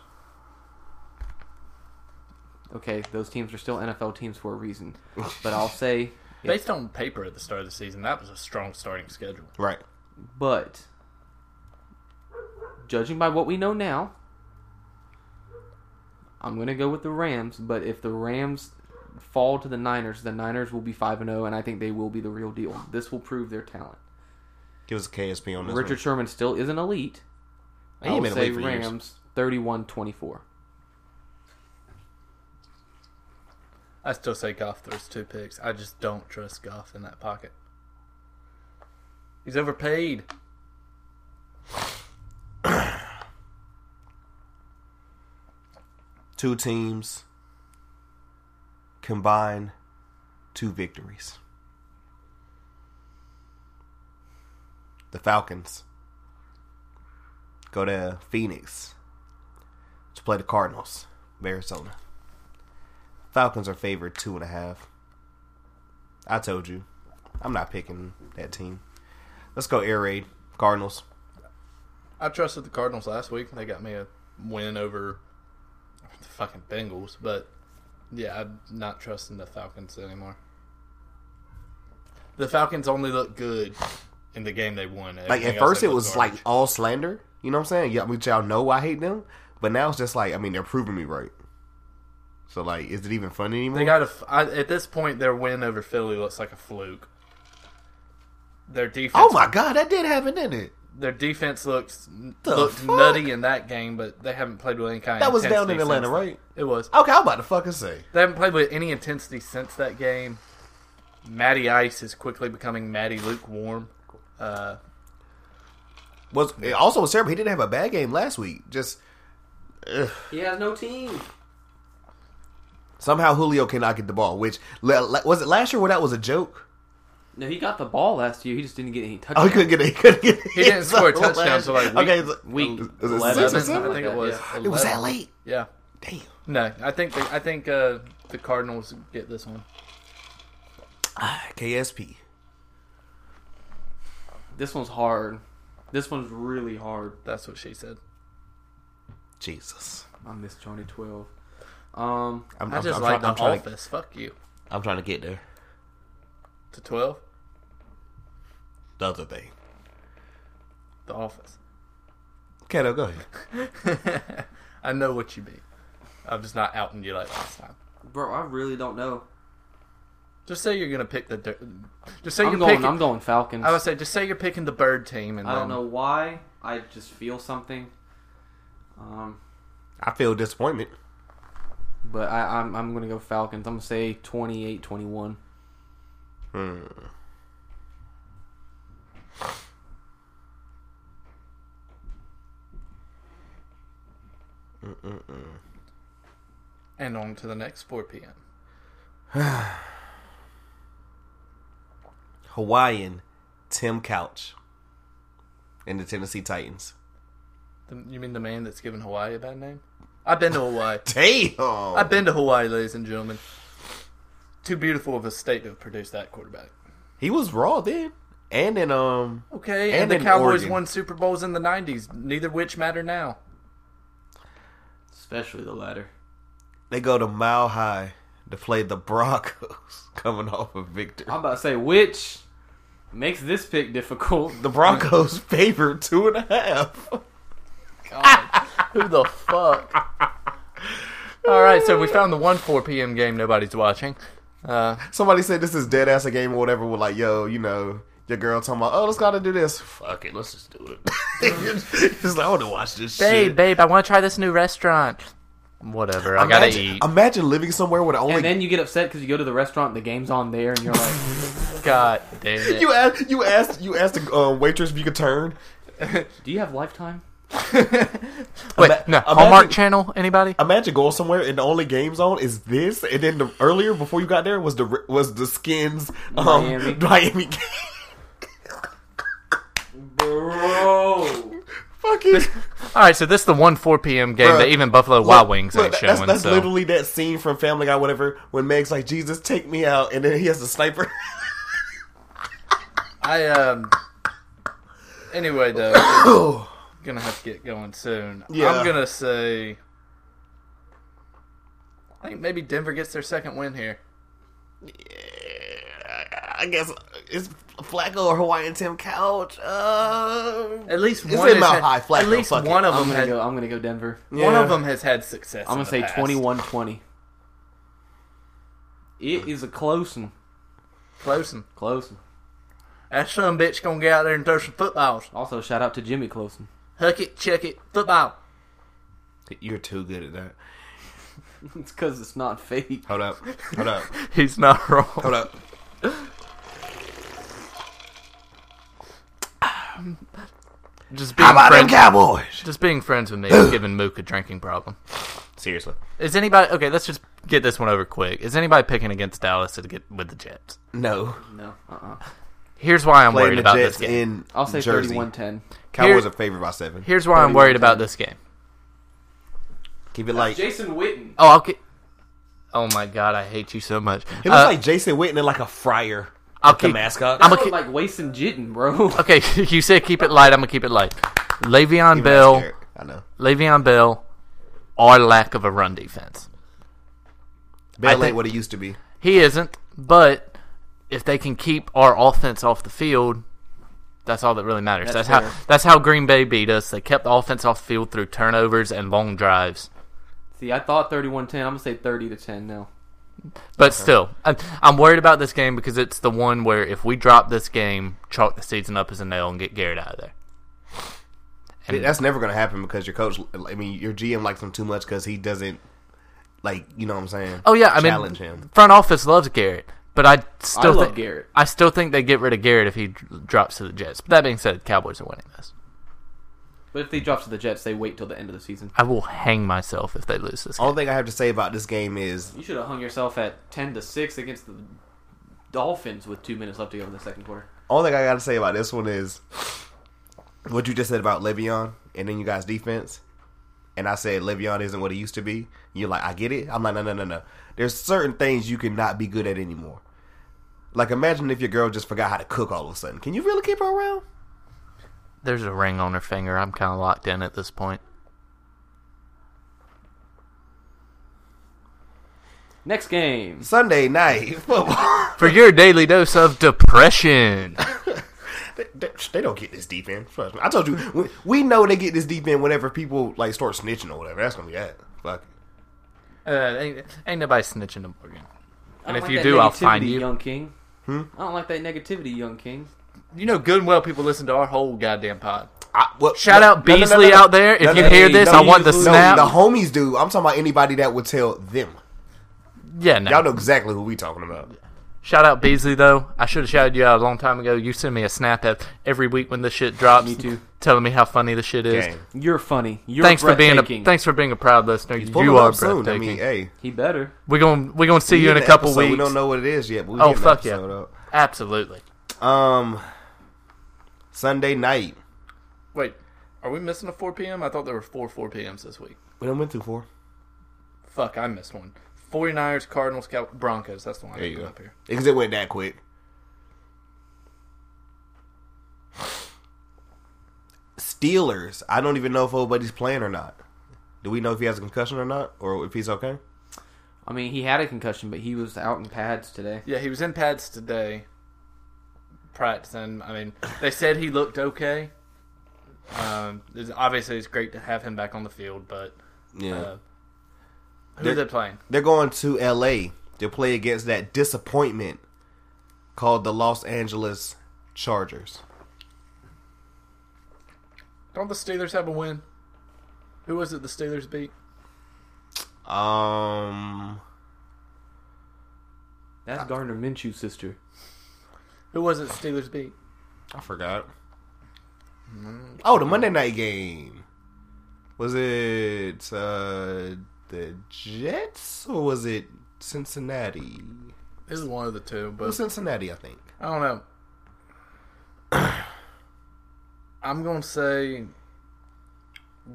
S7: Okay, those teams are still NFL teams for a reason. But I'll say,
S8: Based on paper at the start of the season, that was a strong starting schedule.
S6: Right.
S7: but judging by what we know now, I'm going to go with the Rams. But if the Rams fall to the Niners, the Niners will be 5 and 0, and I think they will be the real deal. This will prove their talent.
S6: Give us a KSP on this.
S7: Richard
S6: Richard,
S7: Sherman still is an elite.
S6: He
S7: I
S6: ain't
S7: will
S6: been
S7: say
S6: elite for years.
S7: Rams 31 24.
S8: I still say Goff throws two picks. I just don't trust Goff in that pocket. He's overpaid.
S6: two teams combine two victories. The Falcons go to Phoenix to play the Cardinals of Arizona. Falcons are favored two and a half. I told you, I'm not picking that team. Let's go air raid Cardinals.
S8: I trusted the Cardinals last week. They got me a win over the fucking Bengals, but yeah, I'm not trusting the Falcons anymore. The Falcons only looked good in the game they won.
S6: Like at first, it was like all slander. You know what I'm saying? Yeah, which y'all know I hate them, but now it's just like I mean they're proving me right. So like, is it even fun anymore?
S8: they got a. I, at this point, their win over Philly looks like a fluke. Their defense.
S6: oh my god, that did happen, didn't it?
S8: Their defense looks
S6: The
S8: looked
S6: fuck?
S8: nutty in that game, but they haven't played with any kind. of
S6: That was
S8: intensity
S6: down in Atlanta,
S8: since-
S6: right?
S8: It was.
S6: Okay, I'm about to fucking say.
S8: They haven't played with any intensity since that game. Matty Ice is quickly becoming Matty Lukewarm. Uh,
S6: Was it also was terrible. He didn't have a bad game last week. Just
S7: He has no team.
S6: somehow Julio cannot get the ball. Which la- la- was it last year where that was a joke? <laughs>
S7: No, he got the ball last year. He just didn't get any touchdowns.
S6: Oh, he couldn't get it. He couldn't get it.
S8: He
S6: <laughs>
S8: didn't score a touchdown till, like, week-
S6: okay, it's-
S7: week
S6: is it
S7: 11,
S6: six or
S8: I think
S6: seven?
S7: like
S8: it
S7: that,
S8: was.
S7: yeah.
S6: It was that
S8: 11.
S6: late.
S8: Yeah.
S6: Damn.
S8: No, I think the, I think uh, the Cardinals get this one.
S6: Ah, KSP.
S7: This one's hard. This one's really hard.
S8: That's what she said.
S6: Jesus.
S7: I miss Johnny Twelve. Um,
S6: I'm,
S8: I
S6: I'm-
S8: just
S6: I'm
S8: like
S6: try- I'm
S8: the
S6: trying to-
S8: office. Fuck you.
S6: I'm trying to get there.
S8: To twelve,
S6: The other thing.
S8: the office.
S6: Kato, go ahead.
S8: I know what you mean. I'm just not outing you like last time.
S7: bro, I really don't know.
S8: Just say you're gonna pick the. dir- Just say
S7: I'm
S8: you're
S7: going.
S8: picking.
S7: I'm going Falcons. Um,
S8: I would say just say you're picking the bird team, and
S7: I don't
S8: then-
S7: know why. I just feel something. Um,
S6: I feel disappointment.
S7: but I, I'm I'm gonna go Falcons. I'm gonna say 28-21.
S8: And on to the next 4 p.m.
S6: Hawaiian Tim Couch and the Tennessee Titans.
S8: The, you mean the man that's given Hawaii a bad name? I've been to <laughs> Hawaii.
S6: Damn.
S8: I've been to Hawaii, ladies and gentlemen. Too beautiful of a state to have produced that quarterback.
S6: he was raw then. And then um
S8: Okay,
S6: And
S8: and,
S6: in
S8: the Cowboys
S6: Oregon.
S8: won Super Bowls in the 90s, neither which matter now.
S7: Especially the latter.
S6: they go to Mile High to play the Broncos <laughs> coming off of victory.
S7: I'm about to say which. Makes this pick difficult. <laughs>
S6: The Broncos <laughs> favored two and a half.
S11: Who the
S8: <laughs>
S11: fuck? All right, so we found the one 4 p.m. game nobody's watching. Uh,
S6: Somebody said this is dead ass a game or whatever. We're like, yo, you know, your girl talking about, oh, let's gotta do this. Fuck it, let's just do <laughs> it. It's like, I want to watch this
S8: Babe,
S6: shit.
S8: babe, I want to try this new restaurant. Whatever, I gotta
S6: imagine,
S8: eat.
S6: Imagine living somewhere where the only
S7: And then you get upset because you go to the restaurant and the game's on there and you're like, <laughs>
S8: God damn it.
S6: you asked you asked you asked the um, waitress if you could turn.
S7: do you have Lifetime?
S8: Wait,
S6: Ima-
S8: no,
S6: imagine-
S8: Hallmark Channel, anybody?
S6: Imagine going somewhere and the only game zone is this, and then the earlier before you got there was the was the skins um, <laughs>
S7: Miami.
S6: Miami. game.
S7: Bro.
S6: Fucking
S8: All right, so this is the one 4 p.m. game
S6: Bruh,
S8: that even Buffalo Wild Wings
S6: look,
S8: ain't
S6: that-
S8: showing.
S6: That's, that's
S8: so.
S6: literally that scene from Family Guy, whatever, when Meg's like, "Jesus, take me out," and then he has a sniper. <laughs>
S11: I um. Anyway,
S6: <coughs>
S11: though, we're gonna have to get going soon.
S6: Yeah.
S11: I'm gonna say. I think maybe Denver gets their second win here.
S6: I guess it's Flacco or Hawaiian Tim Couch. Uh,
S11: At least
S6: It's
S11: one
S6: in
S11: has
S6: Mount
S11: had-
S6: High, Flacco,
S11: At least
S6: fuck it.
S11: one of
S7: I'm
S11: them
S7: gonna
S11: had,
S7: go. I'm gonna go Denver.
S11: one
S6: Yeah.
S11: of them has had success.
S7: I'm
S11: in
S7: gonna
S11: the past.
S7: say 21-20. It is a close one.
S11: Closen.
S7: Close. one.
S11: That son bitch gonna get out there and throw some footballs.
S7: Also, shout out to Jimmy Closen.
S11: Huck it, check it, football.
S6: You're too good at that.
S7: <laughs> It's because it's not fake.
S6: Hold up, <laughs> hold up,
S8: He's not wrong.
S6: hold up.
S8: Just being, friends,
S6: Cowboys?
S8: just being friends with me is giving Mook a drinking problem.
S6: Seriously,
S8: Is anybody okay? Let's just get this one over quick. Is anybody picking against Dallas to get with the Jets?
S6: no.
S7: No. Uh-uh.
S8: Here's why I'm
S6: Playing
S8: worried
S6: the
S8: about
S6: Jets
S8: this game.
S6: in
S7: I'll say
S6: Jersey.
S7: 31-10.
S6: Cowboys
S8: Here-
S6: are favored by seven.
S8: Here's why I'm worried about
S7: 31-10.
S8: this game.
S6: Keep it like it
S7: Jason Witten.
S8: Oh, I'll get. Oh my god, I hate you so much.
S6: looks
S8: Uh,
S6: like Jason Witten in like a fryer.
S8: I'll
S6: Like the
S8: keep-
S6: mascot.
S8: I'm a-
S7: I look like Wason
S8: <laughs>
S7: Jitten, bro.
S8: okay, you said keep it light. I'm gonna keep it light. Le'Veon Bell,
S6: I know.
S8: Le'Veon Bell, or lack of a run defense.
S6: Bell ain't
S8: think-
S6: what it used to be.
S8: He isn't, but if they can keep our offense off the field, that's all that really matters. That's,
S7: That's
S8: how
S7: fair.
S8: that's how Green Bay beat us. They kept the offense off the field through turnovers and long drives.
S7: See, I thought 31-10. I'm gonna say 30 to 10 now.
S8: But still, I'm, I'm worried about this game because it's the one where if we drop this game, chalk the season up as a nail and get Garrett out of there. And-
S6: That's never going to happen because your coach, I mean, your GM likes him too much because he doesn't, like, you know what I'm saying?
S8: Oh yeah, I mean,
S6: challenge him.
S8: front office loves Garrett, but I still
S7: I love
S8: think
S7: Garrett.
S8: I still think they get rid of Garrett if he dr- drops to the Jets. But that being said, Cowboys are winning this.
S7: But if they drop to the Jets, they wait till the end of the season.
S8: I will hang myself if they lose this. Game.
S6: Only thing I have to say about this game is
S7: You should have hung yourself at 10 to 6 against the Dolphins with two minutes left to go in the second quarter.
S6: only thing I got to say about this one is what you just said about Le'Veon and then you guys' defense. And I said Le'Veon isn't what he used to be. You're like, I get it. I'm like, no, no, no, no. There's certain things you cannot be good at anymore. Like, imagine if your girl just forgot how to cook all of a sudden. Can you really keep her around?
S8: There's a ring on her finger. I'm kind of locked in at this point.
S7: Next game.
S6: Sunday night <laughs> football.
S8: For your daily dose of depression,
S6: They, they- they don't get this deep in. Trust me. I told you, we, we know they get this deep in whenever people like start snitching or whatever. That's gonna be that. Fuck. it.
S8: <laughs> uh, ain't, ain't nobody snitching to Morgan.
S7: I don't
S8: And if
S7: like
S8: you
S7: that
S8: do, I'll
S7: negativity,
S8: find you. Hmm?
S7: Young King. I don't like that negativity, Young King.
S8: You know good and well people listen to our whole goddamn pod.
S6: I- well,
S8: Shout out Beasley out there. If you hear this, I want the
S6: no,
S8: snap.
S6: The homies do. I'm talking about anybody that would tell them.
S8: Yeah, no.
S6: Y'all know exactly who we talking about.
S8: Shout out Beasley though. I should have shouted you out a long time ago. You send me a snap at every week when this shit drops.
S7: Me too.
S8: Telling me how funny this shit is.
S6: Gang.
S7: You're funny. You're
S8: Thanks for being a
S7: breathtaking.
S8: thanks for being a proud listener.
S6: Pulling
S8: You are
S6: up soon. I
S8: breathtaking.
S6: mean, hey,
S7: He better.
S8: we're gonna we're gonna see you in a
S6: the
S8: couple
S6: episode,
S8: weeks.
S6: We don't know what it is yet. But we
S8: Oh,
S6: getting the
S8: fuck yeah.
S6: episode
S8: Absolutely.
S6: up. Um, Sunday night.
S11: Wait, are we missing a 4 p.m.? I thought there were four 4 p.m.s this week.
S6: We done went through four.
S11: Fuck, I missed one. 49ers, Cardinals, Cow- Broncos. That's the one I
S6: There you
S11: put
S6: go.
S11: up here.
S6: Because it went that quick. Steelers. I don't even know if old buddy's playing or not. Do we know if he has a concussion or not, or if he's okay?
S7: I mean, he had a concussion, but he was out in pads today.
S11: Yeah, he was in pads today.
S8: practicing. I mean, they said he looked okay. Um, it's, obviously, it's great to have him back on the field, but
S6: Yeah.
S8: uh, who
S6: They're-
S8: are they playing?
S6: They're going to L.A. to play against that disappointment called the Los Angeles Chargers.
S8: Don't the Steelers have a win? Who was it the Steelers beat?
S6: Um,
S7: That's Gardner Minshew's sister.
S8: Who was it the Steelers beat?
S6: I forgot. Oh, the Monday night game. Was it uh, the Jets or was it Cincinnati?
S8: It was one of the two,
S6: It was
S8: but
S6: Cincinnati, I think.
S8: I don't know. <clears throat> I'm gonna say,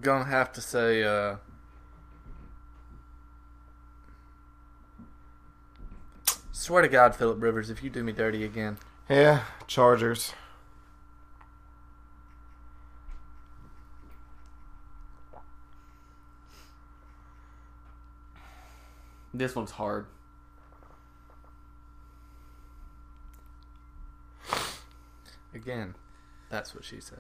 S8: gonna have to say, uh, swear to God, Philip Rivers, if you do me dirty again,
S6: Yeah, Chargers.
S7: This one's hard.
S8: again, that's what she said.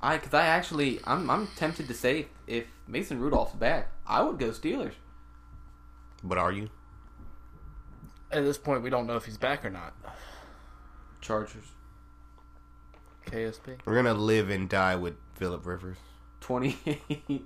S7: I because I actually I'm I'm tempted to say if Mason Rudolph's back, I would go Steelers.
S6: But are you?
S8: At this point, we don't know if he's back or not.
S7: Chargers
S8: KSP.
S6: We're gonna live and die with Philip Rivers.
S7: <laughs> 28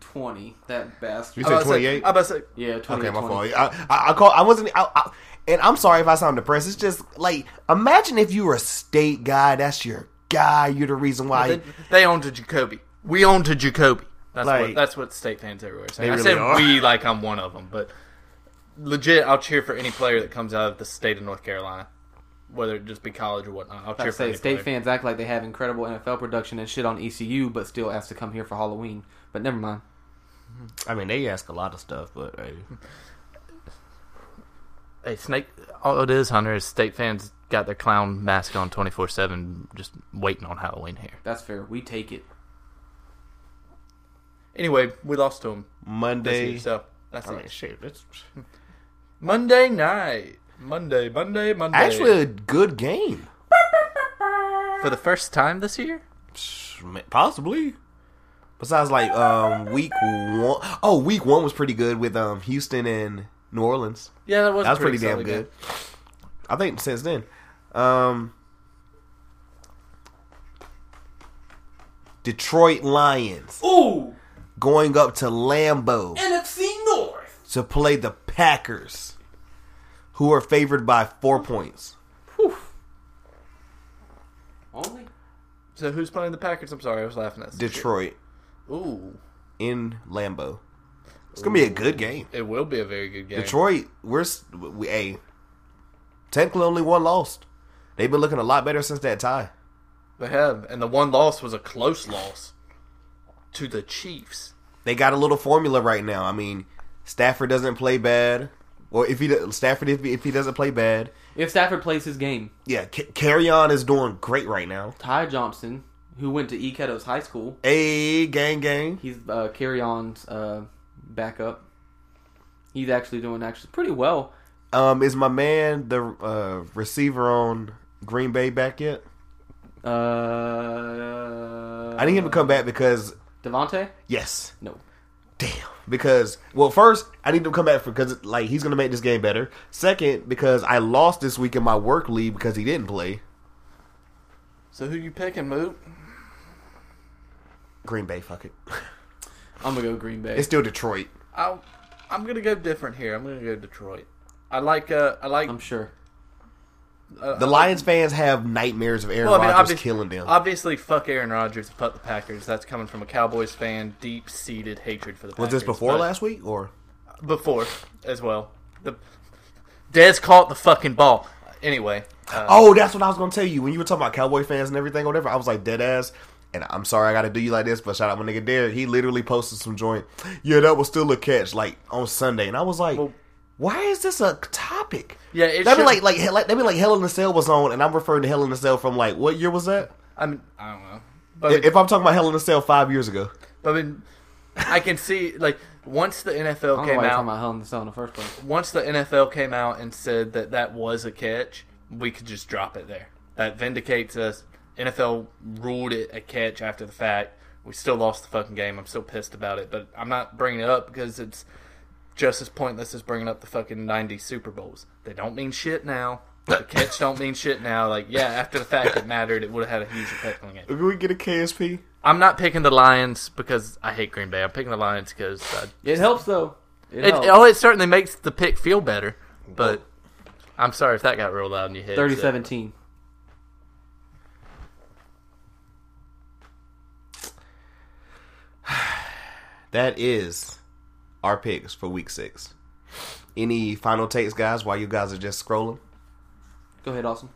S7: 20 that bastard. Uh,
S6: You said twenty eight.
S8: I'm about to say,
S7: yeah, 20
S6: Okay, my fault. I, I, I call. I wasn't. I, I, and I'm sorry if I sound depressed. It's just like imagine if you were a state guy. That's your guy. You're the reason why.
S8: they, they owned a Jacoby. We owned a Jacoby. That's
S6: Like-
S8: what that's what state fans everywhere say.
S6: They
S8: I
S6: really
S8: said
S6: are.
S8: we like I'm one of them, but legit, I'll cheer for any player that comes out of the state of North Carolina, whether it just be college or whatnot. I'll
S7: I
S8: cheer for
S7: say
S8: any
S7: state
S8: player.
S7: fans act like they have incredible NFL production and shit on ECU, but still ask to come here for Halloween. But never mind.
S6: I mean, they ask a lot of stuff, but hey.
S12: Hey, Snake, all it is, Hunter, is state fans got their clown mask on 24 7, just waiting on Halloween here.
S7: That's fair. We take it.
S8: Anyway, we lost to them this
S6: Monday.
S8: year, so that's
S6: I mean,
S8: it.
S6: shit. That's
S8: Monday night, Monday, Monday, Monday.
S6: actually a good game.
S12: For the first time this year?
S6: Possibly. Besides, like um, week one oh week one was pretty good with um Houston and New Orleans.
S8: yeah, that was,
S6: That was pretty, damn
S8: solid
S6: good.
S8: game.
S6: I think since then. Um, Detroit Lions
S7: Ooh,
S6: going up to Lambeau
S7: NFC North.
S6: to play the Packers, who are favored by four points.
S7: Only
S8: So who's playing the Packers? I'm sorry, I was laughing at some shit.
S6: Detroit
S8: Ooh,
S6: in Lambeau. It's gonna be a good game.
S8: it will be a very good game.
S6: Detroit, we're s- we a technically only one lost. They've been looking a lot better since that tie.
S8: They have, and the one loss was a close loss to the Chiefs.
S6: they got a little formula right now. I mean, Stafford doesn't play bad, or if he do- Stafford if he, if he doesn't play bad,
S7: if Stafford plays his game,
S6: yeah, C- carry on is doing great right now.
S7: Ty Johnson, who went to E. Ketto's high school,
S6: Hey, gang, gang,
S7: he's uh, carry on's uh, backup. He's actually doing actually pretty well.
S6: um, is my man the uh, receiver on Green Bay back yet?
S7: Uh,
S6: I need him to come back because
S7: Devontae?
S6: yes,
S7: No.
S6: damn, because well, first I need him to come back because like he's gonna make this game better. Second, because I lost this week in my work league because he didn't play
S8: So who you picking, Moot?
S6: Green Bay. Fuck it, <laughs>
S7: I'm gonna go Green Bay.
S6: it's still Detroit.
S8: I I'm gonna go different here. I'm gonna go Detroit. I like uh I like
S7: I'm sure.
S6: The Lions fans have nightmares of Aaron
S8: well, I mean,
S6: Rodgers
S8: obvi-
S6: killing them.
S8: Obviously, fuck Aaron Rodgers, fuck the Packers. That's coming from a Cowboys fan, deep seated hatred for the
S6: Was
S8: Packers.
S6: this before
S8: but-
S6: last week or?
S8: Before as well. The Dez caught the fucking ball. Anyway, uh,
S6: Oh, that's what I was gonna tell you when you were talking about Cowboy fans and everything, whatever. I was like dead ass, and I'm sorry I got to do you like this, but shout out my nigga Derek. He literally posted some joint. Yeah, that was still a catch, like on Sunday, and I was like,
S8: Well-
S6: why is this a topic?
S8: Yeah, it
S6: that'd be like
S8: should-
S6: like hell- like- that'd be like Hell in a Cell was on, and I'm referring to Hell in a Cell from like what year was that?
S8: I mean, I don't know, but
S6: If I'm talking about Hell in a Cell five years ago,
S8: But I mean, I can see like once the
S7: I
S8: NFL
S7: don't know
S8: came
S7: why you're
S8: out,
S7: talking about hell in the cell in the first place.
S8: once the NFL came out and said that that was a catch, we could just drop it there. That vindicates us. NFL ruled it a catch after the fact. We still lost the fucking game. I'm still pissed about it, but I'm not bringing it up because it's just as pointless as bringing up the fucking 90 Super Bowls. They don't mean shit now. The
S7: <laughs>
S8: catch don't mean shit now. Like, yeah, after the fact it mattered, it would have had a huge effect on the game.
S6: Can we get a KSP?
S8: I'm not picking the Lions because I hate Green Bay. I'm picking the Lions because I
S7: It helps though. It,
S8: it,
S7: helps.
S8: oh, it certainly makes the pick feel better, but I'm sorry if that got real loud in your head.
S7: 30-17.
S6: That is our picks for week six. Any final takes, guys, while you guys are just
S8: <laughs>
S6: scrolling?
S7: Go ahead, Austin.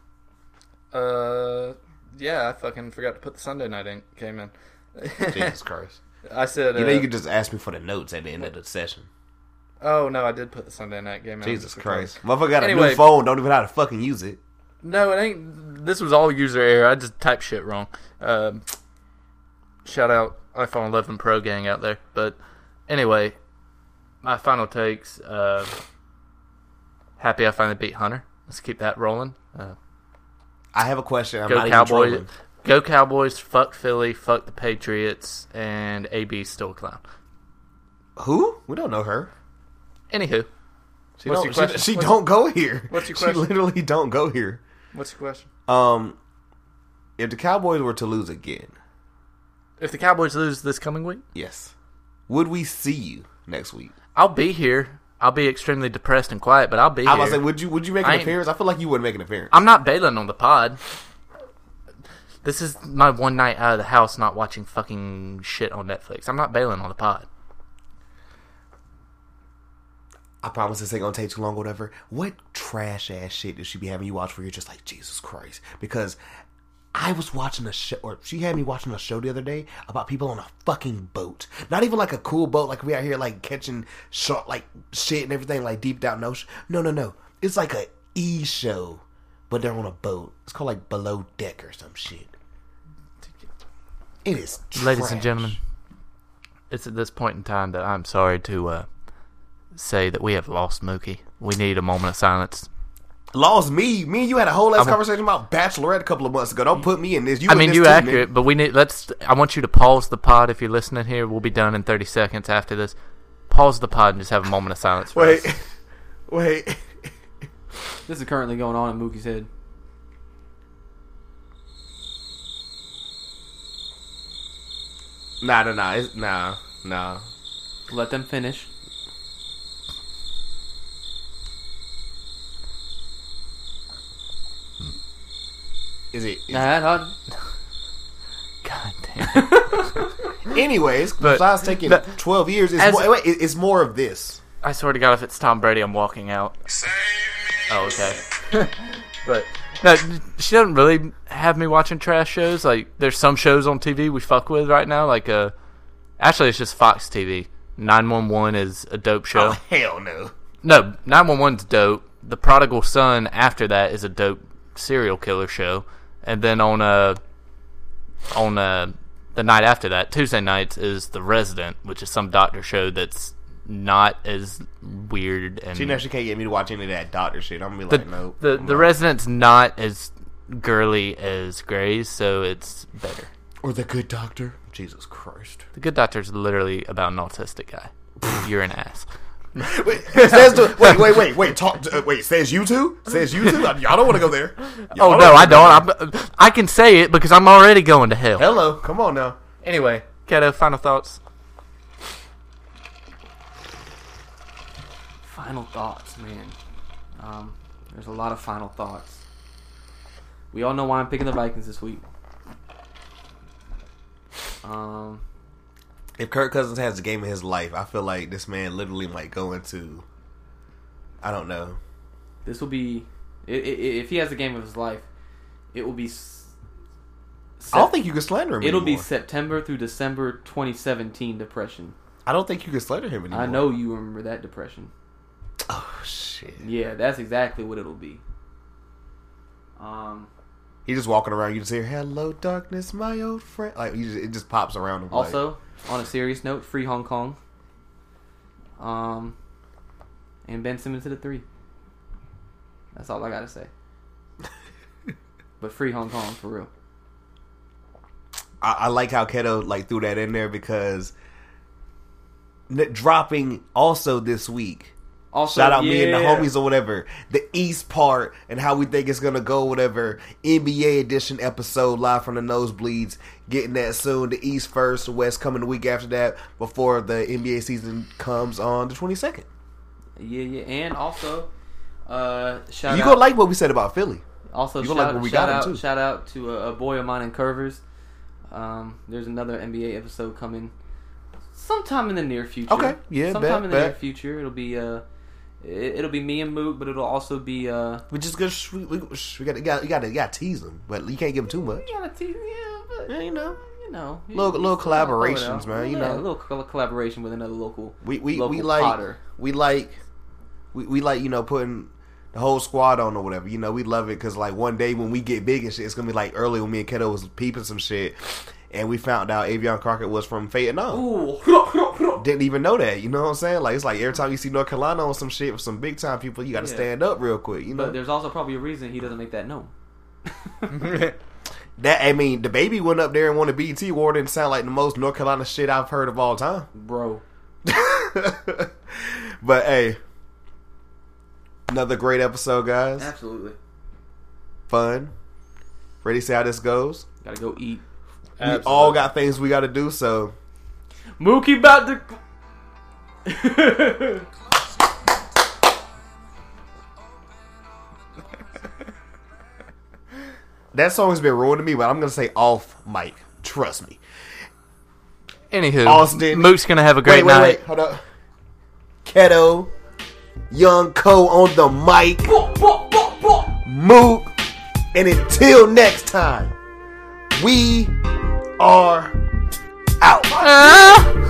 S8: Uh, yeah, I fucking forgot to put the Sunday night in. Came in.
S6: Jesus Christ.
S8: I said, uh,
S6: You know, you could just ask me for the notes at the end of the session.
S8: oh no, I did put the Sunday night game in.
S6: Jesus Christ. Motherfucker got a
S8: Anyway.
S6: new phone, don't even know how to fucking use it.
S8: No, it ain't. This was all user error. I just typed shit wrong. Um, shout out iPhone 11 Pro gang out there. But anyway, my final takes. Uh, happy I finally beat Hunter. Let's keep that rolling. Uh,
S6: I have a question. I'm
S8: go
S6: not even
S8: Cowboys.
S6: trolling.
S8: Go Cowboys. Fuck Philly. Fuck the Patriots. And AB still a clown.
S6: Who? We don't know her.
S8: Anywho,
S6: She
S8: What's
S6: don't,
S8: your
S6: she,
S8: question?
S6: she
S8: What's-
S6: don't go here.
S8: what's
S6: <laughs>
S8: your
S6: She
S8: question?
S6: literally don't go here.
S8: what's your question?
S6: Um, if the Cowboys were to lose again,
S8: If the Cowboys lose this coming week,
S6: yes, would we see you next week?
S8: I'll be here. I'll be extremely depressed and quiet, but I'll be
S6: I
S8: here.
S6: was like, would you would you make
S8: I
S6: an
S8: ain't-
S6: appearance? I feel like you wouldn't make an appearance.
S8: I'm not bailing on the pod. This is my one night out of the house not watching fucking shit on Netflix. I'm not bailing on the pod.
S6: I promise this ain't gonna take too long, whatever. What trash ass shit did she be having you watch where you're just like, Jesus Christ? Because I was watching a show, or she had me watching a show the other day about people on a fucking boat. Not even like a cool boat, like we out here like catching shark, like shit and everything, like deep down in the ocean. No, no, no. It's like a e show, but they're on a boat. It's called like Below Deck or some shit. It is,
S8: Ladies
S6: trash.
S8: and gentlemen, it's at this point in time that I'm sorry to uh, say that we have lost Mookie. We need a moment of silence.
S6: Lost me. Me and you had a whole ass
S8: I'm-
S6: conversation about Bachelorette a couple of months ago. Don't put me in this. You
S8: I
S6: in
S8: mean,
S6: this
S8: you
S6: too, nigga.
S8: accurate, but we need. Let's. I want you to pause the pod if you're listening here. We'll be done in 30 seconds after this. Pause the pod and just have a moment of silence. For us.
S6: Wait, <laughs> wait. <laughs>
S7: This is currently going on in Mookie's head.
S6: Nah, nah, nah, it's, nah, nah.
S7: Let them finish.
S6: Is it? is-
S7: Nah, nah,
S8: God damn. it.
S6: Anyways, besides taking
S8: but-
S6: twelve years, it's
S8: as-
S6: more, wait, it- it's more of this.
S8: I swear to God, if it's Tom Brady, I'm walking out.
S3: Save me.
S8: Oh, okay. <laughs> but no, she doesn't really have me watching trash shows. Like, there's some shows on TV we fuck with right now. Like, uh, actually, it's just Fox TV. 911 is a dope show.
S6: hell no.
S8: No, 911's dope. The Prodigal Son after that is a dope serial killer show. And then on uh on uh the night after that, Tuesday nights is The Resident, which is some doctor show that's not as weird and
S6: She know she can't get me to watch any of that doctor shit. I'm gonna be like,
S8: Hmm. the
S6: no.
S8: the,
S6: I'm
S8: the
S6: not.
S8: resident's not as girly as Gray's, so it's better.
S6: or the good doctor. Jesus Christ.
S8: The Good Doctor's literally about an autistic guy. You're an ass.
S6: Wait, <laughs> says the, wait, wait, wait, wait. Talk. To, uh, wait, says you two. Says you two. I, y'all don't want to go
S8: <laughs>
S6: there. Y'all
S8: Oh no, I
S6: wanna go there.
S8: don't. I'm, I can say it because I'm already going to hell.
S6: Hello. Come on now.
S8: Anyway, Keto, final thoughts.
S7: Final thoughts, man. Um, there's a lot of final thoughts. We all know why I'm picking the Vikings this week. Um,
S6: If Kirk Cousins has the game of his life, I feel like this man literally might go into. I don't know.
S7: this will be i- i- i- if he has the game of his life, it will be. s-
S6: I don't think you can slander him.
S7: It'll be
S6: anymore.
S7: September through December 2017 depression.
S6: I don't think you can slander him anymore.
S7: I know you remember that depression.
S6: Oh shit.
S7: Yeah, that's exactly what it'll be. Um.
S6: He's just walking around. You just hear "Hello, darkness, my old friend." Like you just, it just pops around him. like-
S7: Also, on a serious note, free Hong Kong. Um, and Ben Simmons hit a three. That's all I
S6: <laughs>
S7: gotta say. but free Hong Kong for real.
S6: I, I like how Keto like threw that in there because n- dropping also this week.
S7: Also,
S6: Shout out me and the
S7: yeah.
S6: homies or whatever. The East part and how we think it's gonna go, whatever. NBA edition episode live from the nosebleeds. Getting that soon. The East first, the West coming the week after that, before the NBA season comes on the twenty second.
S7: Yeah, yeah, and also, uh, shout
S6: You
S7: out.
S6: gonna like what we said about Philly.
S7: Also,
S6: You
S7: shout,
S6: gonna like what we got
S7: shout
S6: him,
S7: out,
S6: too.
S7: shout out to a, a boy of mine in Curvers. Um, there's another NBA episode coming sometime in the near future.
S6: Okay. Yeah,
S7: sometime
S6: bet,
S7: in the
S6: bet.
S7: near future, it'll be uh, it, it'll be me and Moot, but it'll also be uh,
S6: We just gonna sh- we, we, sh- we gotta, you gotta you gotta you gotta tease them, but you can't give them too much.
S7: yeah, but
S6: you know,
S7: you know,
S6: Little-
S7: you-
S6: little
S7: you still gotta throw it
S6: collaborations,
S7: out.
S6: man, you
S7: Yeah,
S6: know.
S7: a little col- collaboration with another local.
S6: We we,
S7: local
S6: we like <laughs>
S7: potter.
S6: we like we, we like you know putting the whole squad on or whatever. You know we love it because like one day when we get big and shit, it's gonna be like early when me and Keto was peeping some shit, and we found out Avion Crockett was from Fayetteville.
S7: Ooh.
S6: Didn't even know that. You know what I'm saying? Like it's like every time you see North Carolina on some shit with some big time people, you gotta
S7: Yeah.
S6: stand up real quick. You know
S7: But there's also probably a reason he doesn't make that known.
S6: that. I mean, the baby went up there and won a BT award and sound like the most North Carolina shit I've heard of all time. <laughs>
S7: Bro.
S6: But hey, another great episode, guys.
S7: Absolutely.
S6: Fun. Ready to see how this goes?
S7: Gotta go eat.
S6: We all got things we got to do, so
S7: Mookie about to.
S6: that song's been ruined to me. But I'm gonna say off mic. Trust me.
S12: Anywho,
S6: Austin.
S12: Mook's gonna have a
S6: Wait,
S12: great
S6: wait,
S12: night.
S6: wait. Hold up. Keto, Young Co on the mic. Mook, and until next time, we are out.
S12: Ah!